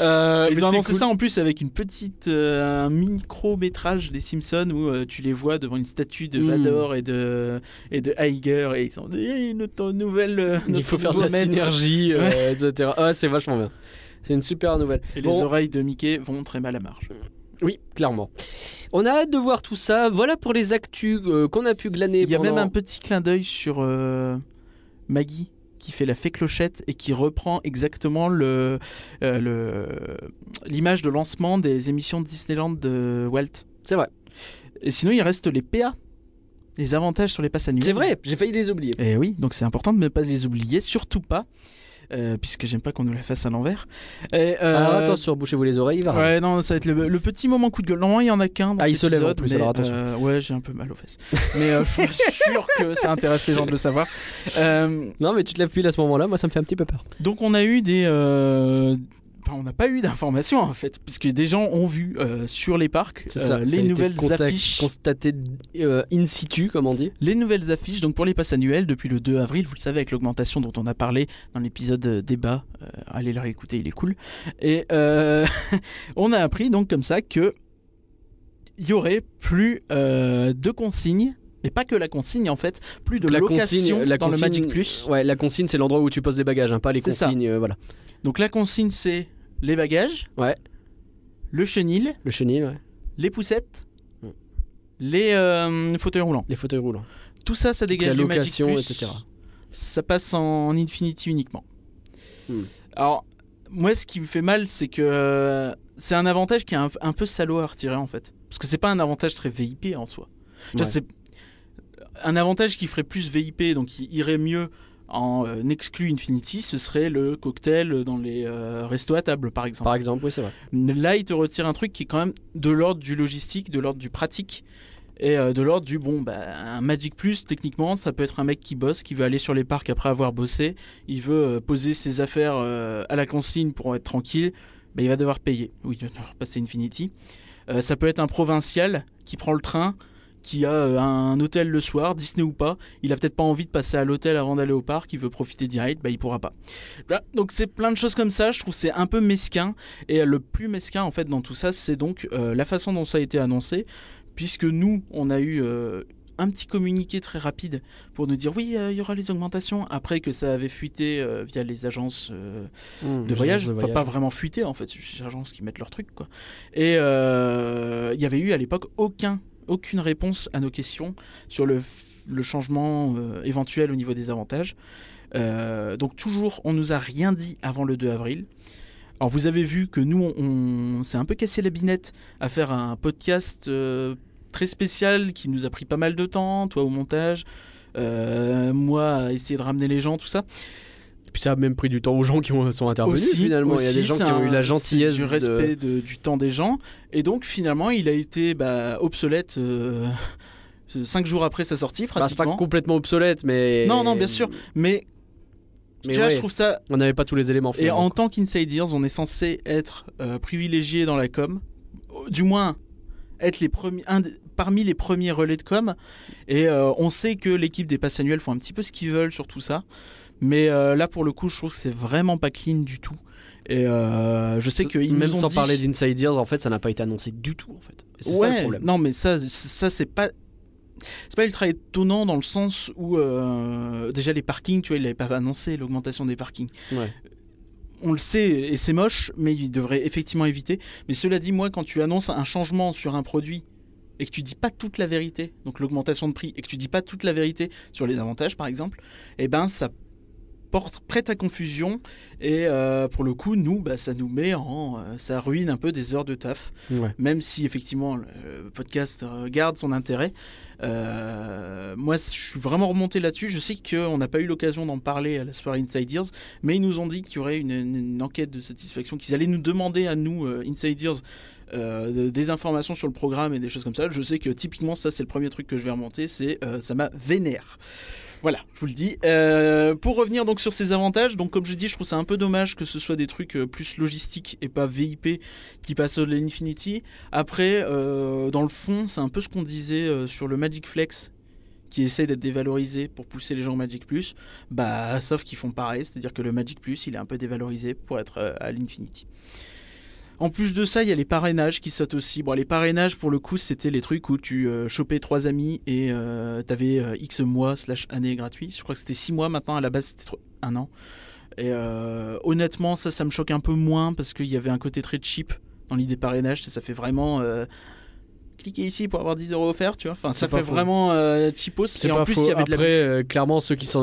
Speaker 2: Euh, mais
Speaker 1: ils ont
Speaker 2: c'est
Speaker 1: annoncé
Speaker 2: cool.
Speaker 1: ça en plus avec une petite euh, un micro métrage des Simpsons où euh, tu les vois devant une statue de
Speaker 2: Hmm.
Speaker 1: Vador et de et de Iger et ils ont dit Eh, notre nouvelle euh,
Speaker 2: Il
Speaker 1: notre
Speaker 2: faut faire de la
Speaker 1: nouveau maître.
Speaker 2: synergie, euh, etc. Ah, c'est vachement bien. C'est une super nouvelle.
Speaker 1: et
Speaker 2: Bon.
Speaker 1: les oreilles de Mickey vont très mal à marge
Speaker 2: Oui, clairement. On a hâte de voir tout ça. Voilà pour les actus euh, qu'on a pu glaner.
Speaker 1: Il y a
Speaker 2: pendant-
Speaker 1: même un petit clin d'œil sur euh, Maggie qui fait la fée clochette et qui reprend exactement le euh, le- l'image de lancement des émissions de Disneyland de Walt.
Speaker 2: C'est vrai.
Speaker 1: Et sinon, il reste les PA, les avantages sur les passes annuels.
Speaker 2: C'est vrai, j'ai failli les oublier.
Speaker 1: Et oui, donc c'est important de ne pas les oublier, surtout pas, euh, puisque j'aime pas qu'on nous la fasse à l'envers. Et, euh,
Speaker 2: Alors attention, bouchez-vous les oreilles, il va
Speaker 1: Ouais, non, ça va être le, le petit moment coup de gueule. Normalement, il y en a qu'un. dans
Speaker 2: Ah, il
Speaker 1: cet
Speaker 2: se lève en
Speaker 1: épisode,
Speaker 2: plus,
Speaker 1: mais,
Speaker 2: alors attention.
Speaker 1: euh, ouais, j'ai un peu mal aux fesses. Mais euh, je suis sûr que ça intéresse les gens de le savoir. Euh,
Speaker 2: Non, mais tu te lèves pile à ce moment-là, moi ça me fait un petit peu peur.
Speaker 1: donc, on a eu des. euh, enfin, on n'a pas eu d'informations en fait, puisque des gens ont vu euh, sur les parcs
Speaker 2: C'est
Speaker 1: euh,
Speaker 2: ça. ça a
Speaker 1: les
Speaker 2: été
Speaker 1: nouvelles
Speaker 2: contact-
Speaker 1: affiches.
Speaker 2: Constaté euh, in situ, comme on dit.
Speaker 1: Les nouvelles affiches, donc pour les passes annuelles, depuis le 2 avril, vous le savez, avec l'augmentation dont on a parlé dans l'épisode euh, débat, euh, allez le réécouter, il est cool. Et euh, on a appris donc comme ça que il y aurait plus euh, de consignes, mais pas que la consigne en fait, plus de
Speaker 2: la
Speaker 1: location
Speaker 2: consigne, la
Speaker 1: dans
Speaker 2: consigne, euh,
Speaker 1: le Magic Plus.
Speaker 2: Ouais, la consigne, c'est l'endroit où tu poses les bagages, hein, pas les
Speaker 1: C'est ça.
Speaker 2: consignes. euh, voilà,
Speaker 1: Donc la consigne c'est les bagages,
Speaker 2: Ouais.
Speaker 1: le chenil,
Speaker 2: le chenil, ouais.
Speaker 1: les poussettes,
Speaker 2: Mm.
Speaker 1: les euh, fauteuils roulants.
Speaker 2: les fauteuils roulants,
Speaker 1: Tout ça, ça dégage
Speaker 2: la
Speaker 1: du Magic
Speaker 2: location,
Speaker 1: Plus.
Speaker 2: etc.
Speaker 1: ça passe en Infinity uniquement.
Speaker 2: Hmm.
Speaker 1: Alors, moi, ce qui me fait mal, c'est que euh, c'est un avantage qui est un, un peu salaud à retirer en fait. Parce que c'est pas un avantage très VIP en soi. Tu vois,
Speaker 2: Ouais.
Speaker 1: C'est un avantage qui ferait plus VIP, donc qui irait mieux en euh, exclu Infinity, ce serait le cocktail dans les euh, restos à table par exemple.
Speaker 2: Par exemple, oui, c'est vrai.
Speaker 1: Là, il te retire un truc qui est quand même de l'ordre du logistique, de l'ordre du pratique. Et euh, de l'ordre du bon, bah, un Magic Plus, techniquement, ça peut être un mec qui bosse, qui veut aller sur les parcs après avoir bossé, il veut euh, poser ses affaires euh, à la consigne pour être tranquille, bah, il va devoir payer. Oui, il va devoir passer Infinity. Euh, ça peut être un provincial qui prend le train, qui a euh, un hôtel le soir, Disney ou pas, il a peut-être pas envie de passer à l'hôtel avant d'aller au parc, il veut profiter direct, bah, il pourra pas. Voilà. Donc c'est plein de choses comme ça, je trouve que c'est un peu mesquin. Et euh, le plus mesquin en fait dans tout ça, c'est donc euh, la façon dont ça a été annoncé, puisque nous, on a eu euh, un petit communiqué très rapide pour nous dire oui, euh, il y aura les augmentations, après que ça avait fuité euh, via les agences euh,
Speaker 2: Mmh,
Speaker 1: de voyage, enfin pas vraiment fuité en fait, c'est juste les agences qui mettent leurs trucs quoi. Et euh, il y avait eu à l'époque aucun, aucune réponse à nos questions sur le, f- le changement euh, éventuel au niveau des avantages. Euh, donc toujours, on nous a rien dit avant le 2 avril. Alors vous avez vu que nous, on, on s'est un peu cassé la binette à faire un podcast euh, très spécial qui nous a pris pas mal de temps, toi au montage, euh, moi à essayer de ramener les gens, tout ça.
Speaker 2: Et puis ça a même pris du temps aux gens qui ont- sont intervenus finalement. Il y a
Speaker 1: aussi,
Speaker 2: des gens qui
Speaker 1: c'est
Speaker 2: ont eu
Speaker 1: un-
Speaker 2: la
Speaker 1: c'est
Speaker 2: gentillesse
Speaker 1: du
Speaker 2: de-
Speaker 1: respect de- du temps des gens. Et donc finalement, il a été bah, obsolète euh, C'est Cinq jours après sa sortie,
Speaker 2: Enfin, Bah, c'est pas
Speaker 1: pratiquement.
Speaker 2: complètement obsolète, mais.
Speaker 1: non, non, bien sûr. Mais,
Speaker 2: Mais
Speaker 1: déjà,
Speaker 2: ouais,
Speaker 1: je trouve ça.
Speaker 2: on n'avait pas tous les éléments.
Speaker 1: Et
Speaker 2: finalement,
Speaker 1: en
Speaker 2: quoi.
Speaker 1: tant qu'insiders, on est censé être euh, privilégié dans la com. Du moins, être les premiers, un des- parmi les premiers relais de com. Et euh, on sait que l'équipe des passes annuelles font un petit peu ce qu'ils veulent sur tout ça. Mais euh, là, pour le coup, je trouve que c'est vraiment pas clean du tout. Et euh, je sais qu'ils
Speaker 2: même
Speaker 1: nous ont
Speaker 2: sans
Speaker 1: dit-
Speaker 2: parler d'insiders, en fait, ça n'a pas été annoncé du tout, en fait. C'est ça le problème.
Speaker 1: non, mais ça, ça c'est pas. C'est pas ultra étonnant dans le sens où euh, déjà les parkings, tu vois, il n'avait pas annoncé l'augmentation des parkings.
Speaker 2: Ouais.
Speaker 1: On le sait et c'est moche, mais il devrait effectivement éviter. Mais cela dit, moi, quand tu annonces un changement sur un produit et que tu dis pas toute la vérité, donc l'augmentation de prix, et que tu dis pas toute la vérité sur les avantages, par exemple, eh ben ça porte prête à confusion et euh, pour le coup, nous, bah, ça nous met en, euh, ça ruine un peu des heures de taf
Speaker 2: Ouais.
Speaker 1: même si effectivement le podcast euh, garde son intérêt. Euh, moi, je suis vraiment remonté là-dessus. Je sais qu'on n'a pas eu l'occasion d'en parler à la soirée Insiders, mais ils nous ont dit qu'il y aurait une, une- une enquête de satisfaction, qu'ils allaient nous demander à nous, euh, Insiders, euh, de- des informations sur le programme et des choses comme ça. Je sais que typiquement, ça, c'est le premier truc que je vais remonter, c'est euh, ça m'a vénère. Voilà, je vous le dis. Euh, pour revenir donc sur ces avantages, donc comme je dis, je trouve ça un peu dommage que ce soit des trucs euh, plus logistiques et pas VIP qui passent de l'Infinity. Après, euh, dans le fond, c'est un peu ce qu'on disait euh, sur le Magic Flex qui essaie d'être dévalorisé pour pousser les gens au Magic Plus, bah sauf qu'ils font pareil, c'est-à-dire que le Magic Plus il est un peu dévalorisé pour être euh, à l'Infinity. En plus de ça, il y a les parrainages qui sautent aussi. Bon, les parrainages pour le coup, c'était les trucs où tu euh, chopais trois amis et euh, t'avais euh, X mois slash année gratuit. Je crois que c'était six mois maintenant, à la base c'était trois- un an. Et euh, honnêtement, ça, ça me choque un peu moins parce qu'il y avait un côté très cheap dans l'idée parrainage, ça, ça fait vraiment euh, cliquez ici pour avoir 10 euros offerts, tu vois. Enfin, ça
Speaker 2: C'est pas
Speaker 1: fait
Speaker 2: faux.
Speaker 1: vraiment euh, cheapos.
Speaker 2: C'est
Speaker 1: Et
Speaker 2: pas
Speaker 1: en plus,
Speaker 2: faux.
Speaker 1: il y avait de la
Speaker 2: Après, euh, clairement, ceux qui s'en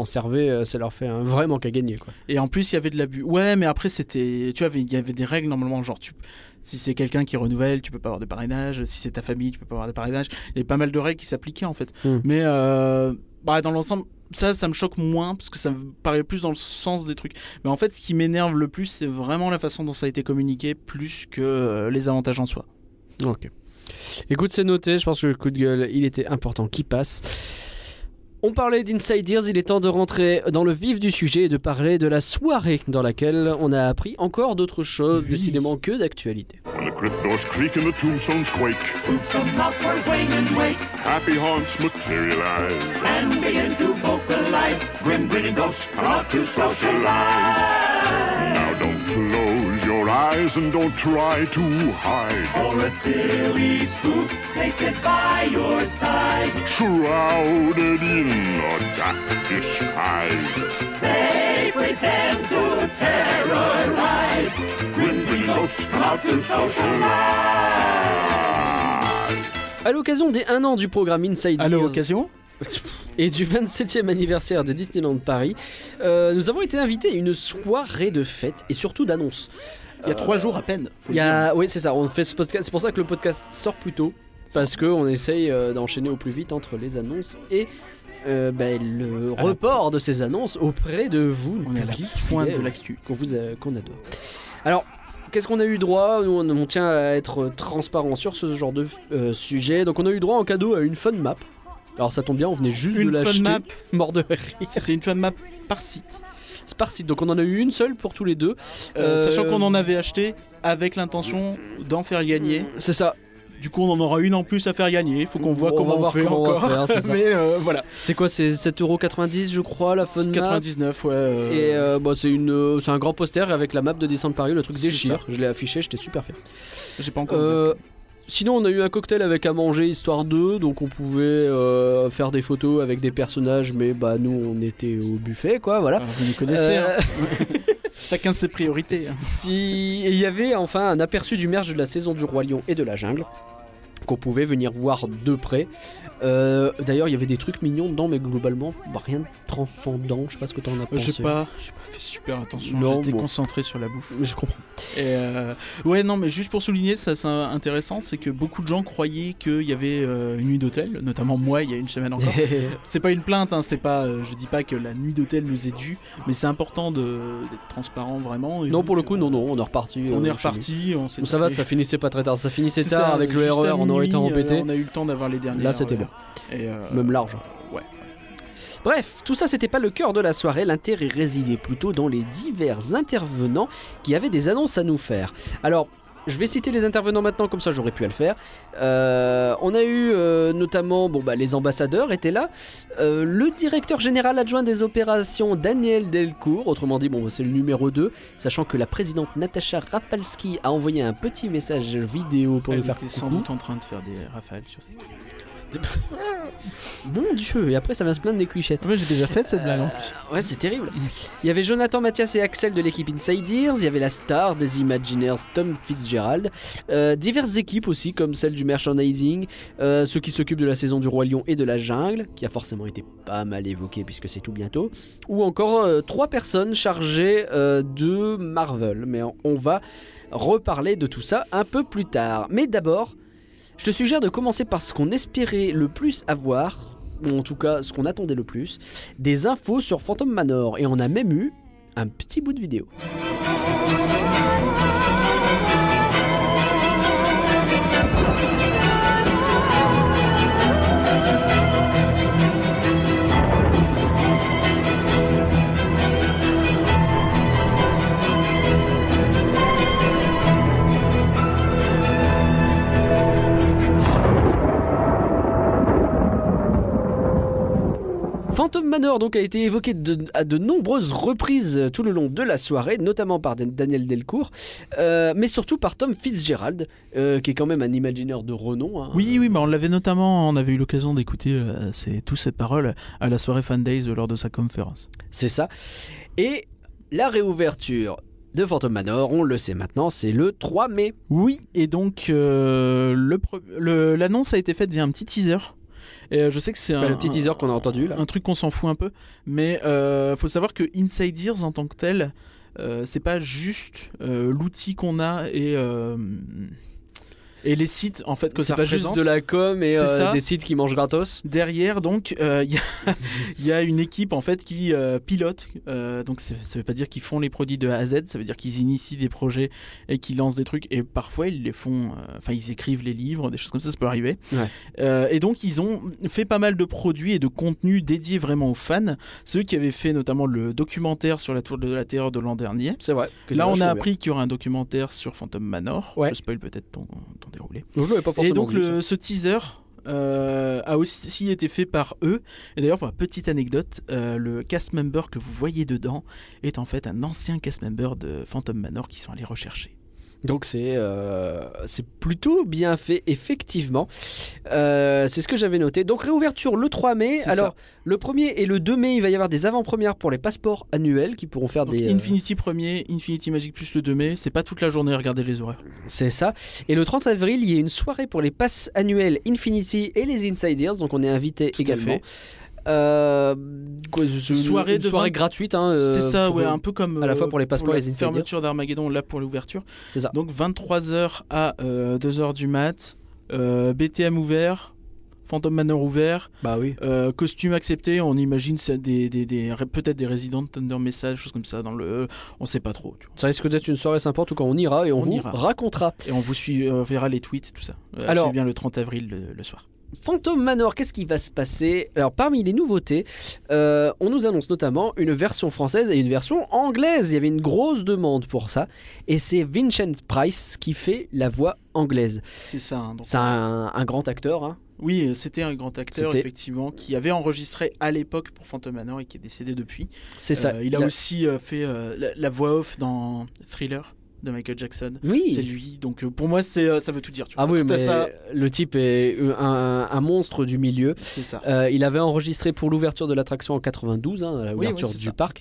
Speaker 2: en servaient, euh, ça leur fait un vrai manque à gagner. Quoi.
Speaker 1: Et en plus, il y avait de l'abus. Ouais, mais après, c'était. Tu vois, il y avait des règles normalement. Genre, tu... si c'est quelqu'un qui renouvelle, tu peux pas avoir de parrainage. Si c'est ta famille, tu peux pas avoir de parrainage. Il y avait pas mal de règles qui s'appliquaient en fait.
Speaker 2: Hmm.
Speaker 1: Mais euh, bah, dans l'ensemble, ça, ça me choque moins parce que ça me paraît plus dans le sens des trucs. Mais en fait, ce qui m'énerve le plus, c'est vraiment la façon dont ça a été communiqué plus que euh, les avantages en soi.
Speaker 2: Ok. Écoute, c'est noté. Je pense que le coup de gueule, il était important qu'il passe. On parlait d'Insiders, il est temps de rentrer dans le vif du sujet et de parler de la soirée dans laquelle on a appris encore d'autres choses,
Speaker 1: Oui.
Speaker 2: décidément que d'actualité.
Speaker 3: When the crypt doors creak and the tombstones quake,
Speaker 4: Some poppers wane and wake
Speaker 3: happy haunts materialize.
Speaker 4: and begin to vocalize. Grim grinning ghosts are out to socialize.
Speaker 3: Now don't close your eyes and don't try to hide.
Speaker 4: For a silly spook, they sit by your side.
Speaker 3: Shrouded in a dark disguise.
Speaker 4: They pretend to terrorize.
Speaker 3: Grim grinning ghosts come out to socialize.
Speaker 2: À l'occasion des 1 an du programme Insiders.
Speaker 1: À l'occasion
Speaker 2: et du 27e anniversaire de Disneyland Paris, euh, nous avons été invités à une soirée de fête et surtout d'annonces.
Speaker 1: Il y a trois jours à peine. faut
Speaker 2: Il
Speaker 1: le
Speaker 2: y
Speaker 1: dire.
Speaker 2: a- Oui, c'est ça, on fait ce podcast. C'est pour ça que le podcast sort plus tôt. Parce qu'on essaye euh, d'enchaîner au plus vite entre les annonces et euh, bah, le
Speaker 1: la
Speaker 2: report de ces annonces auprès de vous, le
Speaker 1: On est à la
Speaker 2: public
Speaker 1: pointe de
Speaker 2: fidèle
Speaker 1: l'actu.
Speaker 2: qu'on vous a- qu'on adore. Alors, qu'est-ce qu'on a eu droit Nous, on, on tient à être transparent sur ce genre de euh, sujet. Donc, on a eu droit en cadeau à une fun map. Alors, ça tombe bien, on venait juste
Speaker 1: Une
Speaker 2: de
Speaker 1: fun
Speaker 2: l'acheter.
Speaker 1: map.
Speaker 2: Mort de rire.
Speaker 1: C'était une fan map par site.
Speaker 2: C'est par site. Donc, on en a eu une seule pour tous les deux.
Speaker 1: Euh,
Speaker 2: Euh,
Speaker 1: Sachant qu'on en avait acheté avec l'intention d'en faire gagner.
Speaker 2: C'est ça.
Speaker 1: Du coup, on en aura une en plus à faire gagner. Faut qu'on voit
Speaker 2: On va
Speaker 1: comment on
Speaker 2: voir
Speaker 1: fait
Speaker 2: comment on va
Speaker 1: encore.
Speaker 2: faire, c'est ça.
Speaker 1: Mais euh, voilà.
Speaker 2: C'est quoi C'est 7,90€ je crois la fun map
Speaker 1: 99, ouais. euh,
Speaker 2: Et euh, bah, c'est une, euh, c'est un grand poster avec la map de dessin de Paris, le truc
Speaker 1: C'est
Speaker 2: déchire. Je l'ai affiché, j'étais super fier.
Speaker 1: J'ai pas encore.
Speaker 2: Euh,
Speaker 1: le date.
Speaker 2: sinon, on a eu un cocktail avec à manger histoire 2, donc on pouvait euh, faire des photos avec des personnages, mais bah nous on était au buffet quoi, voilà.
Speaker 1: Ah, vous nous connaissez.
Speaker 2: Euh,
Speaker 1: hein. Chacun ses priorités. hein.
Speaker 2: Si il y avait enfin un aperçu du merge de la saison du roi lion et de la jungle qu'on pouvait venir voir de près. Euh, D'ailleurs, il y avait des trucs mignons dedans, mais globalement, bah, rien de transcendant. Je sais pas ce que t'en as
Speaker 1: Euh,
Speaker 2: pensé.
Speaker 1: J'ai pas, j'ai pas fait super attention.
Speaker 2: Non,
Speaker 1: J'étais
Speaker 2: bon.
Speaker 1: concentré sur la bouffe.
Speaker 2: Je comprends.
Speaker 1: Et euh, ouais, non, mais juste pour souligner, ça c'est intéressant, c'est que beaucoup de gens croyaient qu'il y avait euh, une nuit d'hôtel, notamment moi il y a une semaine encore. C'est pas une plainte, hein, c'est pas, euh, je dis pas que la nuit d'hôtel nous est due, mais c'est important de- d'être transparent vraiment. et
Speaker 2: non,
Speaker 1: donc,
Speaker 2: pour le coup,
Speaker 1: euh,
Speaker 2: non, non, on est reparti. euh,
Speaker 1: On
Speaker 2: chez
Speaker 1: est
Speaker 2: nous.
Speaker 1: reparti, on s'est
Speaker 2: Bon, ça va,
Speaker 1: tapé-
Speaker 2: ça finissait pas très tard. Ça finissait
Speaker 1: C'est
Speaker 2: tard
Speaker 1: ça,
Speaker 2: avec le
Speaker 1: juste à
Speaker 2: RER, on aurait été
Speaker 1: nuit,
Speaker 2: rempêté.
Speaker 1: euh, on a eu le temps d'avoir les derniers.
Speaker 2: Là, c'était
Speaker 1: Et, euh,
Speaker 2: Même large.
Speaker 1: Ouais.
Speaker 2: Bref, tout ça c'était pas le cœur de la soirée, l'intérêt résidait plutôt dans les divers intervenants qui avaient des annonces à nous faire. Alors, je vais citer les intervenants maintenant, comme ça j'aurais pu à le faire. Euh, on a eu euh, notamment, bon bah les ambassadeurs étaient là, Euh, le directeur général adjoint des opérations Daniel Delcourt, autrement dit bon c'est le numéro 2, sachant que la présidente Natacha Rafalski a envoyé un petit message vidéo pour
Speaker 1: elle
Speaker 2: nous faire
Speaker 1: était sans
Speaker 2: coucou.
Speaker 1: doute en train de faire des rafales sur cette
Speaker 2: Mon dieu, et après ça va se plaindre des cuichettes.
Speaker 1: Moi j'ai déjà fait cette blague en plus.
Speaker 2: Ah Ouais, c'est terrible. Il y avait Jonathan, Mathias et Axel de l'équipe Inside Ears. Il y avait la star des Imagineers, Tom Fitzgerald. Euh, diverses équipes aussi, comme celle du merchandising, euh, ceux qui s'occupent de la saison du Roi Lion et de la Jungle, qui a forcément été pas mal évoqué puisque c'est tout bientôt. Ou encore euh, trois personnes chargées euh, de Marvel. Mais on- on va reparler de tout ça un peu plus tard. Mais d'abord, je te suggère de commencer par ce qu'on espérait le plus avoir, ou en tout cas ce qu'on attendait le plus, des infos sur Phantom Manor. Et on a même eu un petit bout de vidéo. Phantom Manor donc a été évoqué de- à de nombreuses reprises euh, tout le long de la soirée, notamment par Dan- Daniel Delcourt, euh, mais surtout par Tom Fitzgerald, euh, qui est quand même un imagineur de renom. hein.
Speaker 1: Oui, oui, bah on l'avait notamment, on avait eu l'occasion d'écouter euh, ces- toutes ces paroles à la soirée Fan Days euh, lors de sa conférence.
Speaker 2: C'est ça. Et la réouverture de Phantom Manor, on le sait maintenant, c'est le 3 mai.
Speaker 1: Oui, et donc euh, le pre- le- l'annonce a été faite via un petit teaser. Et euh, je sais que c'est
Speaker 2: Bah,
Speaker 1: un,
Speaker 2: le petit
Speaker 1: un-
Speaker 2: teaser qu'on a entendu là.
Speaker 1: un truc qu'on s'en fout un peu, mais euh, faut savoir que Inside Ears en tant que tel, euh, c'est pas juste euh, l'outil qu'on a et euh, et les sites en fait que ça
Speaker 2: C'est pas juste
Speaker 1: représente.
Speaker 2: de la com et
Speaker 1: C'est
Speaker 2: euh,
Speaker 1: ça.
Speaker 2: des sites qui mangent gratos.
Speaker 1: Derrière, donc, euh, il y, a- il y a une équipe en fait qui euh, pilote. Euh, donc, c'est- ça veut pas dire qu'ils font les produits de A à Z. Ça veut dire qu'ils initient des projets et qu'ils lancent des trucs. Et parfois, ils les font. euh, Enfin, ils écrivent les livres, des choses comme ça. Ça peut arriver.
Speaker 2: Ouais.
Speaker 1: Euh, et donc, ils ont fait pas mal de produits et de contenus dédiés vraiment aux fans. Ceux qui avaient fait notamment le documentaire sur la tour de la terreur de l'an dernier.
Speaker 2: C'est vrai. que
Speaker 1: Là,
Speaker 2: j'ai
Speaker 1: on
Speaker 2: vachement
Speaker 1: a
Speaker 2: bien.
Speaker 1: appris qu'il y aura un documentaire sur Phantom Manor.
Speaker 2: Ouais.
Speaker 1: Je spoil peut-être ton- ton déroulé.
Speaker 2: Donc, je l'avais pas
Speaker 1: Et
Speaker 2: forcément
Speaker 1: donc
Speaker 2: vu, ça.
Speaker 1: le, ce teaser euh, a aussi été fait par eux. Et d'ailleurs, pour la petite anecdote, euh, le cast member que vous voyez dedans est en fait un ancien cast member de Phantom Manor qui sont allés rechercher.
Speaker 2: Donc c'est euh, c'est plutôt bien fait, effectivement. Euh, c'est ce que j'avais noté. Donc réouverture le 3 mai.
Speaker 1: C'est ça.
Speaker 2: Alors le 1er et le 2 mai, il va y avoir des avant-premières pour les passeports annuels qui pourront faire
Speaker 1: Donc,
Speaker 2: des... euh,
Speaker 1: Infinity 1er, Infinity Magic plus le 2 mai, c'est pas toute la journée à regarder les horaires.
Speaker 2: c'est ça. Et le 30 avril, il y a une soirée pour les passes annuels Infinity et les Insiders. Donc on est invité
Speaker 1: Tout à
Speaker 2: également.
Speaker 1: fait.
Speaker 2: Euh, quoi, je-
Speaker 1: Soirée
Speaker 2: une
Speaker 1: de
Speaker 2: soirée
Speaker 1: vingt-
Speaker 2: gratuite. hein, euh,
Speaker 1: c'est ça,
Speaker 2: pour-
Speaker 1: ouais, un peu comme
Speaker 2: à la
Speaker 1: euh,
Speaker 2: fois pour les passeports
Speaker 1: la
Speaker 2: et les insiders.
Speaker 1: fermeture d'Armageddon, là pour l'ouverture.
Speaker 2: C'est ça.
Speaker 1: Donc 23h à 2h du mat, euh, BTM ouvert, Phantom Manor ouvert,
Speaker 2: Bah oui.
Speaker 1: Euh, costume accepté, on imagine ça des, des, des- peut-être des résidents de Thunder Message, choses comme ça, dans le, on sait pas trop. tu vois.
Speaker 2: Ça risque d'être une soirée sympa. En tout cas, on ira et on,
Speaker 1: On
Speaker 2: vous
Speaker 1: ira.
Speaker 2: racontera.
Speaker 1: Et on vous suit, euh, on verra les tweets, tout ça. Euh,
Speaker 2: Alors-
Speaker 1: c'est bien le 30 avril le, le soir.
Speaker 2: Phantom Manor, qu'est-ce qui va se passer Alors, parmi les nouveautés, euh, on nous annonce notamment une version française et une version anglaise. Il y avait une grosse demande pour ça. Et c'est Vincent Price qui fait la voix anglaise.
Speaker 1: C'est ça. hein, donc-
Speaker 2: C'est un, un grand acteur. hein.
Speaker 1: Oui, euh, c'était un grand acteur
Speaker 2: C'était-
Speaker 1: effectivement qui avait enregistré à l'époque pour Phantom Manor et qui est décédé depuis.
Speaker 2: C'est ça.
Speaker 1: Euh, il, a aussi euh, fait euh, la, la voix off dans Thriller de Michael Jackson. C'est
Speaker 2: Oui.
Speaker 1: lui, donc euh, pour moi c'est euh, ça veut tout dire. Tu
Speaker 2: Ah
Speaker 1: vois.
Speaker 2: oui,
Speaker 1: Tout à
Speaker 2: mais
Speaker 1: ça,
Speaker 2: le type est un, un monstre du milieu.
Speaker 1: c'est ça.
Speaker 2: Euh, il avait enregistré pour l'ouverture de l'attraction en 92, hein, à
Speaker 1: Oui,
Speaker 2: l'ouverture
Speaker 1: oui, c'est
Speaker 2: du
Speaker 1: ça.
Speaker 2: parc.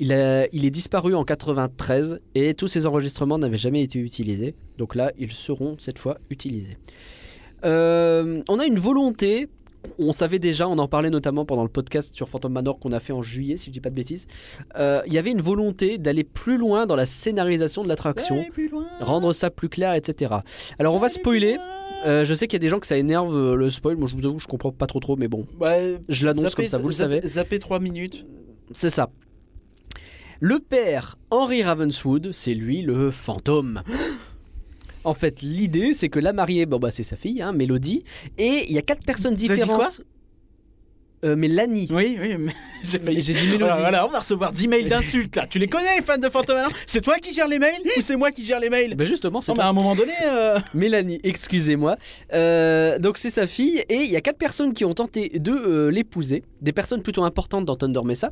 Speaker 2: Il, a- il est disparu en 93 et tous ses enregistrements n'avaient jamais été utilisés. Donc là, ils seront cette fois utilisés. Euh, on a une volonté. On savait déjà, on en parlait notamment pendant le podcast sur Phantom Manor qu'on a fait en juillet, si je dis pas de bêtises. Euh, Il y avait une volonté d'aller plus loin dans la scénarisation de l'attraction, rendre ça plus clair, etc. Alors on va spoiler. Euh, je sais qu'il y a des gens que ça énerve euh, le spoil. Moi, je vous avoue, je comprends pas trop trop, mais bon,
Speaker 1: Ouais,
Speaker 2: je l'annonce
Speaker 1: zapper-
Speaker 2: comme ça, vous le
Speaker 1: zapper-
Speaker 2: savez.
Speaker 1: Zapper 3 minutes.
Speaker 2: C'est ça. Le père, Henry Ravenswood, c'est lui le fantôme. En fait, l'idée, c'est que la mariée, bon bah c'est sa fille, hein, Mélodie, et il y a quatre personnes
Speaker 1: dit
Speaker 2: différentes. Euh, Mélanie.
Speaker 1: Oui, oui, mais j'ai failli.
Speaker 2: J'ai dit Mélodie.
Speaker 1: Voilà, voilà, on va recevoir 10 mails d'insultes là. Tu les connais les fans de Fantôme maintenant C'est toi qui gères les mails ou c'est moi qui gère les mails
Speaker 2: Bah justement, c'est
Speaker 1: Non, mais
Speaker 2: toi.
Speaker 1: à un moment donné. euh,
Speaker 2: Mélanie, excusez-moi. Euh, donc c'est sa fille et il y a quatre personnes qui ont tenté de euh, l'épouser, des personnes plutôt importantes dans Thunder Mesa.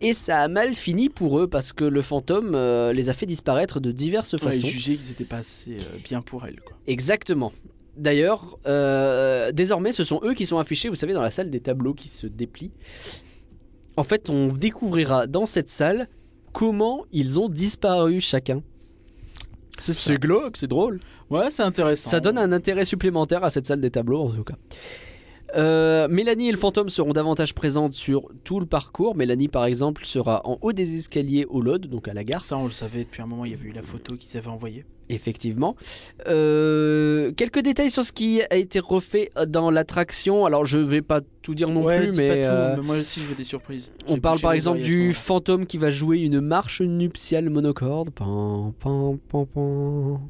Speaker 2: Et ça a mal fini pour eux parce que le fantôme euh, les a fait disparaître de diverses
Speaker 1: Ouais,
Speaker 2: façons.
Speaker 1: juger qu'ils étaient pas assez euh, bien pour elle. Quoi.
Speaker 2: Exactement. D'ailleurs, euh, désormais, ce sont eux qui sont affichés, vous savez, dans la salle des tableaux qui se déplient. En fait, on découvrira dans cette salle comment ils ont disparu chacun.
Speaker 1: C'est ça.
Speaker 2: C'est glauque, c'est drôle.
Speaker 1: Ouais, c'est intéressant.
Speaker 2: Ça donne un intérêt supplémentaire à cette salle des tableaux, en tout cas. Euh, Mélanie et le fantôme seront davantage présentes sur tout le parcours. Mélanie, par exemple, sera en haut des escaliers au Lod, donc à la gare,
Speaker 1: Ça, on le savait depuis un moment. Il y avait eu la photo qu'ils avaient envoyée.
Speaker 2: effectivement. Euh, quelques détails sur ce qui a été refait dans l'attraction. Alors, je vais pas tout dire non
Speaker 1: ouais,
Speaker 2: plus,
Speaker 1: dis pas
Speaker 2: mais
Speaker 1: tout,
Speaker 2: euh,
Speaker 1: mais moi aussi je veux des surprises.
Speaker 2: on
Speaker 1: J'ai
Speaker 2: parle
Speaker 1: bouché
Speaker 2: par
Speaker 1: mes
Speaker 2: exemple
Speaker 1: oreilles à ce
Speaker 2: du
Speaker 1: moment-là.
Speaker 2: fantôme qui va jouer une marche nuptiale monocorde. Pan, pan, pan, pan.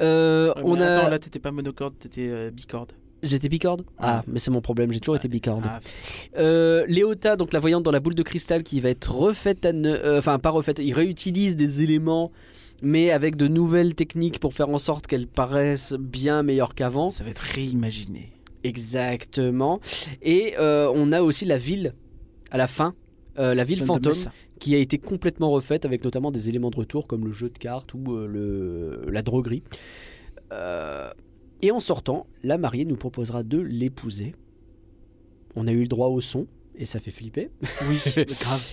Speaker 2: Euh,
Speaker 1: Ouais,
Speaker 2: on
Speaker 1: mais
Speaker 2: a...
Speaker 1: Attends, là t'étais pas monocorde, t'étais euh, bicorde.
Speaker 2: J'étais bicorde Ah, mais c'est mon problème, j'ai toujours été bicorde.
Speaker 1: Ah, putain.
Speaker 2: Euh, Léota, donc la voyante dans la boule de cristal qui va être refaite, à ne- euh, enfin pas refaite, il réutilise des éléments mais avec de nouvelles techniques pour faire en sorte qu'elle paraisse bien meilleure qu'avant.
Speaker 1: ça va être réimaginé.
Speaker 2: Exactement. Et euh, on a aussi la ville à la fin, euh, la ville
Speaker 1: Ça me
Speaker 2: fantôme
Speaker 1: donne ça.
Speaker 2: qui a été complètement refaite avec notamment des éléments de retour comme le jeu de cartes ou euh, le, la droguerie. Euh, et en sortant, la mariée nous proposera de l'épouser. On a eu le droit au son et ça fait flipper.
Speaker 1: Oui, grave.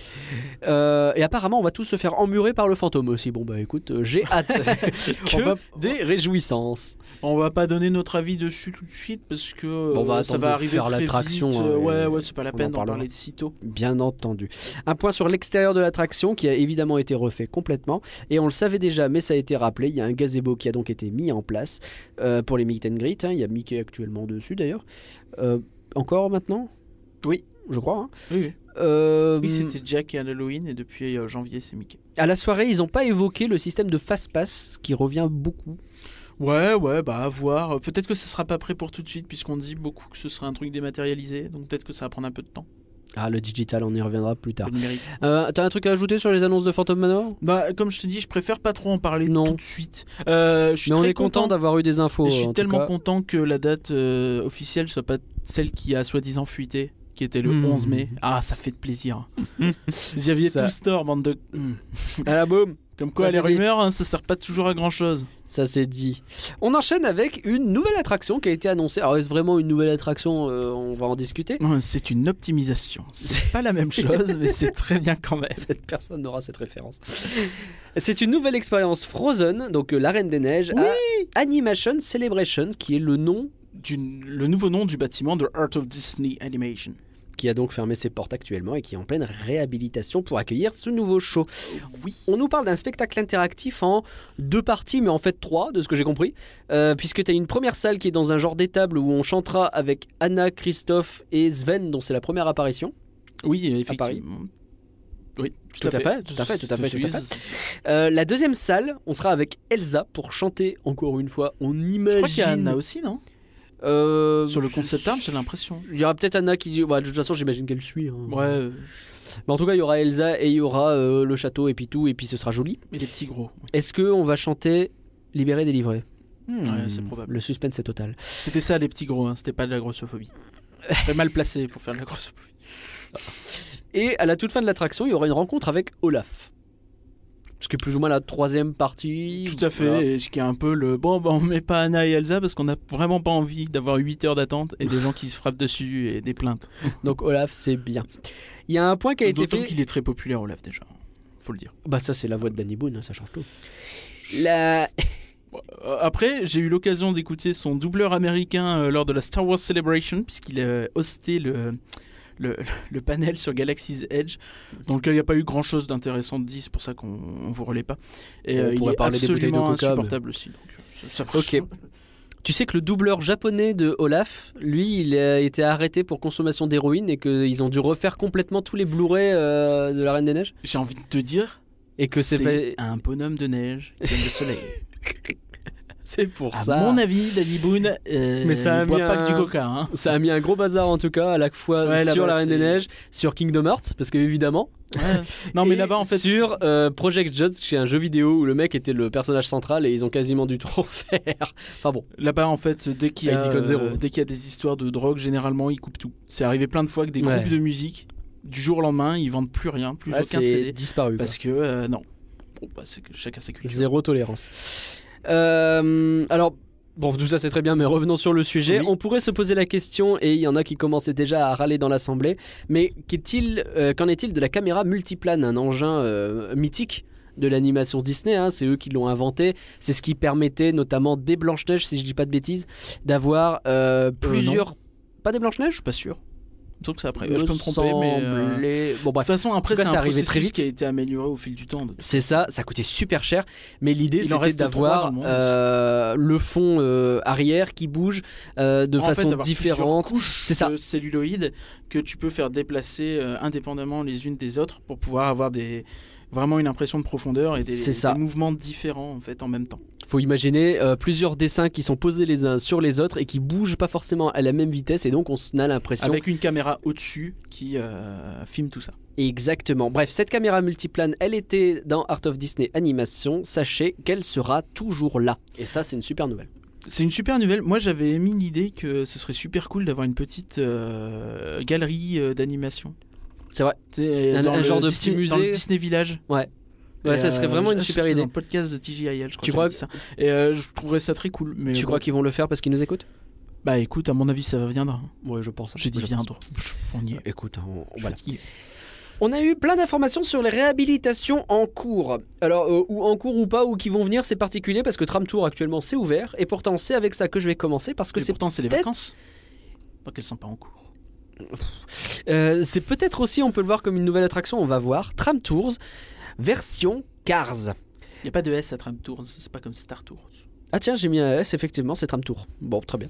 Speaker 2: Euh, et apparemment, on va tous se faire emmurer par le fantôme aussi. Bon bah écoute, euh, j'ai hâte.
Speaker 1: Que-
Speaker 2: On va- Des réjouissances.
Speaker 1: On va pas donner notre avis dessus tout de suite parce que euh,
Speaker 2: Bon, on va
Speaker 1: ça
Speaker 2: attendre
Speaker 1: va
Speaker 2: de
Speaker 1: arriver
Speaker 2: faire
Speaker 1: très
Speaker 2: l'attraction,
Speaker 1: vite.
Speaker 2: hein,
Speaker 1: Euh,
Speaker 2: et
Speaker 1: ouais, ouais, c'est pas la
Speaker 2: on en
Speaker 1: peine d'en
Speaker 2: parlera.
Speaker 1: parler de sitôt.
Speaker 2: Bien entendu. Un point sur l'extérieur de l'attraction qui a évidemment été refait complètement. Et on le savait déjà, mais ça a été rappelé. Il y a un gazebo qui a donc été mis en place euh, pour les meet and greet. hein. Il y a Mickey actuellement dessus d'ailleurs. Euh, encore maintenant
Speaker 1: Oui.
Speaker 2: Je crois. hein.
Speaker 1: Oui, oui.
Speaker 2: Euh,
Speaker 1: Oui, c'était Jack et Halloween et depuis euh, janvier c'est Mickey.
Speaker 2: à la soirée, ils n'ont pas évoqué le système de fast-pass qui revient beaucoup.
Speaker 1: Ouais, ouais, bah à voir. Euh, Peut-être que ça sera pas prêt pour tout de suite puisqu'on dit beaucoup que ce sera un truc dématérialisé, donc peut-être que ça va prendre un peu de temps.
Speaker 2: Ah, le digital, on y reviendra plus tard.
Speaker 1: le numérique.
Speaker 2: Euh, T'as un truc à ajouter sur les annonces de Phantom Manor
Speaker 1: Bah comme je te dis, je préfère pas trop en parler
Speaker 2: Non.
Speaker 1: tout de suite. Euh, je suis
Speaker 2: Mais on
Speaker 1: très
Speaker 2: est content d'avoir eu des infos.
Speaker 1: Et je
Speaker 2: en
Speaker 1: suis
Speaker 2: tout
Speaker 1: tellement
Speaker 2: cas.
Speaker 1: content que la date euh, officielle soit pas celle qui a soi-disant fuité, qui était le
Speaker 2: Hmm.
Speaker 1: 11 mai. Ah, ça fait de plaisir. Vous y aviez
Speaker 2: Ça-
Speaker 1: tous tort, bande de. Hmm.
Speaker 2: À Ah, la boum
Speaker 1: Comme quoi,
Speaker 2: Ça,
Speaker 1: les
Speaker 2: c'est dit.
Speaker 1: rumeurs, hein, ça sert pas toujours à grand chose.
Speaker 2: Ça c'est dit. On enchaîne avec une nouvelle attraction qui a été annoncée. Alors est-ce vraiment une nouvelle attraction Euh, On va en discuter.
Speaker 1: Hmm, C'est une optimisation. C'est pas la même chose, mais c'est très bien quand même.
Speaker 2: Cette personne n'aura cette référence. C'est une nouvelle expérience Frozen, donc euh, la Reine des Neiges, à Animation Celebration, qui est le nom
Speaker 1: Du- le nouveau nom du bâtiment de Art of Disney Animation.
Speaker 2: qui a donc fermé ses portes actuellement et qui est en pleine réhabilitation pour accueillir ce nouveau show.
Speaker 1: Oui.
Speaker 2: On nous parle d'un spectacle interactif en deux parties, mais en fait trois, de ce que j'ai compris, Euh, puisque tu as une première salle qui est dans un genre d'étable où on chantera avec Anna, Christophe et Sven, dont c'est la première apparition.
Speaker 1: Oui,
Speaker 2: À Paris.
Speaker 1: effectivement. Oui,
Speaker 2: Tout à fait, tout à fait, tout à fait, tout à fait. Euh, la deuxième salle, on sera avec Elsa pour chanter encore une fois. On
Speaker 1: Je
Speaker 2: imagine.
Speaker 1: crois qu'il y a Anna aussi, non
Speaker 2: Euh,
Speaker 1: Sur le concept art, j'ai l'impression.
Speaker 2: Il y aura peut-être Anna qui. bah, de toute façon, j'imagine qu'elle suit. hein.
Speaker 1: Ouais, euh,
Speaker 2: Mais en tout cas, il y aura Elsa et il y aura euh, le château et puis tout, et puis ce sera joli.
Speaker 1: mais les petits gros.
Speaker 2: Est-ce que on va chanter Libéré, délivré
Speaker 1: Ouais, c'est probable.
Speaker 2: Le suspense est total.
Speaker 1: Hmm. C'était ça les petits gros, hein, c'était pas de la grossophobie. Très mal placé pour faire de la grossophobie.
Speaker 2: Et à la toute fin de l'attraction, il y aura une rencontre avec Olaf. Ce qui est plus ou moins la troisième partie.
Speaker 1: Tout à fait,
Speaker 2: Voilà.
Speaker 1: et ce qui est un peu le bon, bah, on met pas Anna et Elsa parce qu'on a vraiment pas envie d'avoir 8 heures d'attente et des gens qui se frappent dessus et des plaintes.
Speaker 2: Donc Olaf, c'est bien. Il y a un point qui a été
Speaker 1: D'autant
Speaker 2: fait.
Speaker 1: qu'il est très populaire, Olaf, déjà. Faut le dire.
Speaker 2: Bah, ça, c'est la voix de Danny Boone, hein, ça change tout. La...
Speaker 1: Euh, Après, j'ai eu l'occasion d'écouter son doubleur américain euh, lors de la Star Wars Celebration, puisqu'il a hosté le, le, le panel sur Galaxy's Edge, dans lequel il n'y a pas eu grand chose d'intéressant de dit, c'est pour ça qu'on ne vous relaie pas. Et
Speaker 2: On
Speaker 1: euh, il
Speaker 2: pourrait
Speaker 1: est
Speaker 2: parler des bouteilles de
Speaker 1: absolument
Speaker 2: Coca, mais-
Speaker 1: insupportable aussi. donc, euh, ça- ça marche.
Speaker 2: Ok. Tu sais que le doubleur japonais de Olaf, lui, il a été arrêté pour consommation d'héroïne et qu'ils ont dû refaire complètement tous les Blu-ray euh, de la Reine des Neiges.
Speaker 1: J'ai envie de te dire
Speaker 2: Et que c'est pas-
Speaker 1: un bonhomme de neige qui aime le soleil.
Speaker 2: C'est pour
Speaker 1: À
Speaker 2: ça.
Speaker 1: mon avis, Danny Boone, euh,
Speaker 2: Mais ça a
Speaker 1: ne boit
Speaker 2: mis
Speaker 1: pas que du
Speaker 2: un-
Speaker 1: coca. hein.
Speaker 2: Ça a mis un gros bazar en tout cas à la fois
Speaker 1: Ouais, là-bas,
Speaker 2: sur la Reine des
Speaker 1: c'est-
Speaker 2: Neiges, sur Kingdom Hearts parce que évidemment.
Speaker 1: Non, mais
Speaker 2: et
Speaker 1: là-bas, en fait,
Speaker 2: sur euh, Project Judge, qui est un jeu vidéo où le mec était le personnage central et ils ont quasiment dû trop faire. Enfin bon,
Speaker 1: Là-bas, en fait, dès qu'il y,
Speaker 2: Avec
Speaker 1: a,
Speaker 2: Deacon Zero.
Speaker 1: euh, dès qu'il y a des histoires de drogue, généralement, ils coupent tout. C'est arrivé plein de fois que des
Speaker 2: Ouais.
Speaker 1: groupes de musique, du jour au lendemain, ils vendent plus rien, plus
Speaker 2: là,
Speaker 1: aucun
Speaker 2: c'est
Speaker 1: CD.
Speaker 2: disparu. quoi.
Speaker 1: Parce que, euh, non. Bon, bah, c'est que chacun ses cultures.
Speaker 2: Zéro tolérance. Euh, alors, bon, tout ça c'est très bien, mais revenons sur le sujet.
Speaker 1: Oui.
Speaker 2: On pourrait se poser la question, et il y en a qui commençaient déjà à râler dans l'assemblée, mais qu'est-il, euh, qu'en est-il de la caméra multiplane, un engin euh, mythique de l'animation Disney, hein, c'est eux qui l'ont inventé, c'est ce qui permettait notamment des Blanche-Neige, si je dis pas de bêtises, d'avoir euh, plusieurs... pas des Blanche-Neige
Speaker 1: suis pas sûr. Il me semble que c'est après. Je peux me tromper, mais. euh, De
Speaker 2: Semblait- Bon
Speaker 1: toute
Speaker 2: bref,
Speaker 1: façon, après,
Speaker 2: En tout cas,
Speaker 1: c'est
Speaker 2: c'est
Speaker 1: un
Speaker 2: arrivé
Speaker 1: arrivé
Speaker 2: très vite.
Speaker 1: qui a été amélioré au fil du temps. de-
Speaker 2: C'est ça, ça coûtait super cher, mais l'idée
Speaker 1: Il en
Speaker 2: c'était
Speaker 1: reste trois
Speaker 2: d'avoir
Speaker 1: dans le monde.
Speaker 2: euh, le fond euh, arrière qui bouge euh, de
Speaker 1: En fait,
Speaker 2: façon
Speaker 1: avoir plusieurs
Speaker 2: différente.
Speaker 1: couches
Speaker 2: C'est ça.
Speaker 1: de celluloïdes que tu peux faire déplacer euh, indépendamment les unes des autres pour pouvoir avoir des vraiment une impression de profondeur et des,
Speaker 2: C'est ça.
Speaker 1: des mouvements différents en fait en même temps.
Speaker 2: Faut imaginer euh, plusieurs dessins qui sont posés les uns sur les autres et qui bougent pas forcément à la même vitesse et donc on s- a l'impression
Speaker 1: Avec une caméra au-dessus qui euh, filme tout ça.
Speaker 2: Exactement. Bref, cette caméra multiplane, elle était dans Art of Disney Animation. Sachez qu'elle sera toujours là. Et ça, c'est une super nouvelle.
Speaker 1: C'est une super nouvelle. Moi j'avais émis l'idée que ce serait super cool d'avoir une petite euh, galerie euh, d'animation.
Speaker 2: C'est vrai.
Speaker 1: Tu sais,
Speaker 2: Un-
Speaker 1: dans
Speaker 2: un
Speaker 1: le
Speaker 2: genre de
Speaker 1: Disney-
Speaker 2: petit
Speaker 1: dans le
Speaker 2: musée.
Speaker 1: Disney Village.
Speaker 2: Ouais,
Speaker 1: Et,
Speaker 2: ça serait
Speaker 1: euh,
Speaker 2: vraiment
Speaker 1: je-
Speaker 2: une
Speaker 1: je-
Speaker 2: super
Speaker 1: c'est
Speaker 2: idée.
Speaker 1: Dans le podcast de TGIL, je crois. que
Speaker 2: Tu crois
Speaker 1: j'avais dit ça. Et euh, je trouverais ça très cool. Mais
Speaker 2: Tu
Speaker 1: bon.
Speaker 2: crois qu'ils vont le faire parce qu'ils nous écoutent
Speaker 1: Bah écoute, à mon avis ça viendra.
Speaker 2: Ouais, je pense.
Speaker 1: J'ai dit
Speaker 2: Je pense.
Speaker 1: viendra. On y est.
Speaker 2: Écoute, hein, on-
Speaker 1: Je
Speaker 2: voilà.
Speaker 1: suis fatigué.
Speaker 2: On a eu plein d'informations sur les réhabilitations en cours. Alors, euh, ou en cours ou pas, ou qui vont venir, c'est particulier parce que Tram Tour actuellement c'est ouvert. Et pourtant, c'est avec ça que je vais commencer parce que
Speaker 1: Mais
Speaker 2: c'est
Speaker 1: pourtant, c'est les
Speaker 2: peut-être-
Speaker 1: vacances. Pas qu'elles sont pas en cours.
Speaker 2: euh, c'est peut-être aussi, on peut le voir comme une nouvelle attraction, on va voir. Tram Tours, version Cars.
Speaker 1: Il n'y a pas de S à Tram Tours, c'est pas comme Star Tours.
Speaker 2: Ah tiens, j'ai mis un S, effectivement, c'est Tram Tour. Bon, très bien.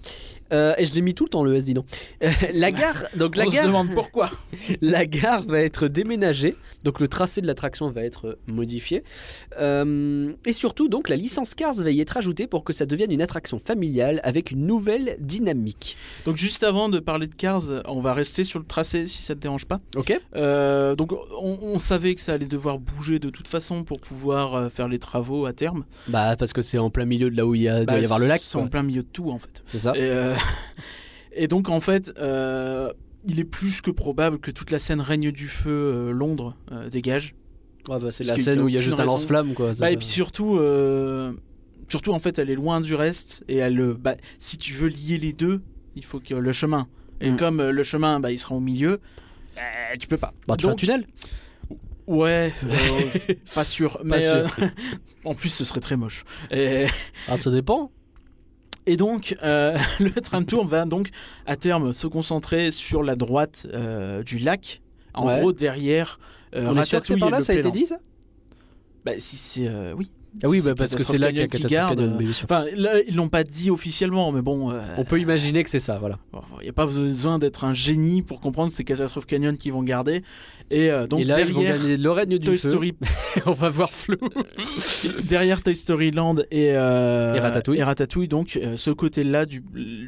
Speaker 2: Euh, et je l'ai mis tout le temps, le S, dis donc. Euh, la gare, donc la
Speaker 1: On se
Speaker 2: gare,
Speaker 1: demande pourquoi.
Speaker 2: la gare va être déménagée, donc le tracé de l'attraction va être modifié. Euh, et surtout, donc, la licence Cars va y être ajoutée pour que ça devienne une attraction familiale avec une nouvelle dynamique.
Speaker 1: Donc juste avant de parler de Cars, on va rester sur le tracé si ça te dérange pas.
Speaker 2: Ok
Speaker 1: Euh, donc on, on savait que ça allait devoir bouger de toute façon pour pouvoir euh, faire les travaux à terme.
Speaker 2: Bah, parce que c'est en plein milieu de là où il y a,
Speaker 1: Bah,
Speaker 2: doit y avoir le lac.
Speaker 1: C'est en
Speaker 2: quoi. Ah.
Speaker 1: plein milieu de tout en fait.
Speaker 2: C'est ça
Speaker 1: Et, euh, et donc en fait, euh, il est plus que probable que toute la scène règne du feu euh, Londres euh, dégage.
Speaker 2: Ouais, bah, C'est
Speaker 1: parce
Speaker 2: la
Speaker 1: qu'il y a
Speaker 2: scène où il y a
Speaker 1: aucune
Speaker 2: juste un
Speaker 1: raison.
Speaker 2: lance-flamme, quoi.
Speaker 1: Bah, et puis surtout, euh, surtout en fait, elle est loin du reste et elle, euh, bah, si tu veux lier les deux, il faut que le chemin. Et
Speaker 2: Mm.
Speaker 1: comme euh, le chemin, bah, il sera au milieu. euh, tu peux pas.
Speaker 2: Bah, tu fais un
Speaker 1: Donc-
Speaker 2: tunnel
Speaker 1: Ouais, euh, pas sûr. Mais
Speaker 2: sûr.
Speaker 1: euh, en plus, ce serait très moche. Et,
Speaker 2: Ah, ça dépend.
Speaker 1: et donc, euh, le train de tour va donc à terme se concentrer sur la droite euh, du lac. En
Speaker 2: Ouais.
Speaker 1: gros, derrière. euh,
Speaker 2: On est sûr que c'est
Speaker 1: Ratatouille
Speaker 2: par
Speaker 1: et
Speaker 2: là,
Speaker 1: le
Speaker 2: ça a été
Speaker 1: Plélan.
Speaker 2: dit, ça
Speaker 1: Bah, si c'est euh, oui.
Speaker 2: Ah oui,
Speaker 1: C'est
Speaker 2: bah, parce que
Speaker 1: Catastrophe
Speaker 2: c'est là qu'il y a
Speaker 1: Canyon qui
Speaker 2: Catastrophe
Speaker 1: garde,
Speaker 2: Canyon,
Speaker 1: euh,
Speaker 2: oui, bien sûr.
Speaker 1: Enfin, là, ils l'ont pas dit officiellement, mais bon. euh,
Speaker 2: On peut imaginer que c'est ça, voilà.
Speaker 1: Il n'y a pas besoin d'être un génie pour comprendre ces catastrophes canyon qu'ils vont garder. Et euh, donc
Speaker 2: et là, ils vont
Speaker 1: derrière,
Speaker 2: gagner le règne du
Speaker 1: Toy
Speaker 2: feu.
Speaker 1: Story,
Speaker 2: On va voir flou.
Speaker 1: derrière Toy Story Land et, euh,
Speaker 2: Et Ratatouille.
Speaker 1: et donc euh, ce côté-là du,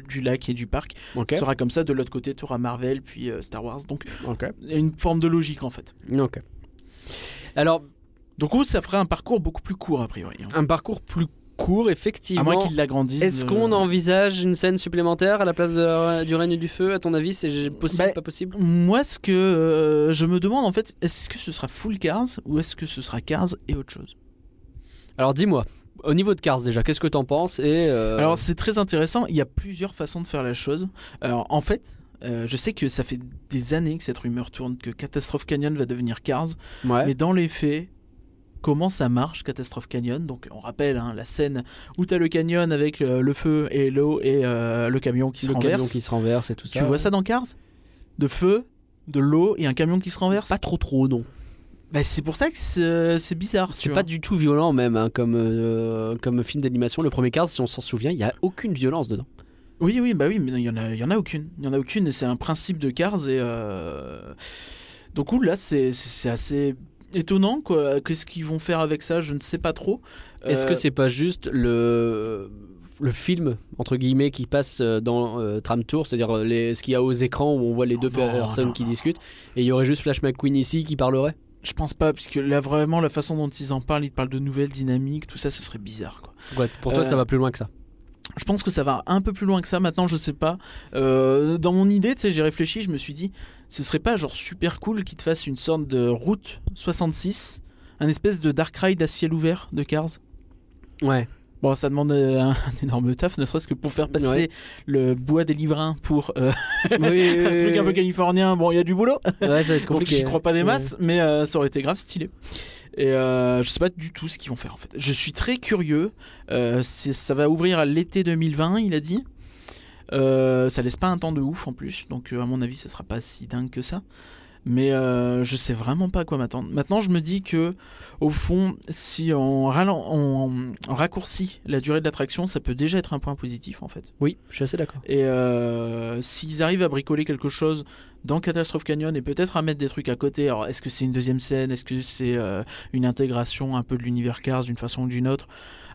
Speaker 1: du lac et du parc
Speaker 2: Ok.
Speaker 1: sera comme ça. De l'autre côté, tu auras Marvel puis euh, Star Wars. Donc
Speaker 2: Ok.
Speaker 1: il y a une forme de logique en fait.
Speaker 2: Ok. Alors,
Speaker 1: Donc oh, ça fera un parcours beaucoup plus court a priori. hein.
Speaker 2: un parcours plus court,
Speaker 1: À
Speaker 2: effectivement.
Speaker 1: moins qu'ils l'agrandissent.
Speaker 2: Est-ce qu'on
Speaker 1: euh,
Speaker 2: envisage une scène supplémentaire à la place de- euh, du règne du feu À ton avis, c'est possible,
Speaker 1: Bah,
Speaker 2: pas possible
Speaker 1: Moi, ce que euh, je me demande en fait, est-ce que ce sera full Cars ou est-ce que ce sera Cars et autre chose
Speaker 2: Alors, dis-moi, au niveau de Cars déjà, qu'est-ce que t'en penses Et euh,
Speaker 1: Alors c'est très intéressant, il y a plusieurs façons de faire la chose. Alors en fait, euh, je sais que ça fait des années que cette rumeur tourne que Catastrophe Canyon va devenir Cars,
Speaker 2: ouais.
Speaker 1: mais dans les faits, comment ça marche Catastrophe Canyon Donc on rappelle hein, la scène où t'as le canyon avec euh, le feu et l'eau et euh, le camion qui se
Speaker 2: le
Speaker 1: renverse.
Speaker 2: camion qui se renverse et tout ça.
Speaker 1: Tu vois ça dans Cars De feu, de l'eau et un camion qui se renverse
Speaker 2: Pas trop trop, non.
Speaker 1: Bah, c'est pour ça que c'est euh, c'est bizarre. Ah, tu
Speaker 2: C'est
Speaker 1: vois.
Speaker 2: pas du tout violent même, hein, comme euh, comme film d'animation. Le premier Cars, si on s'en souvient, il y a aucune violence dedans.
Speaker 1: Oui, oui, bah oui, mais il y en a, il y en a aucune. Il y en a aucune, et c'est un principe de Cars. Et euh, donc ouh, là, c'est c'est- c'est assez étonnant, quoi. Qu'est-ce qu'ils vont faire avec ça Je ne sais pas trop.
Speaker 2: Est-ce
Speaker 1: Euh,
Speaker 2: que c'est pas juste le le film entre guillemets qui passe euh, dans euh, Tram Tour, c'est-à-dire euh, les- ce qu'il y a aux écrans où on voit les deux
Speaker 1: non,
Speaker 2: personnes
Speaker 1: non,
Speaker 2: qui discutent, et il y aurait juste Flash McQueen ici qui parlerait.
Speaker 1: Je pense pas, puisque là vraiment la façon dont ils en parlent, ils parlent de nouvelles dynamiques, tout ça, ce serait bizarre. Quoi.
Speaker 2: Pourquoi- pour toi,
Speaker 1: Euh,
Speaker 2: ça va plus loin que ça.
Speaker 1: Je pense que ça va un peu plus loin que ça. Maintenant, je sais pas. Euh, dans mon idée, tu sais, j'ai réfléchi, je me suis dit, ce serait pas genre super cool qu'ils te fassent une sorte de route 66, un espèce de Dark Ride à ciel ouvert de Cars.
Speaker 2: Ouais.
Speaker 1: Bon, ça demande euh, un, énorme taf, ne serait-ce que pour faire passer
Speaker 2: Ouais.
Speaker 1: le bois des livrins pour euh,
Speaker 2: Oui, oui,
Speaker 1: un
Speaker 2: oui,
Speaker 1: truc un peu
Speaker 2: oui.
Speaker 1: californien. Bon, il y a du boulot.
Speaker 2: Ouais, ça va être
Speaker 1: Donc
Speaker 2: compliqué. hein.
Speaker 1: j'y crois pas des masses, mais euh, ça aurait été grave stylé. Et euh, je sais pas du tout ce qu'ils vont faire en fait. Je suis très curieux. Euh, c'est- ça va ouvrir à l'été 2020, il a dit. Euh, ça laisse pas un temps de ouf en plus, donc euh, à mon avis, ça sera pas si dingue que ça. Mais euh, je sais vraiment pas à quoi m'attendre. Maintenant, je me dis que, au fond, si on, ralen- on- on raccourcit la durée de l'attraction, ça peut déjà être un point positif en fait.
Speaker 2: Oui, je suis assez d'accord.
Speaker 1: Et euh, s'ils arrivent à bricoler quelque chose dans Catastrophe Canyon et peut-être à mettre des trucs à côté, alors est-ce que c'est une deuxième scène, est-ce que c'est euh, une intégration un peu de l'univers Cars d'une façon ou d'une autre,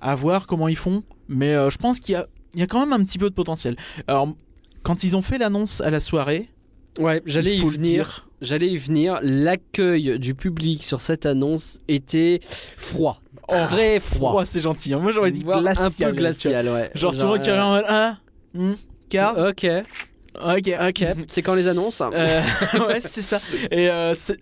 Speaker 1: à voir comment ils font. Mais euh, je pense qu'il y a, il y a quand même un petit peu de potentiel. Alors quand ils ont fait l'annonce à la soirée,
Speaker 2: Ouais, j'allais
Speaker 1: il
Speaker 2: y
Speaker 1: faut le
Speaker 2: venir.
Speaker 1: dire,
Speaker 2: J'allais y venir. L'accueil du public sur cette annonce était froid,
Speaker 1: Oh,
Speaker 2: très froid.
Speaker 1: froid, c'est gentil. hein. Moi j'aurais dit
Speaker 2: Voire
Speaker 1: glacial.
Speaker 2: Un peu
Speaker 1: tu vois.
Speaker 2: glacial, ouais.
Speaker 1: Genre, tu vois, carrément en mode, ah, hmm, Cars,
Speaker 2: euh, Ok,
Speaker 1: ok,
Speaker 2: ok. C'est quand les annonces hein.
Speaker 1: Euh, ouais, c'est ça. Et euh, c'est-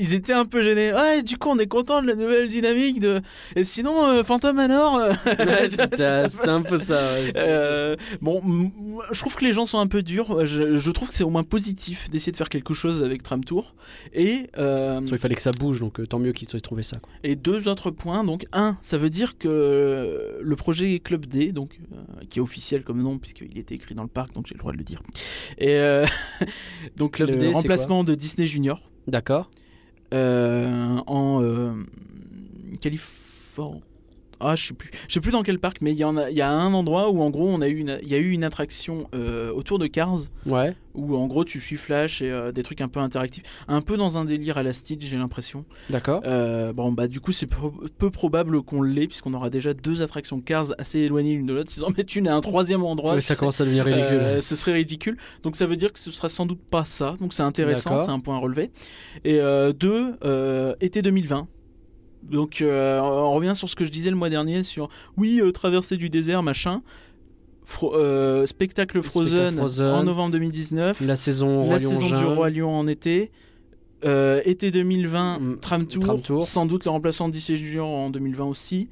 Speaker 1: ils étaient un peu gênés. Ouais, du coup, on est content de la nouvelle dynamique de. Et sinon, euh, Phantom Manor. euh,
Speaker 2: Ouais, C'était c'était un peu ça. ouais.
Speaker 1: euh, bon, m- je trouve que les gens sont un peu durs. Je, je trouve que c'est au moins positif d'essayer de faire quelque chose avec Tram Tour. Et, euh,
Speaker 2: Il fallait que ça bouge, donc euh, tant mieux qu'ils aient trouvé ça. quoi.
Speaker 1: et deux autres points. Donc, un, ça veut dire que le projet Club D, donc, euh, qui est officiel comme nom, puisqu'il était écrit dans le parc, donc j'ai le droit de le dire. Et euh, donc,
Speaker 2: Club
Speaker 1: le
Speaker 2: D, c'est quoi
Speaker 1: remplacement de Disney Junior.
Speaker 2: D'accord.
Speaker 1: euh, en euh, Californie. Ah, je sais plus. Je sais plus dans quel parc, mais il y en a, il y a un endroit où en gros on a eu une, il y a eu une attraction euh, autour de Cars
Speaker 2: Ouais.
Speaker 1: où en gros tu suis Flash et euh, des trucs un peu interactifs, un peu dans un délire à la Stitch, j'ai l'impression.
Speaker 2: D'accord.
Speaker 1: Euh, bon bah du coup c'est peu, peu probable qu'on l'ait puisqu'on aura déjà deux attractions Cars assez éloignées l'une de l'autre. S'ils en mettent une à un troisième endroit,
Speaker 2: Ouais, ça
Speaker 1: c'est-
Speaker 2: commence à devenir ridicule.
Speaker 1: euh, ce serait ridicule. Donc ça veut dire que ce sera sans doute pas ça. Donc c'est intéressant,
Speaker 2: D'accord.
Speaker 1: c'est un point à relever. Et euh, deux, euh, été 2020. Donc euh, on revient sur ce que je disais le mois dernier sur oui euh, traversée du désert machin, Fro- euh, spectacle Frozen,
Speaker 2: Spectacle Frozen.
Speaker 1: en novembre 2019,
Speaker 2: La saison,
Speaker 1: la
Speaker 2: hein. Roi Lion
Speaker 1: saison du
Speaker 2: Jungle.
Speaker 1: roi lion en été. euh, été 2020,
Speaker 2: Mm,
Speaker 1: tram, tour,
Speaker 2: Tram Tour.
Speaker 1: sans doute le remplaçant d'IC Junior en 2020 aussi.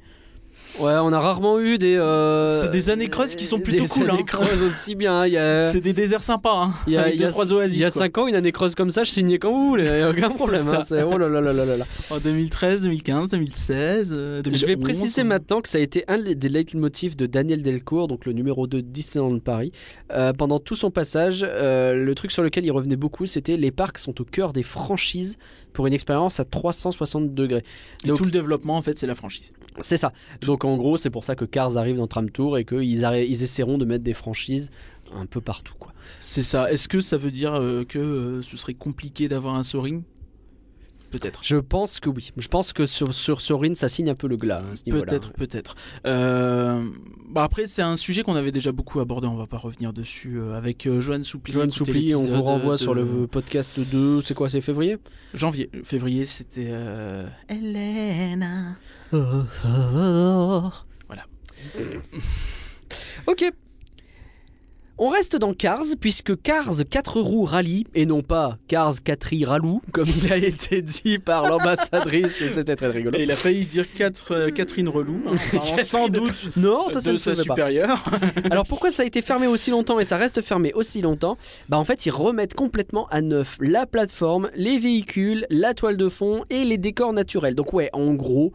Speaker 2: Ouais, on a rarement eu des. euh,
Speaker 1: C'est des années creuses qui sont plutôt
Speaker 2: des
Speaker 1: cool,
Speaker 2: années
Speaker 1: hein.
Speaker 2: creuses aussi bien. Il y a.
Speaker 1: C'est des déserts sympas, hein,
Speaker 2: Euh, Il y a,
Speaker 1: avec
Speaker 2: il y
Speaker 1: deux,
Speaker 2: a-
Speaker 1: trois oasis.
Speaker 2: il y a
Speaker 1: quoi.
Speaker 2: 5 ans, une année creuse comme ça, je signais quand vous voulez, il y a aucun
Speaker 1: C'est
Speaker 2: problème.
Speaker 1: ça.
Speaker 2: hein, c'est- oh là là là là là là.
Speaker 1: En 2013, 2015, 2016, euh, 2011.
Speaker 2: Je vais préciser
Speaker 1: on-
Speaker 2: maintenant que ça a été un des leitmotifs de Daniel Delcourt, donc le numéro 2 de Disneyland Paris. Euh, pendant tout son passage, euh, le truc sur lequel il revenait beaucoup, c'était les parcs sont au cœur des franchises pour une expérience à 360 degrés.
Speaker 1: Et
Speaker 2: Donc-
Speaker 1: tout le développement, en fait, c'est la franchise.
Speaker 2: C'est ça. Donc en gros, c'est pour ça que Cars arrive dans Tram Tour et qu'ils arri- ils essaieront de mettre des franchises un peu partout. Quoi.
Speaker 1: C'est ça. Est-ce que ça veut dire euh, que euh, ce serait compliqué d'avoir un Soaring Peut-être.
Speaker 2: Je pense que oui. Je pense que sur, sur Sorin, ça signe un peu le glas hein, à ce niveau-là.
Speaker 1: Peut-être, peut-être. Euh, bah après, c'est un sujet qu'on avait déjà beaucoup abordé. On va pas revenir dessus euh, avec euh, Johan Soupli.
Speaker 2: Johan
Speaker 1: écoutez
Speaker 2: Soupli, on vous
Speaker 1: l'épisode
Speaker 2: renvoie
Speaker 1: de-
Speaker 2: sur le podcast 2, c'est quoi, c'est février
Speaker 1: janvier, février. C'était euh, Elena. Voilà.
Speaker 2: ok. On reste dans Cars, puisque Cars 4 roues rallye, et non pas Cars 4 i ralou, comme il a été dit par l'ambassadrice, et c'était très rigolo.
Speaker 1: Et il a failli dire quatre, euh, Catherine Relou, hein, en parlant sans doute
Speaker 2: Non, ça, ça
Speaker 1: de
Speaker 2: ne se
Speaker 1: sa
Speaker 2: fait pas.
Speaker 1: supérieure.
Speaker 2: Alors pourquoi ça a été fermé aussi longtemps et ça reste fermé aussi longtemps Bah en fait ils remettent complètement à neuf la plateforme, les véhicules, la toile de fond et les décors naturels. Donc ouais en gros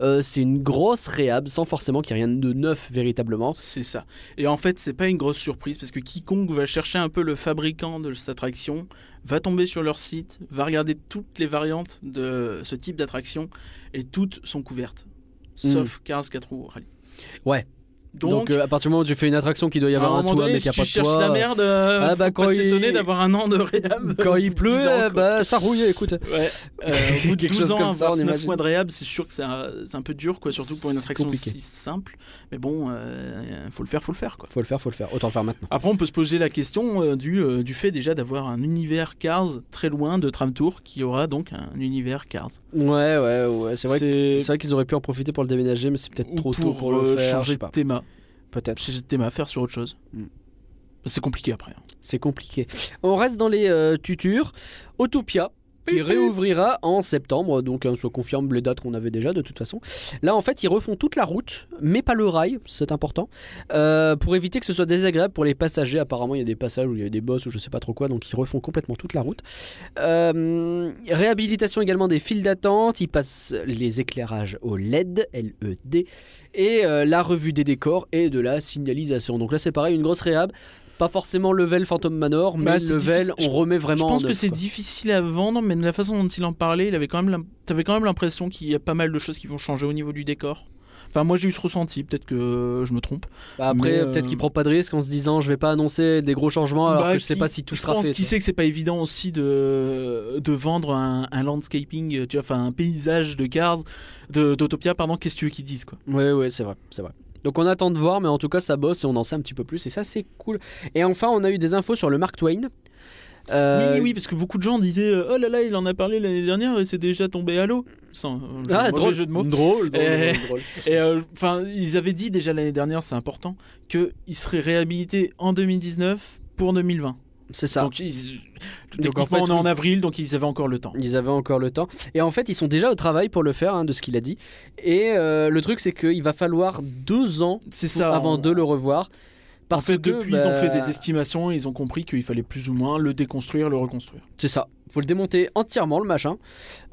Speaker 2: euh, c'est une grosse réhab sans forcément qu'il y ait rien de neuf véritablement.
Speaker 1: C'est ça. Et en fait, c'est pas une grosse surprise parce que quiconque va chercher un peu le fabricant de cette attraction va tomber sur leur site, va regarder toutes les variantes de ce type d'attraction et toutes sont couvertes. Sauf Cars 4 roues rallye. Donc,
Speaker 2: Hmm. Donc, euh, à partir du moment où tu fais une attraction qui doit y
Speaker 1: à un
Speaker 2: avoir un,
Speaker 1: moment
Speaker 2: toit
Speaker 1: donné,
Speaker 2: mais
Speaker 1: si
Speaker 2: qu'il n'y a
Speaker 1: tu
Speaker 2: pas de
Speaker 1: cherches
Speaker 2: toit,
Speaker 1: la merde, euh,
Speaker 2: ah, bah,
Speaker 1: faut
Speaker 2: quand
Speaker 1: pas
Speaker 2: il-
Speaker 1: s'étonner d'avoir un an de réhab.
Speaker 2: quand il
Speaker 1: au bout de
Speaker 2: pleut,
Speaker 1: 10 ans,
Speaker 2: euh,
Speaker 1: quoi.
Speaker 2: bah, ça rouille, écoute.
Speaker 1: Ouais. Euh, au bout de
Speaker 2: Quelque
Speaker 1: 12
Speaker 2: chose
Speaker 1: ans,
Speaker 2: comme ça, on
Speaker 1: 29
Speaker 2: imagine.
Speaker 1: mois de réhab, c'est sûr que c'est un, c'est un peu dur, quoi, surtout pour une
Speaker 2: C'est
Speaker 1: attraction
Speaker 2: compliqué.
Speaker 1: si simple. Mais bon, euh, faut le faire, faut le faire, quoi.
Speaker 2: Faut le faire, faut le faire. Autant le faire maintenant.
Speaker 1: Après, on peut se poser la question euh, du, euh, du fait déjà d'avoir un univers Cars très loin de Tram Tour, qui aura donc un univers Cars.
Speaker 2: Ouais, ouais, ouais. C'est vrai que-
Speaker 1: C'est
Speaker 2: c'est vrai qu'ils auraient pu en profiter pour le déménager, mais c'est peut-être
Speaker 1: ou
Speaker 2: trop tôt pour
Speaker 1: euh,
Speaker 2: le faire. Je
Speaker 1: changer
Speaker 2: sais
Speaker 1: de
Speaker 2: pas.
Speaker 1: thème,
Speaker 2: Peut-être.
Speaker 1: changer de thème, faire sur autre chose.
Speaker 2: Mm.
Speaker 1: C'est compliqué après. hein.
Speaker 2: C'est compliqué. On reste dans les euh, tutures. Autopia qui réouvrira en septembre, donc on se confirme les dates qu'on avait déjà de toute façon. Là en fait ils refont toute la route, mais pas le rail, c'est important, euh, pour éviter que ce soit désagréable pour les passagers. Apparemment il y a des passages où il y a des bosses ou je sais pas trop quoi, donc ils refont complètement toute la route. Euh, réhabilitation également des files d'attente, ils passent les éclairages au E LED, LED, et euh, la revue des décors et de la signalisation. Donc là c'est pareil, une grosse réhab. Pas forcément level Phantom Manor, mais
Speaker 1: Bah, c'est
Speaker 2: level
Speaker 1: difficile. Je-
Speaker 2: on remet vraiment
Speaker 1: Je pense
Speaker 2: en
Speaker 1: que
Speaker 2: œuvre,
Speaker 1: c'est
Speaker 2: quoi.
Speaker 1: difficile à vendre, mais de la façon dont il en parlait, il avait quand même, l'im- t'avais quand même l'impression qu'il y a pas mal de choses qui vont changer au niveau du décor. Enfin, moi j'ai eu ce ressenti, peut-être que euh, je me trompe.
Speaker 2: Bah après,
Speaker 1: Mais, euh,
Speaker 2: peut-être qu'il prend pas de risque en se disant je vais pas annoncer des gros changements alors
Speaker 1: Bah,
Speaker 2: que je sais
Speaker 1: qui-
Speaker 2: pas si tout
Speaker 1: je
Speaker 2: sera
Speaker 1: pense
Speaker 2: fait.
Speaker 1: qu'il
Speaker 2: tu
Speaker 1: sait que c'est pas évident aussi de, de vendre un, un landscaping, euh, tu vois, enfin un paysage de Cars, de- d'Autopia, pardon, qu'est-ce que tu veux qu'ils disent quoi.
Speaker 2: vois. Ouais, ouais, c'est vrai, c'est vrai. Donc on attend de voir, mais en tout cas ça bosse et on en sait un petit peu plus et ça c'est cool. Et enfin, on a eu des infos sur le Mark Twain. Euh,
Speaker 1: Oui, oui, parce que beaucoup de gens disaient euh, Oh là là, il en a parlé l'année dernière et c'est déjà tombé à l'eau. Sans euh, jeu-
Speaker 2: Ah,
Speaker 1: mauvais
Speaker 2: drôle
Speaker 1: jeu de mots.
Speaker 2: Drôle, drôle,
Speaker 1: Euh,
Speaker 2: drôle, drôle.
Speaker 1: Et euh, enfin, ils avaient dit déjà l'année dernière, c'est important, qu'il serait réhabilité en 2019 pour 2020.
Speaker 2: C'est ça.
Speaker 1: Donc, ils,
Speaker 2: Donc,
Speaker 1: techniquement,
Speaker 2: en fait,
Speaker 1: on est en
Speaker 2: oui.
Speaker 1: avril, donc ils avaient encore le temps.
Speaker 2: Ils avaient encore le temps. Et en fait, ils sont déjà au travail pour le faire, hein, de ce qu'il a dit. Et euh, le truc, c'est qu'il va falloir deux ans
Speaker 1: C'est ça.
Speaker 2: avant
Speaker 1: en-
Speaker 2: de le revoir. Parce
Speaker 1: en fait,
Speaker 2: que
Speaker 1: depuis, ils
Speaker 2: bah,
Speaker 1: ont fait des estimations et ils ont compris qu'il fallait plus ou moins le déconstruire, le reconstruire.
Speaker 2: C'est ça. Faut le démonter entièrement le machin.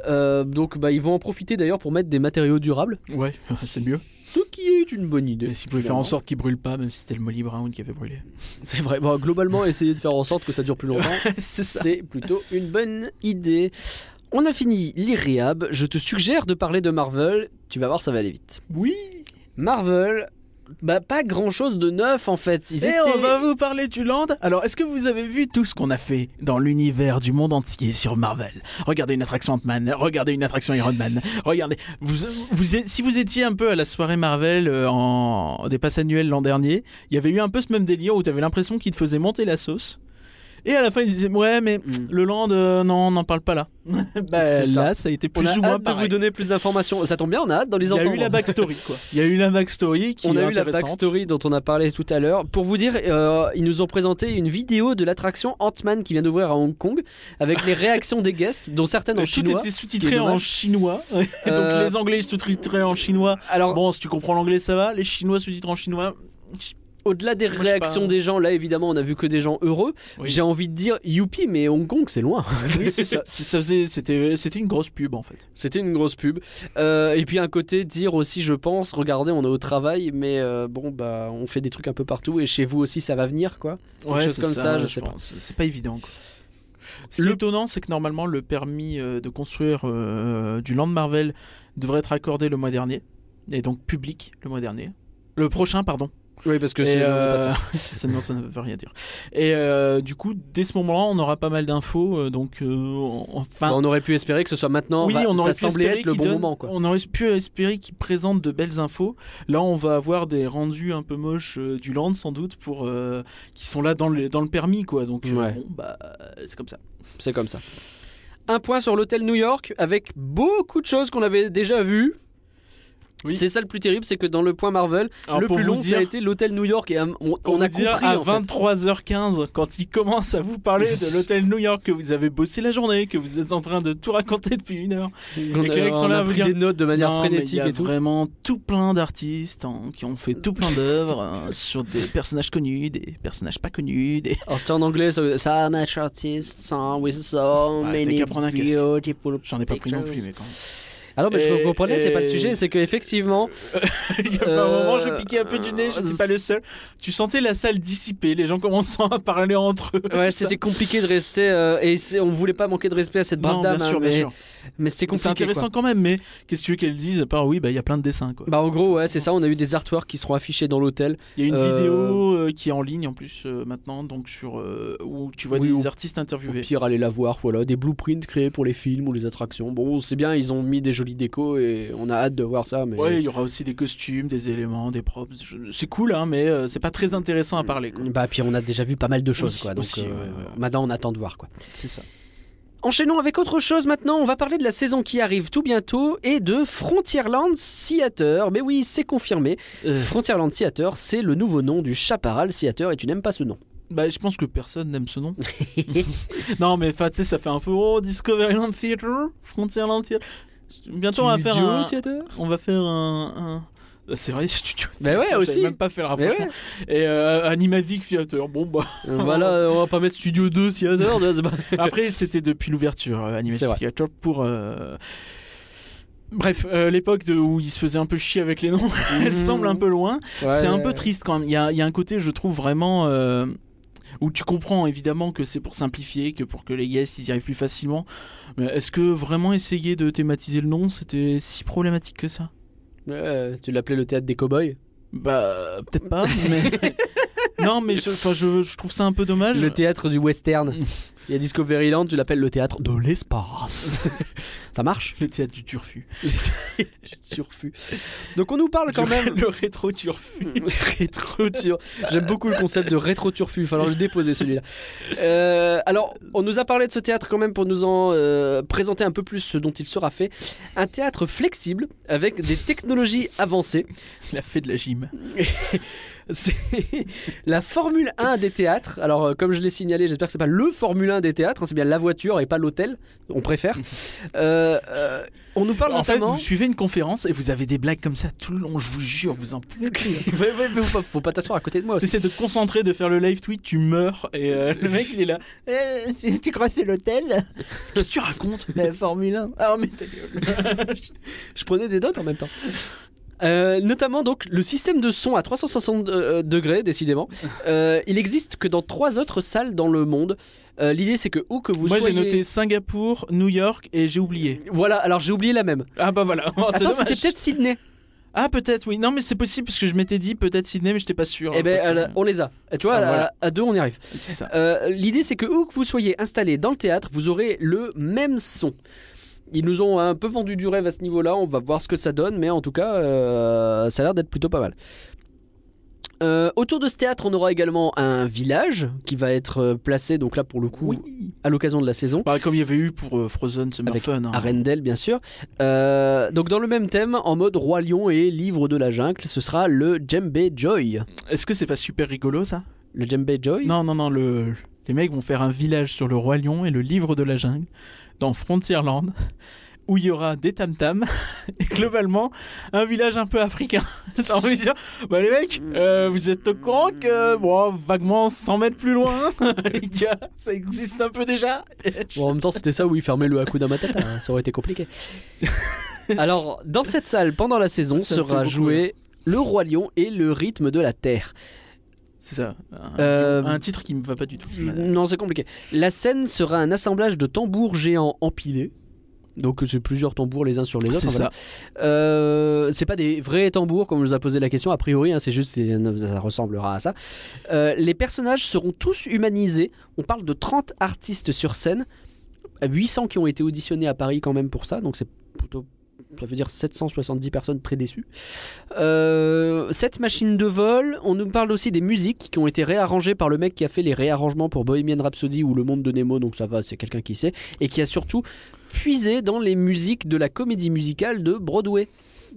Speaker 2: Euh, donc bah ils vont en profiter d'ailleurs pour mettre des matériaux durables,
Speaker 1: Ouais, c'est mieux.
Speaker 2: ce qui est une bonne idée.
Speaker 1: Et s'ils pouvaient faire en sorte qu'il brûle pas, même si c'était le Molly Brown qui avait brûlé.
Speaker 2: C'est vrai. Bon, globalement, essayer de faire en sorte que ça dure plus longtemps,
Speaker 1: c'est ça.
Speaker 2: c'est plutôt une bonne idée. On a fini les réhab. Je te suggère de parler de Marvel. Tu vas voir, ça va aller vite.
Speaker 1: Oui.
Speaker 2: Marvel. Bah pas grand chose de neuf en fait. Ils
Speaker 1: Et
Speaker 2: étaient-
Speaker 1: Eh, on va vous parler du Land. Alors, est-ce que vous avez vu tout ce qu'on a fait dans l'univers du monde entier sur Marvel Regardez une attraction Ant-Man, regardez une attraction Iron Man, regardez. Vous, vous êtes- si vous étiez un peu à la soirée Marvel euh, en des passes annuelles l'an dernier, il y avait eu un peu ce même délire où tu avais l'impression qu'ils te faisaient monter la sauce. Et à la fin, ils disaient Ouais, mais
Speaker 2: Mm.
Speaker 1: le Land, euh, non, on n'en parle pas là. bah,
Speaker 2: C'est ça.
Speaker 1: là, ça a été
Speaker 2: On
Speaker 1: plus
Speaker 2: a
Speaker 1: ou moins
Speaker 2: hâte de vous
Speaker 1: pareil.
Speaker 2: donner plus d'informations. Ça tombe bien, on a hâte dans les
Speaker 1: Il y a
Speaker 2: entendre.
Speaker 1: eu la backstory, quoi. Il y a eu la backstory qui
Speaker 2: on
Speaker 1: est
Speaker 2: a eu la
Speaker 1: intéressante.
Speaker 2: backstory dont on a parlé tout à l'heure. Pour vous dire, euh, ils nous ont présenté une vidéo de l'attraction Ant-Man qui vient d'ouvrir à Hong Kong avec les réactions des guests, dont certaines en
Speaker 1: Tout
Speaker 2: chinois.
Speaker 1: était
Speaker 2: ce qui est
Speaker 1: sous-titré en
Speaker 2: dommage.
Speaker 1: chinois. Et donc
Speaker 2: Euh,
Speaker 1: les anglais sous-titraient en chinois.
Speaker 2: Alors,
Speaker 1: Bon, si tu comprends l'anglais, ça va. Les chinois sous-titrent en chinois.
Speaker 2: au-delà des
Speaker 1: moi, je sais
Speaker 2: réactions
Speaker 1: pas.
Speaker 2: des gens, là évidemment, on a vu que des gens heureux.
Speaker 1: Oui.
Speaker 2: J'ai envie de dire, youpi, mais Hong Kong, c'est loin.
Speaker 1: Oui, c'est ça. C'est- ça faisait- C'était c'était une grosse pub en fait.
Speaker 2: C'était une grosse pub. Euh, et puis un côté dire aussi, je pense, regardez, on est au travail, mais euh, bon, bah, on fait des trucs un peu partout et chez vous aussi, ça va venir, quoi. chose
Speaker 1: c'est
Speaker 2: comme ça, je sais pas.
Speaker 1: pense. C'est pas évident. quoi. Ce qui
Speaker 2: Le-
Speaker 1: est étonnant, c'est que normalement le permis euh, de construire euh, du Land Marvel devrait être accordé le mois dernier, et donc public le mois dernier. Le prochain, pardon.
Speaker 2: Oui, parce que
Speaker 1: Et,
Speaker 2: c'est.
Speaker 1: euh, ça, non, ça ne veut rien dire. Et euh, du coup, dès ce moment-là, on aura pas mal d'infos. euh, donc, euh, en- enfin,
Speaker 2: Bah, on aurait pu espérer que ce soit maintenant.
Speaker 1: oui,
Speaker 2: Bah,
Speaker 1: on aurait
Speaker 2: ça
Speaker 1: pu
Speaker 2: semblait
Speaker 1: espérer
Speaker 2: être le
Speaker 1: qu'il
Speaker 2: bon
Speaker 1: donne-
Speaker 2: moment, quoi.
Speaker 1: On aurait pu espérer qu'il présente de belles infos. Là, on va avoir des rendus un peu moches euh, du land, sans doute, pour euh, qui sont là dans le dans le permis, quoi. Donc, euh,
Speaker 2: Ouais.
Speaker 1: bon, bah, euh, c'est comme ça.
Speaker 2: C'est comme ça. Un point sur l'hôtel New York avec beaucoup de choses qu'on avait déjà vues.
Speaker 1: Oui.
Speaker 2: C'est ça le plus terrible, c'est que dans le point Marvel,
Speaker 1: Alors,
Speaker 2: le
Speaker 1: pour
Speaker 2: plus
Speaker 1: vous
Speaker 2: long, ça
Speaker 1: dire-
Speaker 2: a été l'hôtel New York. Et euh, on,
Speaker 1: Pour
Speaker 2: on
Speaker 1: vous
Speaker 2: a
Speaker 1: dire,
Speaker 2: compris
Speaker 1: à
Speaker 2: en fait.
Speaker 1: 23h15, quand il commence à vous parler de l'hôtel New York, que vous avez bossé la journée, que vous êtes en train de tout raconter depuis une heure.
Speaker 2: On,
Speaker 1: les
Speaker 2: a-
Speaker 1: collègues
Speaker 2: on
Speaker 1: sont là
Speaker 2: a
Speaker 1: à vous
Speaker 2: pris
Speaker 1: dire,
Speaker 2: des notes de manière
Speaker 1: Non, mais
Speaker 2: frénétique
Speaker 1: il y a
Speaker 2: et tout.
Speaker 1: vraiment tout plein d'artistes hein, qui ont fait tout plein d'œuvres hein, sur des personnages connus, des personnages pas connus, des
Speaker 2: Alors, C'était en anglais, ça, so much artists hein, with so
Speaker 1: Ouais, t'as
Speaker 2: many
Speaker 1: qu'à prendre un casque.
Speaker 2: beautiful.
Speaker 1: j'en ai pas pris non
Speaker 2: pictures.
Speaker 1: plus mais quand
Speaker 2: Alors, Ah mais je
Speaker 1: Et-
Speaker 2: comprenais, c'est pas le
Speaker 1: et-
Speaker 2: sujet, c'est qu'effectivement,
Speaker 1: même. Il y avait
Speaker 2: Euh,
Speaker 1: un moment je piquais un peu du nez, j'étais pas le seul. Tu sentais la salle dissiper, les gens commençant à parler entre eux.
Speaker 2: ouais,
Speaker 1: tout ça.
Speaker 2: c'était compliqué de rester euh, et c'est- on voulait pas manquer de respect à cette brave
Speaker 1: non,
Speaker 2: dame.
Speaker 1: bien
Speaker 2: hein,
Speaker 1: sûr, bien
Speaker 2: mais-
Speaker 1: sûr.
Speaker 2: Mais c'était compliqué.
Speaker 1: C'est intéressant
Speaker 2: quoi.
Speaker 1: quand même, mais qu'est-ce que tu veux qu'elles disent à part oui, bah il y a plein de dessins quoi.
Speaker 2: Bah en gros ouais c'est ça, on a eu des artworks qui seront affichés dans l'hôtel.
Speaker 1: Il y a une
Speaker 2: euh,
Speaker 1: vidéo euh, qui est en ligne en plus euh, maintenant, donc sur euh, où tu vois
Speaker 2: Oui,
Speaker 1: des
Speaker 2: ou-
Speaker 1: artistes
Speaker 2: Au
Speaker 1: interviewés.
Speaker 2: pire aller la voir, voilà, des blueprints créés pour les films ou les attractions. Bon c'est bien, ils ont mis des jolies décos et on a hâte de voir ça mais...
Speaker 1: Ouais, il y aura aussi des costumes, des éléments, des props. Je- C'est cool, hein, mais euh, c'est pas très intéressant à parler. quoi.
Speaker 2: Bah puis on a déjà vu pas mal de choses
Speaker 1: Oui,
Speaker 2: quoi, donc
Speaker 1: aussi,
Speaker 2: euh,
Speaker 1: ouais, ouais.
Speaker 2: maintenant on attend de voir quoi.
Speaker 1: C'est ça.
Speaker 2: Enchaînons avec autre chose maintenant, on va parler de la saison qui arrive tout bientôt et de Frontierland Theater. Mais oui, c'est confirmé.
Speaker 1: Euh,
Speaker 2: Frontierland Theater, c'est le nouveau nom du Chaparral Theater et tu n'aimes pas ce nom.
Speaker 1: bah, je pense que personne n'aime ce nom. non, mais enfin, tu sais, ça fait un peu oh Discoveryland Theater, Frontierland Theater. Bientôt on va faire un,
Speaker 2: Theater
Speaker 1: on va faire un. un- C'est vrai, studio.
Speaker 2: Mais ouais,
Speaker 1: Theater,
Speaker 2: aussi.
Speaker 1: J'avais même pas fait le
Speaker 2: Mais
Speaker 1: rapprochement.
Speaker 2: ouais.
Speaker 1: Et euh, Animavic Theater. Bon bah.
Speaker 2: Euh, voilà, euh, on va pas mettre Studio 2 Theater. tu vois, c'est pas-
Speaker 1: Après, c'était depuis l'ouverture, euh,
Speaker 2: C'est
Speaker 1: Animation
Speaker 2: vrai.
Speaker 1: Theater, pour. euh, Bref, euh, l'époque de- où ils se faisaient un peu chier avec les noms, elle
Speaker 2: Mhm.
Speaker 1: semble un peu loin. c'est un peu triste quand même. Il y a, il y a un côté, je trouve, vraiment. euh, Où tu comprends évidemment que c'est pour simplifier, que pour que les guests ils y arrivent plus facilement. Mais est-ce que vraiment essayer de thématiser le nom c'était si problématique que ça
Speaker 2: Ouais, tu l'appelais le théâtre des cowboys
Speaker 1: Bah peut-être pas. mais- non mais je, enfin, je, je trouve ça un peu dommage.
Speaker 2: Le théâtre du western. Il y a Discoveryland, tu l'appelles le théâtre de l'espace. Ça marche
Speaker 1: Le théâtre du turfu.
Speaker 2: Le théâtre du turfu. Donc on nous parle quand
Speaker 1: Je-
Speaker 2: même.
Speaker 1: Le rétro turfu.
Speaker 2: rétro tur- J'aime beaucoup le concept de rétro turfu. Il va falloir le déposer celui-là. Euh, alors, on nous a parlé de ce théâtre quand même pour nous en euh, présenter un peu plus ce dont il sera fait. Un théâtre flexible avec des technologies avancées.
Speaker 1: Il a fait de la gym.
Speaker 2: C'est la Formule 1 des théâtres. Alors, euh, comme je l'ai signalé, j'espère que c'est pas le Formule 1 des théâtres. hein, c'est bien la voiture et pas l'hôtel. On préfère. Euh, euh, on nous parle
Speaker 1: En fait,
Speaker 2: notamment.
Speaker 1: vous suivez une conférence et vous avez des blagues comme ça tout le long, je vous jure, vous en pouvez plus.
Speaker 2: Ouais, ouais, mais faut pas- faut pas t'asseoir à côté de moi aussi.
Speaker 1: T'essaies de te concentrer, de faire le live tweet, tu meurs et euh, le mec il est là. Eh, tu crois que c'est l'hôtel Qu'est-ce que tu racontes La Formule 1 Ah, mais ta gueule
Speaker 2: Je prenais des notes en même temps. Euh, notamment donc le système de son à 360 de- euh, degrés décidément. Euh, il existe que dans trois autres salles dans le monde. Euh, L'idée c'est que où que vous
Speaker 1: Moi j'ai
Speaker 2: soyez.
Speaker 1: noté Singapour, New York et j'ai oublié.
Speaker 2: Voilà, alors j'ai oublié la même.
Speaker 1: Ah bah voilà. Oh, c'est
Speaker 2: Attends,
Speaker 1: dommage.
Speaker 2: c'était peut-être Sydney.
Speaker 1: Ah, peut-être, oui. Non, mais c'est possible parce que je m'étais dit peut-être Sydney, mais j'étais Oh, pas sûr.
Speaker 2: eh ben
Speaker 1: Enfin,
Speaker 2: euh, on les a. Et Tu
Speaker 1: Ah,
Speaker 2: vois, à-
Speaker 1: voilà.
Speaker 2: à, deux on y arrive.
Speaker 1: C'est ça.
Speaker 2: Euh, L'idée c'est que où que vous soyez installé dans le théâtre, vous aurez le même son. Ils nous ont un peu vendu du rêve à ce niveau-là. On va voir ce que ça donne, mais en tout cas, euh, ça a l'air d'être plutôt pas mal. Euh, autour de ce théâtre, on aura également un village qui va être euh, placé, donc là pour le coup,
Speaker 1: Oui.
Speaker 2: à l'occasion de la saison.
Speaker 1: Bah, comme il y avait eu pour euh, Frozen Summer
Speaker 2: Avec
Speaker 1: Fun. hein.
Speaker 2: À Rendell, bien sûr. Euh, donc, dans le même thème, en mode Roi Lion et Livre de la Jungle, ce sera le Djembe Joy.
Speaker 1: Est-ce que c'est pas super rigolo ça
Speaker 2: Le Djembe Joy
Speaker 1: Non, non, non, le... les mecs vont faire un village sur le Roi Lion et le Livre de la Jungle dans Frontierland où il y aura des tam-tams et globalement un village un peu africain. T'as envie de dire, bah les mecs, euh, vous êtes au courant que, bon, vaguement 100 mètres plus loin, il y a- ça existe un peu déjà
Speaker 2: Bon, en même temps, c'était ça où il fermait le Hakuna Matata. hein, Ça aurait été compliqué. Alors, dans cette salle, pendant la saison,
Speaker 1: Ça me fait
Speaker 2: sera
Speaker 1: beaucoup
Speaker 2: joué le Roi Lion et le rythme de la Terre.
Speaker 1: C'est ça, un,
Speaker 2: Euh, mm.
Speaker 1: un titre qui me va pas du tout.
Speaker 2: Non, c'est compliqué. La scène sera un assemblage de tambours géants empilés. Donc, c'est plusieurs tambours les uns sur les autres.
Speaker 1: C'est
Speaker 2: hein, voilà.
Speaker 1: ça.
Speaker 2: Euh, c'est pas des vrais tambours comme on nous a posé la question a priori, hein, c'est juste c'est- ça ressemblera à ça. Euh, les personnages seront tous humanisés. On parle de 30 artistes sur scène, 800 qui ont été auditionnés à Paris quand même pour ça, donc c'est plutôt ça veut dire 770 personnes très déçues. Euh, cette machine de vol, on nous parle aussi des musiques qui ont été réarrangées par le mec qui a fait les réarrangements pour Bohemian Rhapsody ou Le Monde de Nemo, donc ça va, c'est quelqu'un qui sait, et qui a surtout puisé dans les musiques de la comédie musicale de Broadway.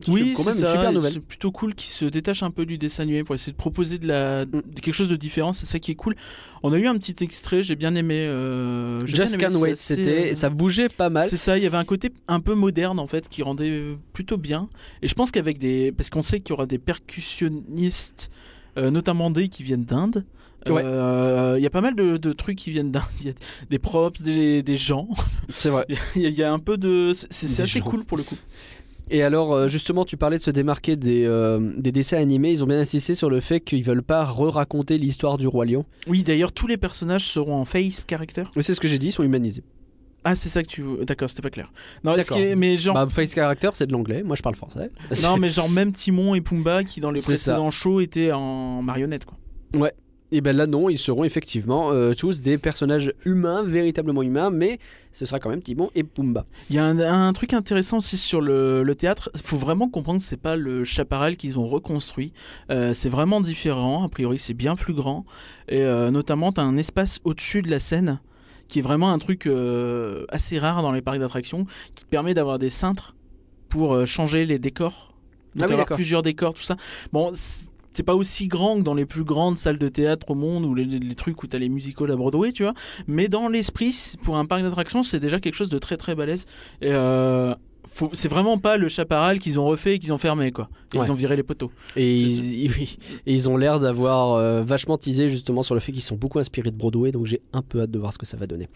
Speaker 1: Oui,
Speaker 2: quand
Speaker 1: c'est
Speaker 2: même une
Speaker 1: ça,
Speaker 2: super
Speaker 1: et
Speaker 2: nouvelle.
Speaker 1: C'est plutôt cool qu'ils se détachent un peu du dessin animé pour essayer de proposer de
Speaker 2: Mm.
Speaker 1: la de quelque chose de différent. C'est ça qui est cool. On a eu un petit extrait, j'ai bien aimé. euh, j'ai
Speaker 2: Just
Speaker 1: bien aimé,
Speaker 2: Can
Speaker 1: c'est
Speaker 2: Wait,
Speaker 1: assez,
Speaker 2: c'était,
Speaker 1: euh,
Speaker 2: ça bougeait pas mal.
Speaker 1: C'est ça, il y avait un côté un peu moderne en fait qui rendait euh, plutôt bien. Et je pense qu'avec des. Parce qu'on sait qu'il y aura des percussionnistes, euh, notamment des qui viennent d'Inde. Euh,
Speaker 2: Ouais.
Speaker 1: Il y a pas mal de, de trucs qui viennent d'Inde. Il y a des props, des, des gens.
Speaker 2: C'est vrai.
Speaker 1: Il y, a- il y a un peu de. c'est- C'est
Speaker 2: Des
Speaker 1: assez
Speaker 2: gens.
Speaker 1: cool pour le coup.
Speaker 2: Et alors, euh, justement, tu parlais de se démarquer des, euh, des dessins animés. Ils ont bien insisté sur le fait qu'ils veulent pas re-raconter l'histoire du roi lion.
Speaker 1: Oui, d'ailleurs, tous les personnages seront en face character.
Speaker 2: Mais c'est ce que j'ai dit, ils sont humanisés.
Speaker 1: Ah, c'est ça que tu veux. D'accord, c'était pas clair. Non, ce
Speaker 2: D'accord.
Speaker 1: qui est- mais genre.
Speaker 2: Bah, face character, c'est de l'anglais. Moi, je parle français.
Speaker 1: Non, mais genre même Timon et Pumba qui dans les
Speaker 2: C'est ça.
Speaker 1: précédents shows étaient en marionnette quoi.
Speaker 2: Et ben là, non, ils seront effectivement euh, tous des personnages humains, véritablement humains, mais ce sera quand même Timon et Pumba.
Speaker 1: Il y a un, un truc intéressant aussi sur le, le théâtre. Il faut vraiment comprendre que c'est pas le chaparral qu'ils ont reconstruit. Euh, c'est vraiment différent. A priori, c'est bien plus grand. Et euh, notamment, tu as un espace au-dessus de la scène qui est vraiment un truc euh, assez rare dans les parcs d'attractions qui te permet d'avoir des cintres pour euh, changer les décors.
Speaker 2: Ah
Speaker 1: Donc,
Speaker 2: oui,
Speaker 1: avoir
Speaker 2: d'accord.
Speaker 1: plusieurs décors, tout ça. Bon, c'est c'est pas aussi grand que dans les plus grandes salles de théâtre au monde ou les, les- les trucs où t'as les musicals à Broadway, tu vois. Mais dans l'esprit, c- pour un parc d'attractions, c'est déjà quelque chose de très très balèze. Et euh, faut- c'est vraiment pas le chaparral qu'ils ont refait et qu'ils ont fermé, quoi. Et
Speaker 2: Ouais.
Speaker 1: Ils ont viré les poteaux.
Speaker 2: Et
Speaker 1: Je
Speaker 2: ils, oui, et ils ont l'air d'avoir euh, vachement teasé justement sur le fait qu'ils sont beaucoup inspirés de Broadway, donc j'ai un peu hâte de voir ce que ça va donner.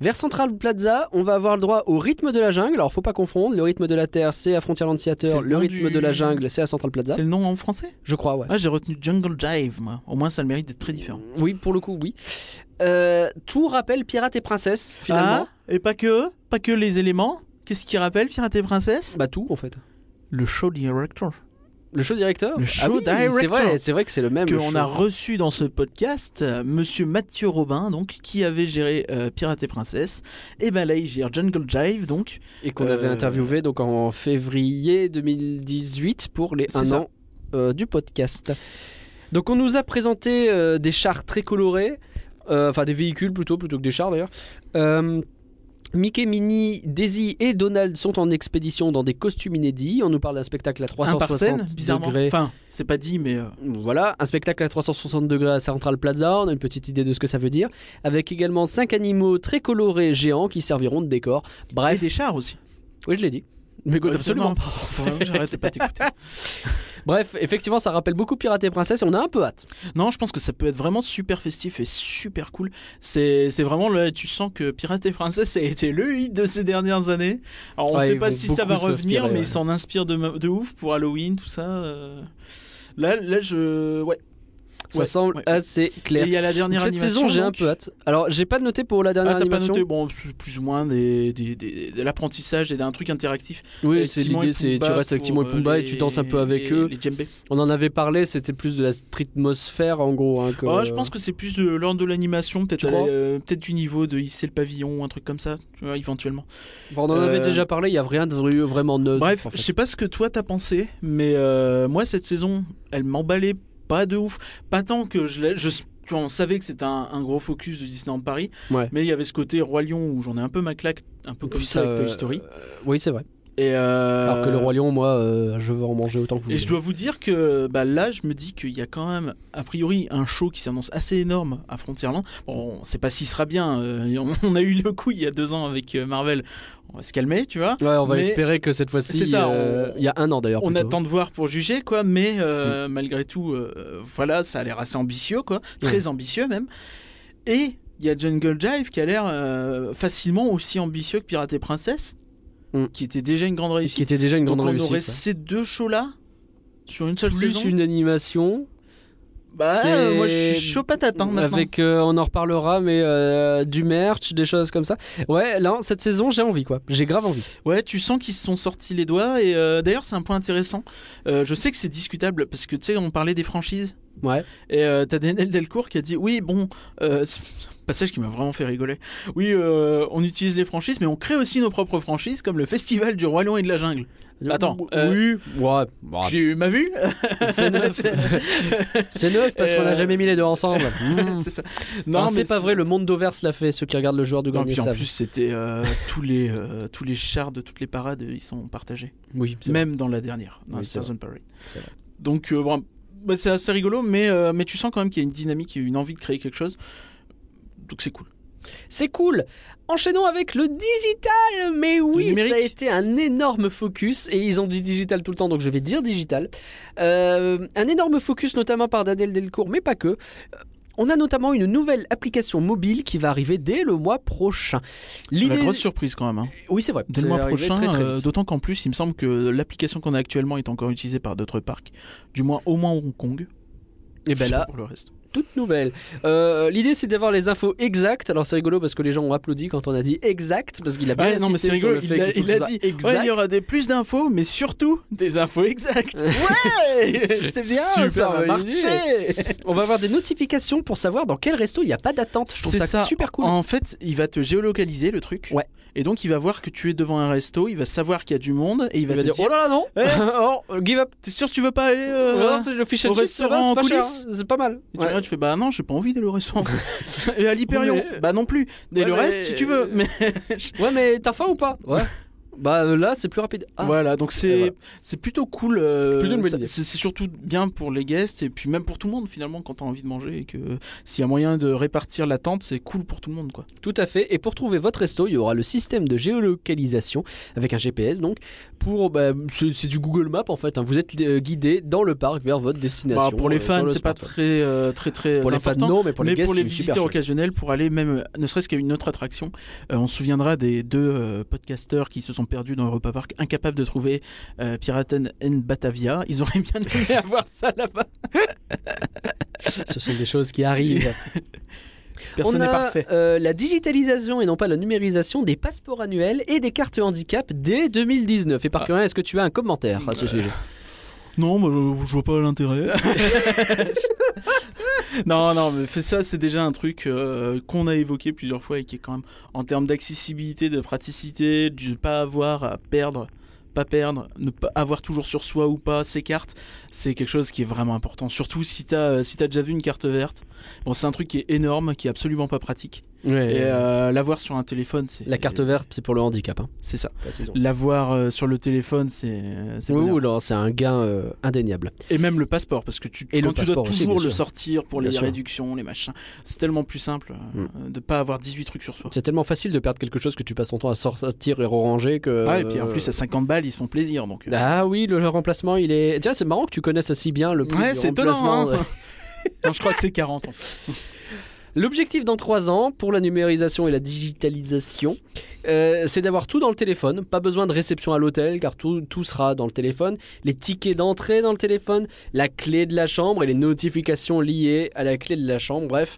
Speaker 2: Vers Central Plaza, on va avoir le droit au rythme de la jungle. Alors, faut pas confondre, le rythme de la terre, c'est à Frontierland
Speaker 1: C'est
Speaker 2: Theater,
Speaker 1: le
Speaker 2: le,
Speaker 1: nom
Speaker 2: rythme
Speaker 1: du-
Speaker 2: de la jungle, c'est à Central Plaza.
Speaker 1: C'est le nom en français
Speaker 2: Je crois, ouais.
Speaker 1: Ah, j'ai retenu Jungle Jive, moi. Au moins, ça a le mérite d'être très différent.
Speaker 2: Oui, pour le coup, oui. Euh, tout rappelle Pirates et Princesse, finalement.
Speaker 1: Ah, et pas que, pas que les éléments. Qu'est-ce qui rappelle Pirate et Princesse
Speaker 2: Bah, tout en fait.
Speaker 1: Le show director.
Speaker 2: Le show directeur
Speaker 1: Le
Speaker 2: ah
Speaker 1: show
Speaker 2: oui, C'est
Speaker 1: director.
Speaker 2: vrai, c'est vrai que c'est le même.
Speaker 1: que
Speaker 2: le
Speaker 1: on
Speaker 2: show.
Speaker 1: a reçu dans ce podcast euh, Monsieur Mathieu Robin, donc qui avait géré euh, Pirate et Princesse, et ben là il gère Jungle Jive, donc
Speaker 2: Et qu'on avait
Speaker 1: euh,
Speaker 2: interviewé donc en février 2018 pour les
Speaker 1: C'est
Speaker 2: 1
Speaker 1: ça.
Speaker 2: an euh, du podcast. Donc on nous a présenté euh, des chars très colorés, euh, enfin des véhicules plutôt, plutôt que des chars d'ailleurs. Euh, Mickey, Minnie, Daisy et Donald sont en expédition dans des costumes inédits. On nous parle d'un spectacle à
Speaker 1: un par scène,
Speaker 2: 360
Speaker 1: bizarrement.
Speaker 2: degrés.
Speaker 1: Enfin, c'est pas dit, mais euh,
Speaker 2: Voilà, un spectacle à 360 degrés à Central Plaza, on a une petite idée de ce que ça veut dire, avec également cinq animaux très colorés géants qui serviront de décor.
Speaker 1: et
Speaker 2: Bref,
Speaker 1: des chars aussi.
Speaker 2: oui je l'ai dit. Mais écoute,
Speaker 1: Ouais,
Speaker 2: absolument
Speaker 1: non,
Speaker 2: pas.
Speaker 1: faut vraiment que j'arrête de pas t'écouter.
Speaker 2: Bref, effectivement, ça rappelle beaucoup Pirates et Princesse et on a un peu hâte.
Speaker 1: Non, je pense que ça peut être vraiment super festif et super cool. C'est c'est vraiment là, tu sens que Pirate et Princesse a été le hit de ces dernières années. Alors on
Speaker 2: Ouais,
Speaker 1: sait
Speaker 2: ils
Speaker 1: pas
Speaker 2: vont
Speaker 1: si ça va
Speaker 2: beaucoup
Speaker 1: revenir,
Speaker 2: s'inspirer,
Speaker 1: mais
Speaker 2: ouais.
Speaker 1: ils s'en inspirent de, ma- de ouf pour Halloween, tout ça. euh. Là, là, je. Ouais.
Speaker 2: Ça
Speaker 1: Ouais,
Speaker 2: semble
Speaker 1: ouais.
Speaker 2: assez
Speaker 1: Et
Speaker 2: clair.
Speaker 1: il y a la dernière
Speaker 2: Donc, cette
Speaker 1: animation,
Speaker 2: saison, j'ai un
Speaker 1: donc.
Speaker 2: peu hâte. Alors, j'ai pas noté pour la dernière
Speaker 1: ah, t'as pas
Speaker 2: animation.
Speaker 1: noté, bon, c'est plus ou moins des, des- des- de l'apprentissage et d'un truc interactif.
Speaker 2: Oui,
Speaker 1: Avec
Speaker 2: c'est
Speaker 1: Timon et
Speaker 2: l'idée, c'est tu
Speaker 1: Pumba
Speaker 2: restes avec Timon et
Speaker 1: pour, euh,
Speaker 2: Pumba et tu
Speaker 1: les-
Speaker 2: danses un peu avec
Speaker 1: les-
Speaker 2: eux.
Speaker 1: Les djembés.
Speaker 2: On en avait parlé, c'était plus de la streetmosphère en gros. hein, que-
Speaker 1: Ouais, Oh, Bah, je pense que c'est plus de l'ordre de l'animation, peut-être
Speaker 2: Tu crois
Speaker 1: aller, euh, peut-être du niveau de hisser le pavillon, un truc comme ça, tu vois, éventuellement.
Speaker 2: Enfin, on en avait
Speaker 1: Euh,
Speaker 2: déjà parlé, il y a rien de vrai- vraiment neutre.
Speaker 1: Bref,
Speaker 2: Euh, en fait.
Speaker 1: je sais pas ce que toi t'as pensé, mais euh, moi cette saison, elle m'emballait pas de ouf. Pas tant que je, l'ai- je tu vois, on savait que c'était un, un gros focus de Disneyland Paris,
Speaker 2: Ouais.
Speaker 1: mais il y avait ce côté Roi Lion où j'en ai un peu ma claque, un peu plus
Speaker 2: Ça,
Speaker 1: avec
Speaker 2: euh,
Speaker 1: Toy Story.
Speaker 2: euh, oui, c'est vrai.
Speaker 1: Et euh,
Speaker 2: Alors que le Roi Lion, moi, euh, je veux en manger autant que vous.
Speaker 1: Et je dois vous dire que bah, là, je me dis qu'il y a quand même, a priori, un show qui s'annonce assez énorme à Frontierland. Bon, on sait pas s'il sera bien. euh, on- on a eu le coup il y a deux ans avec euh, Marvel. On va se calmer, tu vois.
Speaker 2: Ouais, on va
Speaker 1: Mais-
Speaker 2: espérer que cette fois-ci.
Speaker 1: C'est ça,
Speaker 2: euh,
Speaker 1: on-
Speaker 2: Il y a un an d'ailleurs.
Speaker 1: On
Speaker 2: plutôt. Mm.
Speaker 1: attend de voir pour juger, quoi. Mais euh, malgré tout, euh, voilà, ça a l'air assez ambitieux, quoi. Très ambitieux, même. Et il y a Jungle Jive qui a l'air euh, facilement aussi ambitieux que Pirate et Princesse,
Speaker 2: Mm.
Speaker 1: qui était déjà une grande
Speaker 2: Ce qui
Speaker 1: réussite.
Speaker 2: était déjà une grande
Speaker 1: Donc on
Speaker 2: réussite.
Speaker 1: aurait
Speaker 2: ouais.
Speaker 1: ces deux shows-là sur une seule
Speaker 2: Plus
Speaker 1: saison.
Speaker 2: une animation.
Speaker 1: Bah,
Speaker 2: C'est-
Speaker 1: euh, moi je suis chaud patate hein, maintenant.
Speaker 2: Avec, euh, on en reparlera, mais euh, du merch, des choses comme ça. Ouais, là, cette saison, j'ai envie, quoi. J'ai grave envie.
Speaker 1: Ouais, tu sens qu'ils se sont sortis les doigts. Et euh, d'ailleurs, c'est un point intéressant. Euh, je sais que c'est discutable parce que tu sais, on parlait des franchises.
Speaker 2: Ouais.
Speaker 1: Et euh, t'as Daniel Delcourt qui a dit Oui, bon, euh, c'est un passage qui m'a vraiment fait rigoler. Oui, euh, on utilise les franchises, mais on crée aussi nos propres franchises, comme le Festival du Roi Lion et de la Jungle. Attends, euh,
Speaker 2: Oui. Euh, Ouais. bah,
Speaker 1: J'ai eu ma vue
Speaker 2: c'est neuf. c'est neuf parce qu'on n'a
Speaker 1: Euh,
Speaker 2: jamais mis les deux ensemble. Mm.
Speaker 1: C'est ça.
Speaker 2: Non,
Speaker 1: mais
Speaker 2: c'est pas vrai. Le monde d'Overs l'a fait. Ceux qui regardent le joueur du
Speaker 1: Non,
Speaker 2: grenier
Speaker 1: puis en
Speaker 2: savent.
Speaker 1: plus, c'était euh, tous, les, euh, tous les chars de toutes les parades, ils sont partagés.
Speaker 2: Oui. c'est
Speaker 1: Même dans la dernière, dans
Speaker 2: Oui,
Speaker 1: le
Speaker 2: c'est
Speaker 1: Thousand Parade.
Speaker 2: C'est vrai.
Speaker 1: Donc, euh, bon, bah, c'est assez rigolo, mais, euh, mais tu sens quand même qu'il y a une dynamique, et une envie de créer quelque chose. Donc, c'est cool.
Speaker 2: C'est cool. Enchaînons avec le digital. Mais oui,
Speaker 1: numérique.
Speaker 2: ça a été un énorme focus et ils ont dit digital tout le temps, donc je vais dire digital. Euh, un énorme focus notamment par Daniel Delcourt, mais pas que. Euh, On a notamment une nouvelle application mobile qui va arriver dès le mois prochain.
Speaker 1: La
Speaker 2: L'idée,
Speaker 1: grosse surprise quand même. hein.
Speaker 2: oui c'est vrai,
Speaker 1: Dès
Speaker 2: c'est
Speaker 1: le mois
Speaker 2: arrivé
Speaker 1: prochain,
Speaker 2: très, très
Speaker 1: euh,
Speaker 2: vite.
Speaker 1: d'autant qu'en plus, il me semble que l'application qu'on a actuellement est encore utilisée par d'autres parcs, du moins au moins Hong Kong.
Speaker 2: et ben
Speaker 1: Je sais
Speaker 2: là,
Speaker 1: pas Pour le reste.
Speaker 2: toute nouvelle. Euh, L'idée, c'est d'avoir les infos exactes. Alors, c'est rigolo parce que les gens ont applaudi quand on a dit exact, parce qu'il a bien
Speaker 1: Ouais, non, mais
Speaker 2: insisté
Speaker 1: c'est
Speaker 2: sur
Speaker 1: rigolo,
Speaker 2: le
Speaker 1: il
Speaker 2: fait
Speaker 1: a,
Speaker 2: qu'il
Speaker 1: il
Speaker 2: faut
Speaker 1: a
Speaker 2: que ce soit
Speaker 1: dit
Speaker 2: exact.
Speaker 1: Ouais, il y aura des plus d'infos, mais surtout des infos exactes. Ouais
Speaker 2: C'est bien,
Speaker 1: Super,
Speaker 2: ça va
Speaker 1: marcher.
Speaker 2: marcher. On va avoir des notifications pour savoir dans quel resto il n'y a pas d'attente. Je trouve
Speaker 1: C'est
Speaker 2: ça,
Speaker 1: ça.
Speaker 2: super cool.
Speaker 1: En fait, il va te géolocaliser le truc.
Speaker 2: Ouais.
Speaker 1: Et donc, il va voir que tu es devant un resto, il va savoir qu'il y a du monde et il
Speaker 2: Il
Speaker 1: va
Speaker 2: va
Speaker 1: te
Speaker 2: dire, oh là là non,
Speaker 1: Ouais.
Speaker 2: oh, give up.
Speaker 1: T'es sûr que tu veux pas aller euh,
Speaker 2: Oh, le fish and
Speaker 1: au
Speaker 2: chips,
Speaker 1: restaurant
Speaker 2: c'est
Speaker 1: en
Speaker 2: pas cher, hein.
Speaker 1: coulisses
Speaker 2: c'est pas mal.
Speaker 1: Et tu,
Speaker 2: Ouais.
Speaker 1: regardes, tu fais bah non, j'ai pas envie d'aller au restaurant. et à l'Hyperion,
Speaker 2: Ouais.
Speaker 1: bah non plus. Et
Speaker 2: Ouais,
Speaker 1: le
Speaker 2: mais- euh,
Speaker 1: reste, si tu veux. Mais
Speaker 2: Ouais, mais t'as faim ou pas Ouais. Bah euh, là, c'est plus rapide. Ah,
Speaker 1: voilà, donc c'est
Speaker 2: Et voilà.
Speaker 1: c'est plutôt cool. euh,
Speaker 2: Plutôt une bonne
Speaker 1: ça-
Speaker 2: idée.
Speaker 1: c'est c'est surtout bien pour les guests et puis même pour tout le monde finalement quand t'as envie de manger et que s'il y a moyen de répartir l'attente, c'est cool pour tout le monde quoi.
Speaker 2: Tout à fait. Et pour trouver votre resto, il y aura le système de géolocalisation avec un GPS. Donc, pour bah, c'est c'est du Google Maps en fait. hein. Vous êtes euh, guidé dans le parc vers votre destination.
Speaker 1: Bah, pour les
Speaker 2: euh, sur
Speaker 1: fans,
Speaker 2: le
Speaker 1: c'est pas
Speaker 2: smartphone.
Speaker 1: très euh, très très
Speaker 2: Pour les fans,
Speaker 1: important.
Speaker 2: non, mais pour les
Speaker 1: mais
Speaker 2: guests,
Speaker 1: pour les
Speaker 2: c'est super
Speaker 1: visiteurs
Speaker 2: chouette.
Speaker 1: occasionnels, pour aller même, euh, ne serait-ce qu'à une autre attraction, euh, on se souviendra des deux euh, podcasteurs qui se sont perdus dans Europa Park, incapables de trouver euh, Piraten and Batavia. Ils auraient bien aimé avoir ça là-bas.
Speaker 2: Ce sont des choses qui arrivent.
Speaker 1: Personne
Speaker 2: On
Speaker 1: n'est
Speaker 2: a,
Speaker 1: parfait.
Speaker 2: euh, la digitalisation et non pas la numérisation des passeports annuels et des cartes handicap dès 2019. Et par
Speaker 1: Ah.
Speaker 2: curieux, est-ce que tu as un commentaire à ce
Speaker 1: Euh,
Speaker 2: sujet
Speaker 1: Non, moi je, je vois pas l'intérêt. non, non, mais fait ça, c'est déjà un truc euh, qu'on a évoqué plusieurs fois et qui est quand même, en termes d'accessibilité, de praticité, de pas avoir à perdre, pas perdre, ne pas avoir toujours sur soi ou pas ses cartes, c'est quelque chose qui est vraiment important. Surtout si t'as euh, si t'as déjà vu une carte verte. Bon, c'est un truc qui est énorme, qui est absolument pas pratique.
Speaker 2: Ouais.
Speaker 1: Et euh, l'avoir sur un téléphone, c'est
Speaker 2: La carte verte, c'est pour le handicap. Hein.
Speaker 1: c'est ça.
Speaker 2: Précisons.
Speaker 1: L'avoir euh, sur le téléphone, c'est euh, c'est
Speaker 2: Oui,
Speaker 1: bonheur.
Speaker 2: oui, alors c'est un gain euh, indéniable.
Speaker 1: Et même le passeport, parce que tu,
Speaker 2: Et
Speaker 1: quand
Speaker 2: le
Speaker 1: tu dois
Speaker 2: passeport aussi,
Speaker 1: toujours
Speaker 2: bien
Speaker 1: le
Speaker 2: sûr.
Speaker 1: sortir pour les
Speaker 2: Bien sûr. Mm.
Speaker 1: réductions, les machins, c'est tellement plus simple euh, de pas avoir 18 trucs sur soi.
Speaker 2: C'est tellement facile de perdre quelque chose que tu passes ton temps à sortir et ranger que. euh,
Speaker 1: Ah, et puis en plus, à 50 balles, ils se font plaisir. Donc, euh,
Speaker 2: Ah oui, le remplacement, il est. Tiens, c'est marrant que tu connaisses aussi bien le prix
Speaker 1: ouais,
Speaker 2: du
Speaker 1: c'est étonnant.
Speaker 2: remplacement.
Speaker 1: hein. Non, je crois que c'est 40 en plus.
Speaker 2: L'objectif dans 3 ans pour la numérisation et la digitalisation, euh, c'est d'avoir tout dans le téléphone. Pas besoin de réception à l'hôtel car tout, tout sera dans le téléphone. Les tickets d'entrée dans le téléphone, la clé de la chambre et les notifications liées à la clé de la chambre. Bref,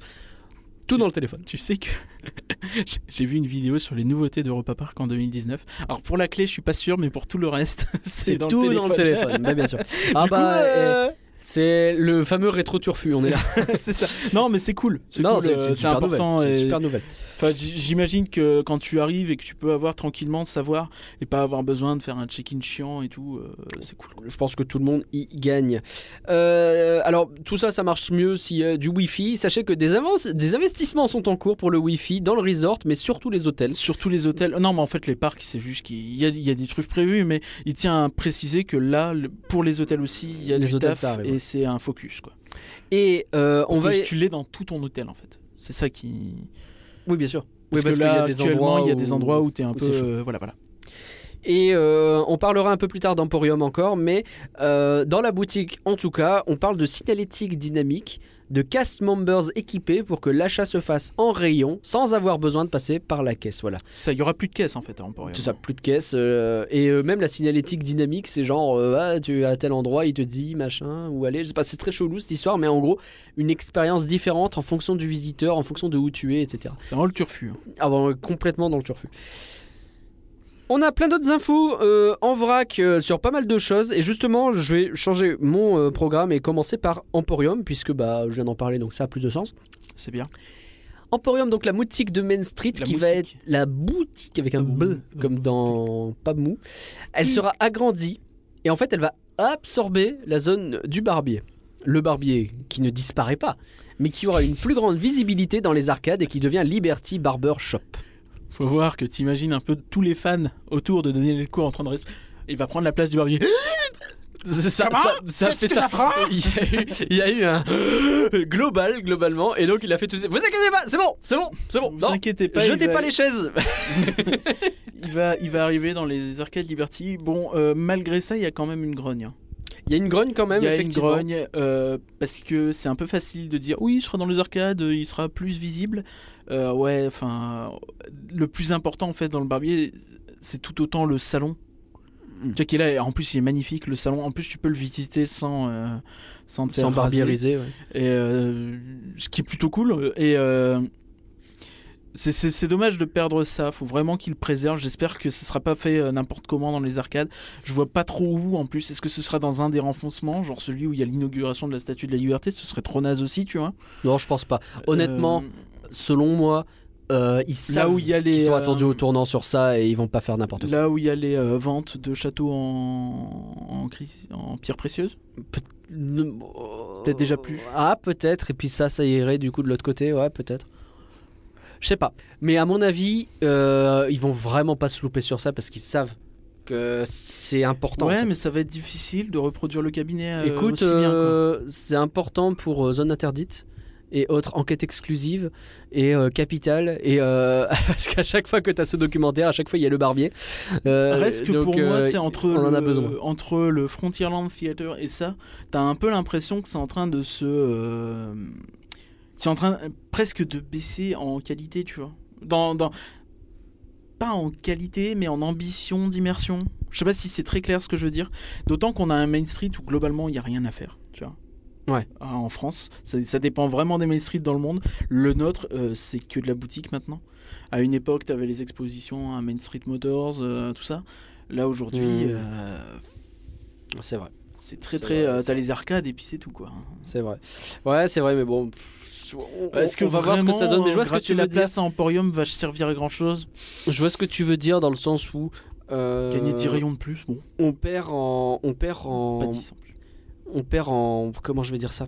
Speaker 2: tout dans le téléphone.
Speaker 1: Tu sais que j'ai- j'ai vu une vidéo sur les nouveautés d'Europa Park en 2019. Alors pour la clé, je suis pas sûr, mais pour tout le reste, c'est
Speaker 2: C'est
Speaker 1: dans,
Speaker 2: tout
Speaker 1: le
Speaker 2: dans le
Speaker 1: téléphone.
Speaker 2: téléphone, bah, bien sûr. Ah
Speaker 1: Du coup,
Speaker 2: bah,
Speaker 1: euh,
Speaker 2: eh, c'est le fameux rétro-turfu, on est là.
Speaker 1: c'est ça. Non, mais c'est cool. C'est
Speaker 2: Non,
Speaker 1: cool,
Speaker 2: c'est
Speaker 1: euh,
Speaker 2: c'est
Speaker 1: c'est
Speaker 2: super
Speaker 1: important.
Speaker 2: nouvelle, c'est
Speaker 1: et-
Speaker 2: super nouvelle.
Speaker 1: Enfin, j- j'imagine que quand tu arrives et que tu peux avoir tranquillement savoir et pas avoir besoin de faire un check-in chiant et tout, euh, c'est cool.
Speaker 2: Je pense que tout le monde y gagne. Euh, alors, tout ça, ça marche mieux s'il y a du Wi-Fi. Sachez que des, avances, des investissements sont en cours pour le Wi-Fi dans le resort, mais surtout les hôtels.
Speaker 1: Surtout les hôtels. Non, mais en fait, les parcs, c'est juste qu'il y a, il y a des trucs prévus, mais il tient à préciser que là, le- pour les hôtels aussi, il y a
Speaker 2: Les
Speaker 1: du
Speaker 2: hôtels,
Speaker 1: taf
Speaker 2: ça arrive,
Speaker 1: et
Speaker 2: ouais.
Speaker 1: c'est un focus. Quoi.
Speaker 2: Et euh,
Speaker 1: On
Speaker 2: on va.
Speaker 1: Tu l'es dans tout ton hôtel, en fait. C'est ça qui.
Speaker 2: Oui, bien sûr.
Speaker 1: Parce que
Speaker 2: qu'il y a
Speaker 1: là,
Speaker 2: des
Speaker 1: actuellement,
Speaker 2: endroits
Speaker 1: il y a des
Speaker 2: où-
Speaker 1: endroits où tu es un
Speaker 2: où
Speaker 1: peu.
Speaker 2: c'est chaud.
Speaker 1: euh, voilà, voilà.
Speaker 2: Et euh, on parlera un peu plus tard d'Emporium encore, mais euh, dans la boutique, en tout cas, on parle de signalétique dynamique, de cast members équipés pour que l'achat se fasse en rayon sans avoir besoin de passer par la caisse. Voilà.
Speaker 1: Ça, il y aura plus de caisse, en fait, à Emporium.
Speaker 2: Tout ça, plus de caisse. euh, et euh, même la signalétique dynamique, c'est genre, euh, ah, tu es à tel endroit, il te dit machin, où aller. Je sais pas, c'est très chelou cette histoire, mais en gros, une expérience différente en fonction du visiteur, en fonction de où tu es, etc.
Speaker 1: C'est vraiment le turfu. hein.
Speaker 2: Ah bon, euh, complètement dans le turfu. On a plein d'autres infos euh, en vrac euh, sur pas mal de choses et justement je vais changer mon euh, programme et commencer par Emporium puisque bah je viens d'en parler donc ça a plus de sens.
Speaker 1: C'est bien.
Speaker 2: Emporium, donc la boutique de Main Street,
Speaker 1: La
Speaker 2: qui va être
Speaker 1: boutique.
Speaker 2: la boutique avec un
Speaker 1: La
Speaker 2: B,
Speaker 1: boutique.
Speaker 2: comme dans Pas Mou. Elle sera agrandie et en fait, elle va absorber la zone du barbier. Le barbier qui ne disparaît pas, mais qui aura une plus grande visibilité dans les arcades et qui devient Liberty Barber Shop.
Speaker 1: Faut voir que t'imagines un peu tous les fans autour de Daniel Elko en train de. res- Il va prendre la place du barbier.
Speaker 2: Ça, ça,
Speaker 1: Comment
Speaker 2: ça
Speaker 1: Qu'est-ce
Speaker 2: fait
Speaker 1: que
Speaker 2: ça.
Speaker 1: ça fera
Speaker 2: il, y a eu, il y a eu un global, globalement, et donc il a fait tout ça. Vous inquiétez pas, c'est bon, c'est bon, c'est bon.
Speaker 1: Vous
Speaker 2: Oh, Non,
Speaker 1: inquiétez pas,
Speaker 2: jetez
Speaker 1: il va,
Speaker 2: pas les chaises.
Speaker 1: il va, il va arriver dans les arcades Liberty. Bon, euh, malgré ça, il y a quand même une grogne. hein.
Speaker 2: Il y a une grogne quand même,
Speaker 1: il y a une
Speaker 2: effectivement.
Speaker 1: grogne euh, parce que c'est un peu facile de dire oui, il sera dans les arcades, il sera plus visible. Euh, ouais, enfin, le plus important en fait dans le barbier, c'est tout autant le salon Tu vois qu'il est là, en plus il est magnifique le salon. En plus tu peux le visiter sans euh, sans te
Speaker 2: Sans
Speaker 1: faire raser.
Speaker 2: barbieriser, ouais.
Speaker 1: Et euh, ce qui est plutôt cool. Et euh, c'est- c'est c'est dommage de perdre ça. Faut vraiment qu'il le préserve. J'espère que ce sera pas fait euh, n'importe comment dans les arcades. Je vois pas trop où en plus. Est-ce que ce sera dans un des renfoncements, genre celui où il y a l'inauguration de la Statue de la Liberté Ce serait trop naze aussi, tu vois.
Speaker 2: Non, je pense pas. Honnêtement,
Speaker 1: Euh,
Speaker 2: selon moi, euh, ils savent
Speaker 1: là où il y a les
Speaker 2: qu'ils sont
Speaker 1: euh,
Speaker 2: attendus au tournant sur ça et ils vont pas faire n'importe quoi.
Speaker 1: Là où il y a les euh, ventes de châteaux en, en, cri- en pierre précieuse.
Speaker 2: Peut-être
Speaker 1: déjà plus.
Speaker 2: Ah, peut-être. Et puis ça, ça irait du coup de l'autre côté. Ouais, peut-être. Je sais pas. Mais à mon avis, euh, ils vont vraiment pas se louper sur ça parce qu'ils savent que c'est important. en
Speaker 1: ouais,
Speaker 2: fait.
Speaker 1: mais ça va être difficile de reproduire le cabinet. euh,
Speaker 2: Écoute,
Speaker 1: aussi bien, quoi.
Speaker 2: euh, c'est important pour euh, Zone Interdite et autres enquêtes exclusives et euh, Capital. Et, euh, parce qu'à chaque fois que tu as ce documentaire, à chaque fois il y a le barbier. Euh,
Speaker 1: Reste que
Speaker 2: donc,
Speaker 1: pour moi,
Speaker 2: euh,
Speaker 1: tu sais, entre,
Speaker 2: on en a besoin.
Speaker 1: le, entre le Frontierland Theater et ça, t'as un peu l'impression que c'est en train de se. euh, c'est en train euh, presque de baisser en qualité, tu vois. Dans, dans, pas en qualité, mais en ambition d'immersion. Je sais pas si c'est très clair ce que je veux dire. D'autant qu'on a un Main Street où globalement il n'y a rien à faire, tu vois.
Speaker 2: Ouais.
Speaker 1: Ah, En France, ça, ça dépend vraiment des Main Street dans le monde. Le nôtre, euh, c'est que de la boutique maintenant. À une époque, tu avais les expositions à Main Street Motors, euh, tout ça. Là aujourd'hui,
Speaker 2: Mm.
Speaker 1: euh,
Speaker 2: C'est vrai,
Speaker 1: c'est très
Speaker 2: C'est
Speaker 1: très.
Speaker 2: vrai,
Speaker 1: euh,
Speaker 2: c'est
Speaker 1: t'as les arcades et puis c'est tout quoi.
Speaker 2: c'est vrai. Ouais, c'est vrai, mais bon. pff, on-
Speaker 1: Est-ce que
Speaker 2: on va voir ce que ça donne. Mais je vois ce que
Speaker 1: gratter
Speaker 2: tu
Speaker 1: la
Speaker 2: veux dire.
Speaker 1: place à Emporium va servir à grand chose.
Speaker 2: Je vois ce que tu veux dire dans le sens où. euh,
Speaker 1: Gagner 10 rayons de plus, bon,
Speaker 2: on perd en, on perd en,
Speaker 1: pas 10 en plus.
Speaker 2: on perd en, comment je vais dire ça,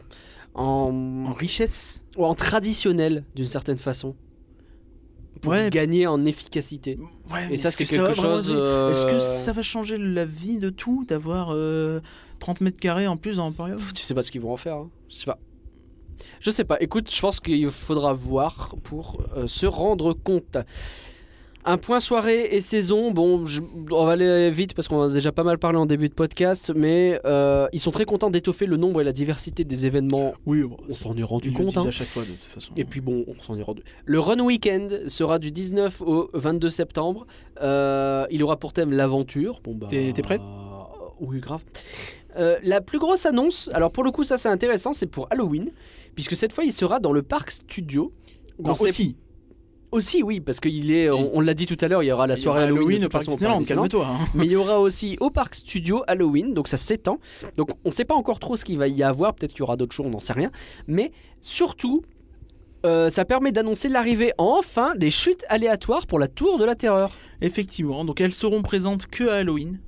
Speaker 2: en,
Speaker 1: En richesse.
Speaker 2: ou en traditionnel d'une certaine façon pour
Speaker 1: Ouais,
Speaker 2: gagner en efficité.
Speaker 1: Ouais, mais
Speaker 2: Et ça
Speaker 1: est-ce
Speaker 2: c'est
Speaker 1: que
Speaker 2: quelque
Speaker 1: va vraiment
Speaker 2: chose.
Speaker 1: aider Est-ce que
Speaker 2: euh,
Speaker 1: ça va changer la vie de tout d'avoir euh, 30 mètres carrés en plus à Emporium
Speaker 2: Tu sais pas ce qu'ils vont en faire. hein. Je sais pas. Je sais pas. Écoute, je pense qu'il faudra voir pour euh, se rendre compte. Un point soirée et saison. Bon, je- on va aller vite parce qu'on a déjà pas mal parlé en début de podcast, mais euh, ils sont très contents d'étoffer le nombre et la diversité des événements.
Speaker 1: Oui, bah, bon,
Speaker 2: On
Speaker 1: c'est-
Speaker 2: s'en est rendu
Speaker 1: ils le
Speaker 2: compte.
Speaker 1: disent
Speaker 2: hein.
Speaker 1: à chaque fois de toute façon.
Speaker 2: Et puis bon, on s'en est rendu. Le Run Weekend sera du 19 au 22 septembre. Euh, il aura pour thème l'aventure. Bon bah.
Speaker 1: T'es- t'es prêt
Speaker 2: euh, Oui, grave. Euh, la plus grosse annonce, alors pour le coup ça c'est intéressant, c'est pour Halloween, puisque cette fois il sera dans le parc studio.
Speaker 1: Non,
Speaker 2: On sait-
Speaker 1: aussi,
Speaker 2: aussi oui, parce qu'il est, on, on l'a dit tout à l'heure, il y aura la
Speaker 1: il y
Speaker 2: soirée
Speaker 1: aura
Speaker 2: Halloween, de
Speaker 1: Halloween au
Speaker 2: toute
Speaker 1: parc
Speaker 2: façon, au
Speaker 1: Disneyland,
Speaker 2: Disneyland.
Speaker 1: calme-toi. hein.
Speaker 2: Mais il y aura aussi au parc studio Halloween, donc ça s'étend. Donc on ne sait pas encore trop ce qu'il va y avoir, peut-être qu'il y aura d'autres choses, on n'en sait rien. Mais surtout, euh, ça permet d'annoncer l'arrivée enfin des chutes aléatoires pour la tour de la terreur.
Speaker 1: Effectivement, donc elles seront présentes que à Halloween.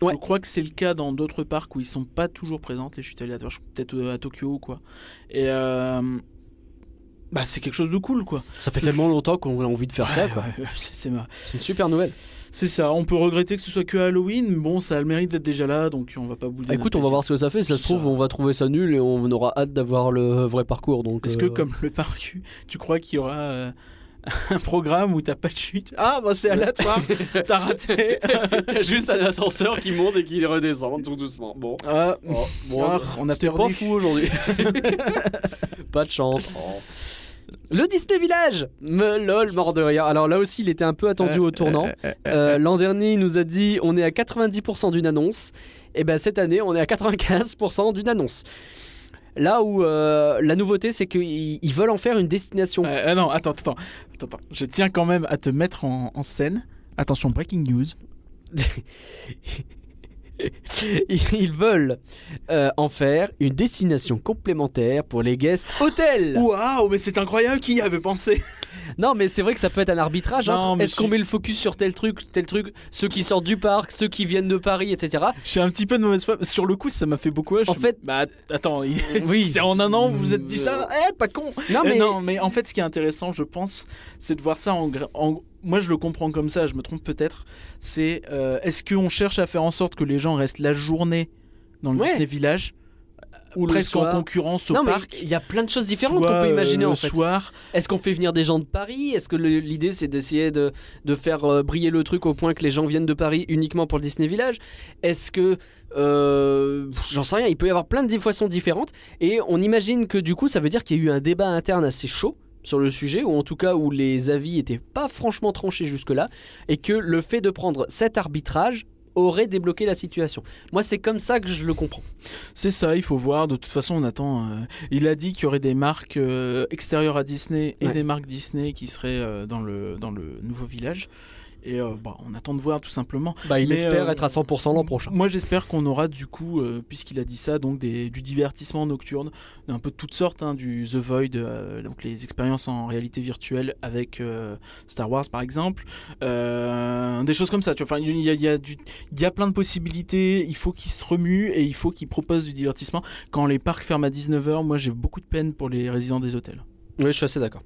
Speaker 2: Ouais.
Speaker 1: Je crois que c'est le cas dans d'autres parcs où ils sont pas toujours présentes, les chutes aléatoires, je- peut-être euh, à Tokyo ou quoi. Et euh, bah c'est quelque chose de cool quoi.
Speaker 2: Ça fait
Speaker 1: Tu-
Speaker 2: tellement longtemps qu'on a envie de faire Ah, ça, quoi.
Speaker 1: Ouais, c'est c'est ma-
Speaker 2: C'est une super nouvelle.
Speaker 1: c'est ça, on peut regretter que ce soit que à Halloween, mais bon ça a le mérite d'être déjà là, donc on va pas bouder.
Speaker 2: Bah, écoute,
Speaker 1: notre
Speaker 2: on va
Speaker 1: plaisir.
Speaker 2: voir ce que ça fait. Si ça se
Speaker 1: Ça-
Speaker 2: trouve, on va trouver ça nul et on aura hâte d'avoir le vrai parcours. Donc,
Speaker 1: Est-ce
Speaker 2: euh,
Speaker 1: que comme le parc, tu crois qu'il y aura euh, un programme où t'as pas de chute Ah bah c'est aléatoire, t'as raté.
Speaker 2: T'as juste un ascenseur qui monte et qui redescend tout doucement. Bon.
Speaker 1: Ah,
Speaker 2: Oh, bon,
Speaker 1: ah, on a
Speaker 2: C'était
Speaker 1: perdu.
Speaker 2: pas fou aujourd'hui. pas de chance. Le Disney Village Me lol, mort de rire. Alors là aussi, il était un peu attendu au tournant. Euh, L'an dernier, il nous a dit on est à 90% d'une annonce. Et ben cette année, on est à 95% d'une annonce. Là où euh, la nouveauté, c'est qu'ils ils veulent en faire une destination.
Speaker 1: Euh, euh, non, attends, attends, attends, attends. Je tiens quand même à te mettre en, en scène. Attention, breaking news.
Speaker 2: Ils veulent euh, en faire une destination complémentaire pour les guests hôtels.
Speaker 1: Waouh, mais c'est incroyable, qui y avait pensé
Speaker 2: Non, mais c'est vrai que ça peut être un arbitrage. hein.
Speaker 1: Non, mais
Speaker 2: Est-ce qu'on
Speaker 1: je-
Speaker 2: met le focus sur tel truc, tel truc, ceux qui sortent du parc, ceux qui viennent de Paris, etc.
Speaker 1: J'ai un petit peu de mauvaise foi. Sur le coup, ça m'a fait beaucoup. rage.
Speaker 2: En fait-
Speaker 1: bah attends, il-
Speaker 2: Oui.
Speaker 1: c'est en un an, vous vous êtes dit ça Eh, pas con Euh,
Speaker 2: Non, mais
Speaker 1: Non, mais en fait, ce qui est intéressant, je pense, c'est de voir ça en. gra- en- Moi, je le comprends comme ça, je me trompe peut-être. C'est euh, est-ce qu'on cherche à faire en sorte que les gens restent la journée dans le
Speaker 2: Ouais.
Speaker 1: Disney Village, euh,
Speaker 2: Ou le
Speaker 1: presque en
Speaker 2: soir.
Speaker 1: concurrence au
Speaker 2: Non, mais
Speaker 1: parc
Speaker 2: il y a plein de choses différentes
Speaker 1: soit,
Speaker 2: qu'on peut
Speaker 1: euh,
Speaker 2: imaginer
Speaker 1: le
Speaker 2: en fait.
Speaker 1: soir,
Speaker 2: Est-ce qu'on fait venir des gens de Paris Est-ce que le- l'idée c'est d'essayer de, de faire euh, briller le truc au point que les gens viennent de Paris uniquement pour le Disney Village Est-ce que. euh, pff, J'en sais rien, il peut y avoir plein de façons différentes. Et on imagine que du coup, ça veut dire qu'il y a eu un débat interne assez chaud sur le sujet, ou en tout cas où les avis étaient pas franchement tranchés jusque-là, et que le fait de prendre cet arbitrage aurait débloqué la situation. Moi, c'est comme ça que je le comprends.
Speaker 1: C'est ça, il faut voir. De toute façon, on attend. euh, il a dit qu'il y aurait des marques euh, extérieures à Disney et
Speaker 2: Ouais.
Speaker 1: des marques Disney qui seraient euh, dans, le, dans le nouveau village. Et euh, bah, on attend de voir tout simplement.
Speaker 2: Bah, il
Speaker 1: Mais,
Speaker 2: espère
Speaker 1: euh,
Speaker 2: être à 100% l'an prochain.
Speaker 1: Moi, j'espère qu'on aura du coup, euh, puisqu'il a dit ça, donc des, du divertissement nocturne, un peu de toutes sortes, hein, du The Void, euh, donc les expériences en réalité virtuelle avec euh, Star Wars par exemple, Euh, des choses comme ça. Tu vois, Enfin, il y a, il y a du- il y a plein de possibilités. Il faut qu'ils se remuent et il faut qu'ils proposent du divertissement. Quand les parcs ferment à 19h, moi, j'ai beaucoup de peine pour les résidents des hôtels.
Speaker 2: Oui, je suis assez d'accord.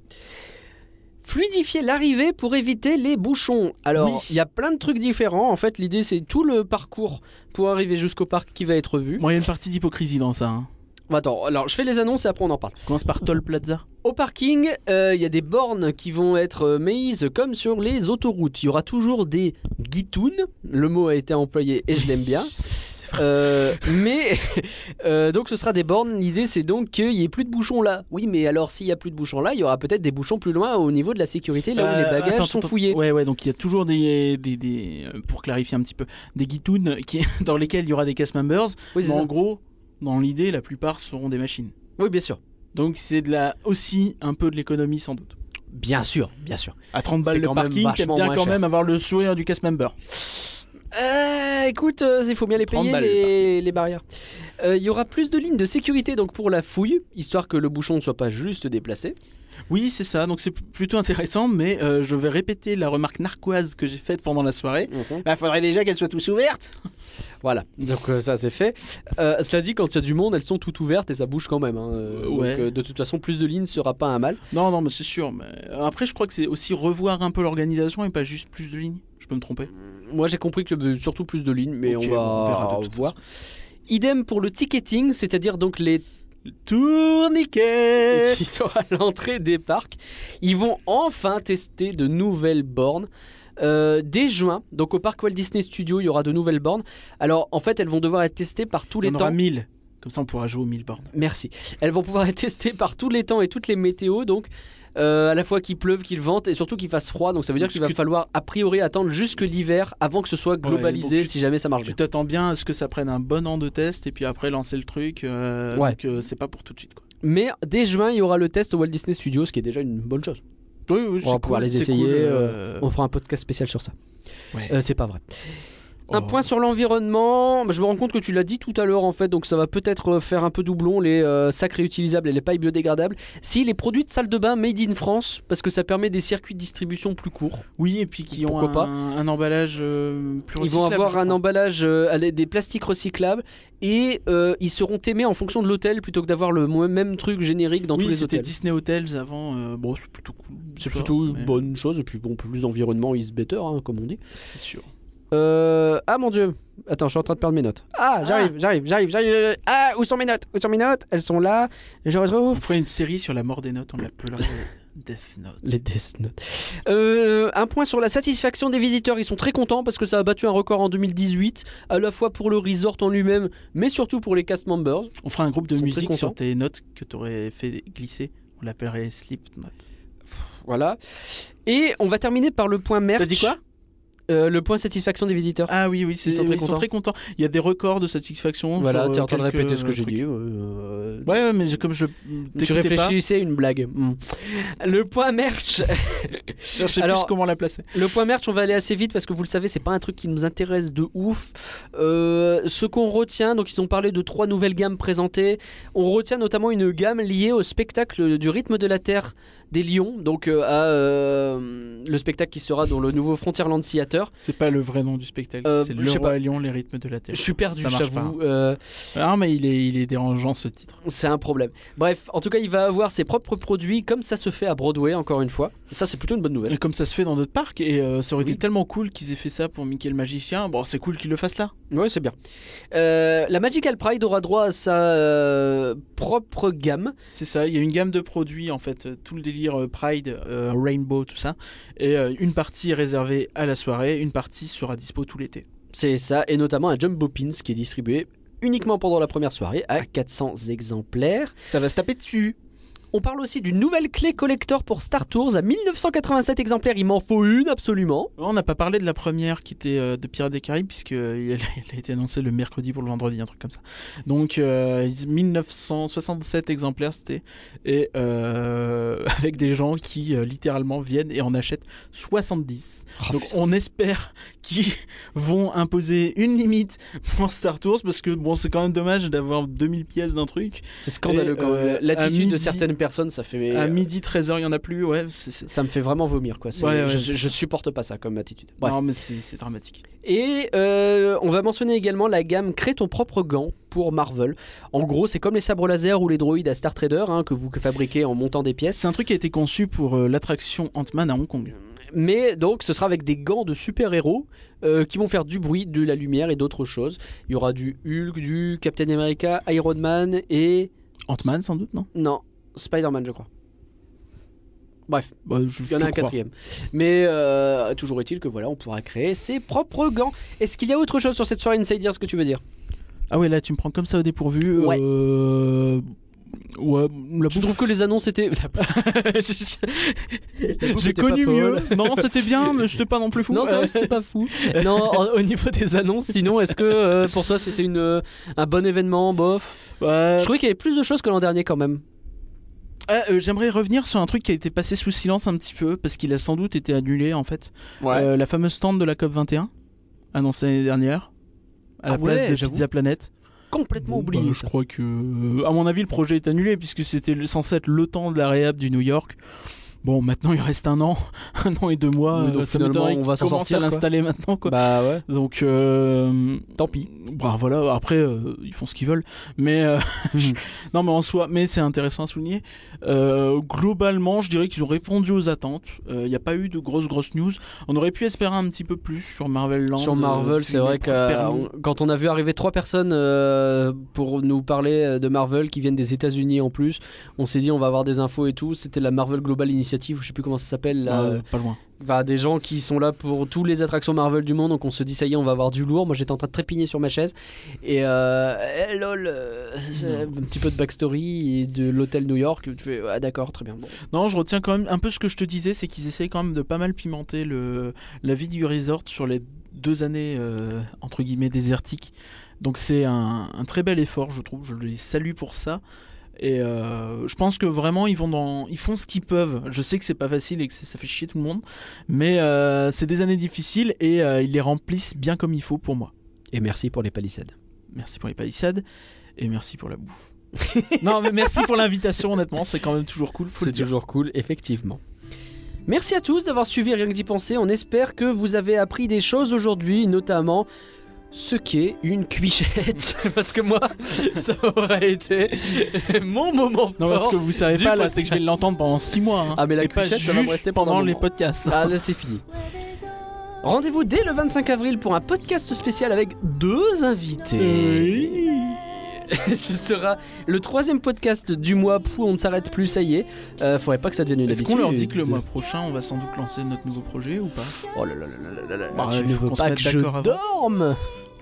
Speaker 2: Fluidifier l'arrivée pour éviter les bouchons. Alors, il
Speaker 1: Oui.
Speaker 2: y a plein de trucs différents. En fait, l'idée, c'est tout le parcours pour arriver jusqu'au parc qui va être vu.
Speaker 1: Moi, il y a une partie d'hypocrisie dans ça. hein.
Speaker 2: Attends, alors je fais les annonces et après on en parle.
Speaker 1: On Commence par Toll Plaza.
Speaker 2: Au parking, euh, il y a des bornes qui vont être euh, mises comme sur les autoroutes. Il y aura toujours des guitounes. Le mot a été employé et je l'aime bien.
Speaker 1: C'est vrai.
Speaker 2: Euh, mais euh, donc ce sera des bornes. L'idée c'est donc qu'il n'y ait plus de bouchons là. Oui, mais alors s'il n'y a plus de bouchons là, il y aura peut-être des bouchons plus loin au niveau de la sécurité, là où
Speaker 1: Euh,
Speaker 2: les bagages
Speaker 1: attends,
Speaker 2: sont
Speaker 1: attends,
Speaker 2: fouillés.
Speaker 1: Ouais, ouais, donc il y a toujours des, des, des- euh, pour clarifier un petit peu, des guitounes qui, dans lesquels il y aura des cast members.
Speaker 2: Oui, c'est
Speaker 1: mais
Speaker 2: ça.
Speaker 1: en gros, dans l'idée, la plupart seront des machines.
Speaker 2: Oui, bien sûr.
Speaker 1: Donc c'est de la, aussi un peu de l'économie sans doute.
Speaker 2: Bien sûr, bien sûr.
Speaker 1: À 30
Speaker 2: C'est
Speaker 1: balles le
Speaker 2: quand même
Speaker 1: parking,
Speaker 2: vachement
Speaker 1: t'aimes bien
Speaker 2: moins
Speaker 1: quand
Speaker 2: cher.
Speaker 1: même avoir le sourire du cast member.
Speaker 2: Euh, écoute, euh, il faut bien les
Speaker 1: 30
Speaker 2: payer,
Speaker 1: balles,
Speaker 2: les, les barrières. Euh, Il y aura plus de lignes de sécurité donc pour la fouille, histoire que le bouchon ne soit pas juste déplacé.
Speaker 1: Oui, c'est ça, donc c'est p- plutôt intéressant, mais euh, je vais répéter la remarque narquoise que j'ai faite pendant la soirée. Bah, faudrait déjà qu'elle soit tous ouverte.
Speaker 2: Voilà, donc euh, ça c'est fait. Euh, cela dit, quand il y a du monde, elles sont toutes ouvertes et ça bouge quand même. hein. Euh, donc,
Speaker 1: Ouais.
Speaker 2: euh, de toute façon, plus de lignes sera pas un mal.
Speaker 1: Non, non, mais c'est sûr. mais, euh, Après, je crois que c'est aussi revoir un peu l'organisation et pas juste plus de lignes. Je peux me tromper.
Speaker 2: Moi j'ai compris que euh, surtout plus de lignes, mais
Speaker 1: Ok,
Speaker 2: on
Speaker 1: bon, on
Speaker 2: va
Speaker 1: verra de toute
Speaker 2: voir. Idem pour le ticketing, c'est-à-dire donc les
Speaker 1: Tourniquet
Speaker 2: qui sont à l'entrée des parcs. Ils vont enfin tester de nouvelles bornes. Euh, dès juin, donc au parc Walt Disney Studio, il y aura de nouvelles bornes. Alors en fait, elles vont devoir être testées par tous
Speaker 1: Il y
Speaker 2: les
Speaker 1: en
Speaker 2: temps.
Speaker 1: aura 1000. Comme ça, on pourra jouer aux 1000 bornes.
Speaker 2: Merci. Elles vont pouvoir être testées par tous les temps et toutes les météos, donc euh, à la fois qu'il pleuve, qu'il vente et surtout qu'il fasse froid. Donc ça veut dire
Speaker 1: Donc,
Speaker 2: qu'il
Speaker 1: ce
Speaker 2: va
Speaker 1: que-
Speaker 2: falloir a priori attendre jusque l'hiver avant que ce soit globalisé
Speaker 1: donc tu-
Speaker 2: si jamais ça marche
Speaker 1: Tu
Speaker 2: bien.
Speaker 1: t'attends bien à ce que ça prenne un bon an de test et puis après lancer le truc. euh,
Speaker 2: Ouais.
Speaker 1: Donc, euh, c'est pas pour tout de suite. Quoi.
Speaker 2: Mais dès juin, il y aura le test au Walt Disney Studios, ce qui est déjà une bonne chose.
Speaker 1: Oui, oui,
Speaker 2: On va pouvoir les essayer. euh, On fera un podcast spécial sur ça.
Speaker 1: Ouais. Oh.
Speaker 2: Euh, c'est pas vrai. Un point sur l'environnement. Bah, Je me rends compte que tu l'as dit tout à l'heure en fait, donc ça va peut-être euh, faire un peu doublon les euh, sacs réutilisables et les pailles biodégradables. Si les produits de salle de bain made in France, parce que ça permet des circuits de distribution plus courts.
Speaker 1: Oui, et puis qui ont
Speaker 2: Pourquoi
Speaker 1: un,
Speaker 2: pas
Speaker 1: un emballage euh, plus
Speaker 2: Ils vont
Speaker 1: recyclable, je
Speaker 2: avoir un
Speaker 1: crois.
Speaker 2: emballage euh, à l'aide des plastiques recyclables et euh, ils seront aimés en fonction de l'hôtel plutôt que d'avoir le mo- même truc générique dans tous
Speaker 1: Oui,
Speaker 2: les
Speaker 1: c'était
Speaker 2: hôtels.
Speaker 1: Disney Hotels avant. euh, bon, c'est plutôt cool. ça,
Speaker 2: C'est plutôt une
Speaker 1: mais
Speaker 2: bonne chose et puis bon, plus environnement is better hein, comme on dit.
Speaker 1: C'est sûr.
Speaker 2: Euh, ah mon dieu. Attends, je suis en train de perdre mes notes. Ah, j'arrive, j'arrive, j'arrive, j'arrive. Ah, où sont mes notes Où sont mes notes Elles sont là. Je retrouve.
Speaker 1: On ferait une série sur la mort des notes, on l'appellerait Death Note.
Speaker 2: Les Death Note. Euh, un point sur la satisfaction des visiteurs. Ils sont très contents parce que ça a battu un record en 2018, à la fois pour le resort en lui-même, mais surtout pour les cast members.
Speaker 1: On ferait un groupe
Speaker 2: Ils
Speaker 1: de
Speaker 2: sont très
Speaker 1: musique sur
Speaker 2: contents.
Speaker 1: tes notes que t'aurais fait glisser. On l'appellerait Sleep Note.
Speaker 2: Voilà. Et on va terminer par le point merch.
Speaker 1: T'as dit quoi
Speaker 2: Euh, Le point satisfaction des visiteurs.
Speaker 1: Ah oui, oui, c'est-
Speaker 2: Ils sont très
Speaker 1: ils sont
Speaker 2: contents.
Speaker 1: très contents. Il y a des records de satisfaction.
Speaker 2: voilà,
Speaker 1: sur,
Speaker 2: t'es
Speaker 1: euh,
Speaker 2: en train de
Speaker 1: quelques
Speaker 2: répéter ce que j'ai
Speaker 1: trucs.
Speaker 2: dit. euh,
Speaker 1: Ouais, ouais, mais je- comme je.
Speaker 2: tu
Speaker 1: t'écoutais
Speaker 2: réfléchissais à une blague. Hmm. Le point merch.
Speaker 1: pas, je cherchais
Speaker 2: Alors-
Speaker 1: plus comment la placer.
Speaker 2: Le point merch, on va aller assez vite parce que vous le savez, c'est pas un truc qui nous intéresse de ouf. Euh, ce qu'on retient, donc ils ont parlé de trois nouvelles gammes présentées. On retient notamment une gamme liée au spectacle du rythme de la Terre des Lions, donc euh, à euh, le spectacle qui sera dans le nouveau Frontierland Theater.
Speaker 1: C'est pas le vrai nom du spectacle.
Speaker 2: Euh,
Speaker 1: c'est
Speaker 2: je
Speaker 1: Le
Speaker 2: sais
Speaker 1: Roi
Speaker 2: pas.
Speaker 1: Lion, les rythmes de la terre.
Speaker 2: Je suis perdu,
Speaker 1: Ça marche
Speaker 2: j'avoue. Euh,
Speaker 1: Ah, mais il est, il est dérangeant ce titre.
Speaker 2: c'est un problème. Bref, en tout cas, il va avoir ses propres produits comme ça se fait à Broadway, encore une fois. Ça, c'est plutôt une bonne nouvelle.
Speaker 1: Et comme ça se fait dans d'autres parcs, et euh, ça aurait
Speaker 2: Oui.
Speaker 1: été tellement cool qu'ils aient fait ça pour Mickey le Magicien. Bon, c'est cool qu'ils le fassent là.
Speaker 2: Ouais, c'est bien. Euh, la Magical Pride aura droit à sa euh, propre gamme.
Speaker 1: C'est ça, il y a une gamme de produits en fait, euh, tout le délire euh, Pride, euh, Rainbow, tout ça. Et euh, une partie est réservée à la soirée, une partie sera dispo tout l'été.
Speaker 2: C'est ça, et notamment un Jumbo Pins qui est distribué uniquement pendant la première soirée à 400 exemplaires.
Speaker 1: Ça va se taper dessus.
Speaker 2: On parle aussi d'une nouvelle clé collector pour Star Tours à 1987 exemplaires. Il m'en faut une absolument.
Speaker 1: On n'a pas parlé de la première qui était euh, de Pirates des Caraïbes, puisqu'elle elle a été annoncée le mercredi pour le vendredi, un truc comme ça. Donc, euh, 1967 exemplaires, c'était. Et euh, avec des gens qui euh, littéralement viennent et en achètent 70.
Speaker 2: Oh,
Speaker 1: Donc,
Speaker 2: putain.
Speaker 1: on espère qu'ils vont imposer une limite pour Star Tours, parce que bon, c'est quand même dommage d'avoir 2000 pièces d'un truc.
Speaker 2: c'est scandaleux
Speaker 1: et,
Speaker 2: quand même.
Speaker 1: euh, à
Speaker 2: L'attitude de
Speaker 1: midi-
Speaker 2: certaines personnes, ça fait.
Speaker 1: à midi 13h, il n'y en a plus, ouais. c'est- c'est-
Speaker 2: Ça me fait vraiment vomir quoi. C'est-
Speaker 1: Ouais, ouais,
Speaker 2: je,
Speaker 1: c'est-
Speaker 2: je supporte pas ça comme attitude. Bref.
Speaker 1: Non, mais c'est c'est dramatique.
Speaker 2: Et euh, on va mentionner également la gamme Crée ton propre gant pour Marvel. En gros, c'est comme les sabres laser ou les droïdes à Star Trader hein, que vous que fabriquez en montant des pièces.
Speaker 1: C'est un truc qui a été conçu pour euh, l'attraction Ant-Man à Hong Kong.
Speaker 2: Mais donc, ce sera avec des gants de super-héros euh, qui vont faire du bruit, de la lumière et d'autres choses. Il y aura du Hulk, du Captain America, Iron Man et.
Speaker 1: Ant-Man, sans doute, non
Speaker 2: Non, Spider-Man, je crois. Bref,
Speaker 1: Bah, je-
Speaker 2: il
Speaker 1: je
Speaker 2: y en a
Speaker 1: te
Speaker 2: un
Speaker 1: crois.
Speaker 2: quatrième. Mais euh, toujours est-il que voilà, on pourra créer ses propres gants. Est-ce qu'il y a autre chose sur cette soirée Insider, ce que tu veux dire
Speaker 1: Ah ouais, là tu me prends comme ça au dépourvu.
Speaker 2: Ouais.
Speaker 1: Euh... Ouais, la
Speaker 2: Je
Speaker 1: bouffe-
Speaker 2: trouve que les annonces étaient.
Speaker 1: J'ai
Speaker 2: était
Speaker 1: connu
Speaker 2: pas
Speaker 1: mieux.
Speaker 2: folle.
Speaker 1: Non, c'était bien, mais j'étais pas non plus fou.
Speaker 2: Non, c'est vrai
Speaker 1: Euh,
Speaker 2: que c'était pas fou. non, en- au niveau des annonces, sinon, est-ce que euh, pour toi c'était une, euh, un bon événement, bof
Speaker 1: ouais.
Speaker 2: Je trouvais qu'il y avait plus de choses que l'an dernier quand même.
Speaker 1: Ah, euh, J'aimerais revenir sur un truc qui a été passé sous silence un petit peu parce qu'il a sans doute été annulé en fait. Euh, la fameuse stand de la COP 21 annoncée l'année dernière à la
Speaker 2: Ah ouais,
Speaker 1: place de
Speaker 2: j'avoue.
Speaker 1: Pizza Planet.
Speaker 2: Complètement
Speaker 1: Bon,
Speaker 2: oublié.
Speaker 1: bah, je
Speaker 2: ça.
Speaker 1: crois que, euh, à mon avis, le projet est annulé puisque c'était le- censé être le temps de la réhab du New York. Bon, maintenant il reste un an, un an et deux mois. euh,
Speaker 2: Oui, donc
Speaker 1: ça
Speaker 2: finalement,
Speaker 1: m'étonnerait
Speaker 2: on
Speaker 1: qu'ils
Speaker 2: va s'en
Speaker 1: commencent
Speaker 2: sortir,
Speaker 1: à
Speaker 2: quoi.
Speaker 1: l'installer maintenant, quoi.
Speaker 2: Bah ouais,
Speaker 1: Donc, euh,
Speaker 2: tant pis.
Speaker 1: bah, voilà. Après, euh, ils font ce qu'ils veulent, mais euh, je- non, mais en soi, mais c'est intéressant à souligner. Euh, globalement, je dirais qu'ils ont répondu aux attentes. Euh, Il n'y a pas eu de grosses grosses news. On aurait pu espérer un petit peu plus sur Marvel Land.
Speaker 2: Sur
Speaker 1: euh,
Speaker 2: Marvel, c'est
Speaker 1: filmé
Speaker 2: vrai
Speaker 1: pour
Speaker 2: que euh,
Speaker 1: permis.
Speaker 2: on- quand on a vu arriver trois personnes euh, pour nous parler euh, de Marvel qui viennent des États-Unis en plus, on s'est dit on va avoir des infos et tout. C'était la Marvel Global Initiative, ou je sais plus comment ça s'appelle. là,
Speaker 1: Ah
Speaker 2: euh,
Speaker 1: Ouais, pas loin.
Speaker 2: Enfin, des gens qui sont là pour tous les attractions Marvel du monde, donc on se dit ça y est, on va avoir du lourd. Moi, j'étais en train de trépigner sur ma chaise. Et euh, eh, lol, euh, c'est un petit peu de backstory et de l'hôtel New York. Tu fais, ah d'accord, très bien. Bon.
Speaker 1: Non, je retiens quand même un peu ce que je te disais, c'est qu'ils essayent quand même de pas mal pimenter le, la vie du resort sur les deux années euh, entre guillemets désertiques. Donc c'est un, un très bel effort, je trouve. Je les salue pour ça. Et euh, je pense que vraiment ils vont dans, ils font ce qu'ils peuvent. Je sais que c'est pas facile et que c'est- ça fait chier tout le monde, mais euh, c'est des années difficiles et euh, ils les remplissent bien comme il faut pour moi.
Speaker 2: Et merci pour les palissades.
Speaker 1: Merci pour les palissades et merci pour la bouffe. non mais merci pour l'invitation honnêtement, c'est quand même toujours cool. faut le
Speaker 2: C'est
Speaker 1: dire.
Speaker 2: toujours cool, effectivement. Merci à tous d'avoir suivi Rien que d'y penser. On espère que vous avez appris des choses aujourd'hui, notamment ce qu'est une cuichette. parce que moi, ça aurait été mon moment.
Speaker 1: Non, parce
Speaker 2: fort.
Speaker 1: que vous savez
Speaker 2: Oh, du
Speaker 1: pas, là,
Speaker 2: podcast.
Speaker 1: c'est que je vais l'entendre pendant 6 mois. hein.
Speaker 2: Ah, mais la
Speaker 1: Et pas
Speaker 2: clichette, ça va me
Speaker 1: juste
Speaker 2: rester pendant
Speaker 1: pendant
Speaker 2: un
Speaker 1: les
Speaker 2: moment.
Speaker 1: podcasts.
Speaker 2: Ah là c'est fini. Rendez-vous dès le 25 avril pour un podcast spécial avec deux invités. Ce sera le troisième podcast du mois. Pou, on ne s'arrête plus, ça y est. Euh, faudrait pas que ça devienne une
Speaker 1: Est-ce qu'on leur dit que le
Speaker 2: habitude.
Speaker 1: mois prochain, on va sans doute lancer notre nouveau projet ou pas
Speaker 2: Oh là là là là là là là,
Speaker 1: Bah,
Speaker 2: tu
Speaker 1: il
Speaker 2: ne
Speaker 1: faut
Speaker 2: veux
Speaker 1: qu'on se
Speaker 2: pas
Speaker 1: mette
Speaker 2: que je
Speaker 1: d'accord avant.
Speaker 2: dorme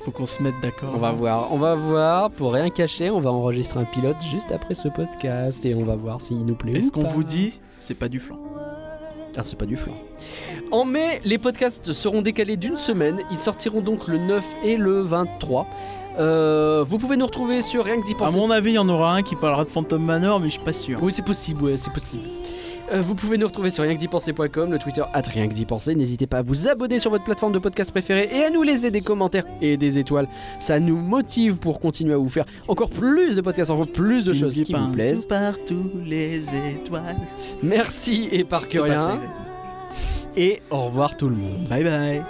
Speaker 1: Faut qu'on se mette d'accord.
Speaker 2: On va voir, on va voir. Pour rien cacher, on va enregistrer un pilote juste après ce podcast et on va voir s'il nous plaît.
Speaker 1: Est-ce
Speaker 2: ou
Speaker 1: qu'on
Speaker 2: pas.
Speaker 1: vous dit, c'est pas du flan
Speaker 2: Ah, c'est pas du flan. En mai, les podcasts seront décalés d'une semaine. Ils sortiront donc le 9 et le 23. Euh, vous pouvez nous retrouver sur Rien que d'y
Speaker 1: À
Speaker 2: penser.
Speaker 1: mon avis, il y en aura un qui parlera de Phantom Manor, mais je suis pas sûr.
Speaker 2: Oui, c'est possible, ouais, c'est possible. Euh, vous pouvez nous retrouver sur rienquedipenser.com, le Twitter at rien que d'y penser. N'hésitez pas à vous abonner sur votre plateforme de podcast préférée et à nous laisser des commentaires et des étoiles. Ça nous motive pour continuer à vous faire encore plus de podcasts, encore plus de choses
Speaker 1: N'oubliez
Speaker 2: qui
Speaker 1: pas,
Speaker 2: vous
Speaker 1: hein,
Speaker 2: plaisent.
Speaker 1: tout Partout les étoiles.
Speaker 2: Merci et par que
Speaker 1: C'est pas
Speaker 2: rien.
Speaker 1: ça,
Speaker 2: Et au revoir tout le monde.
Speaker 1: Bye bye.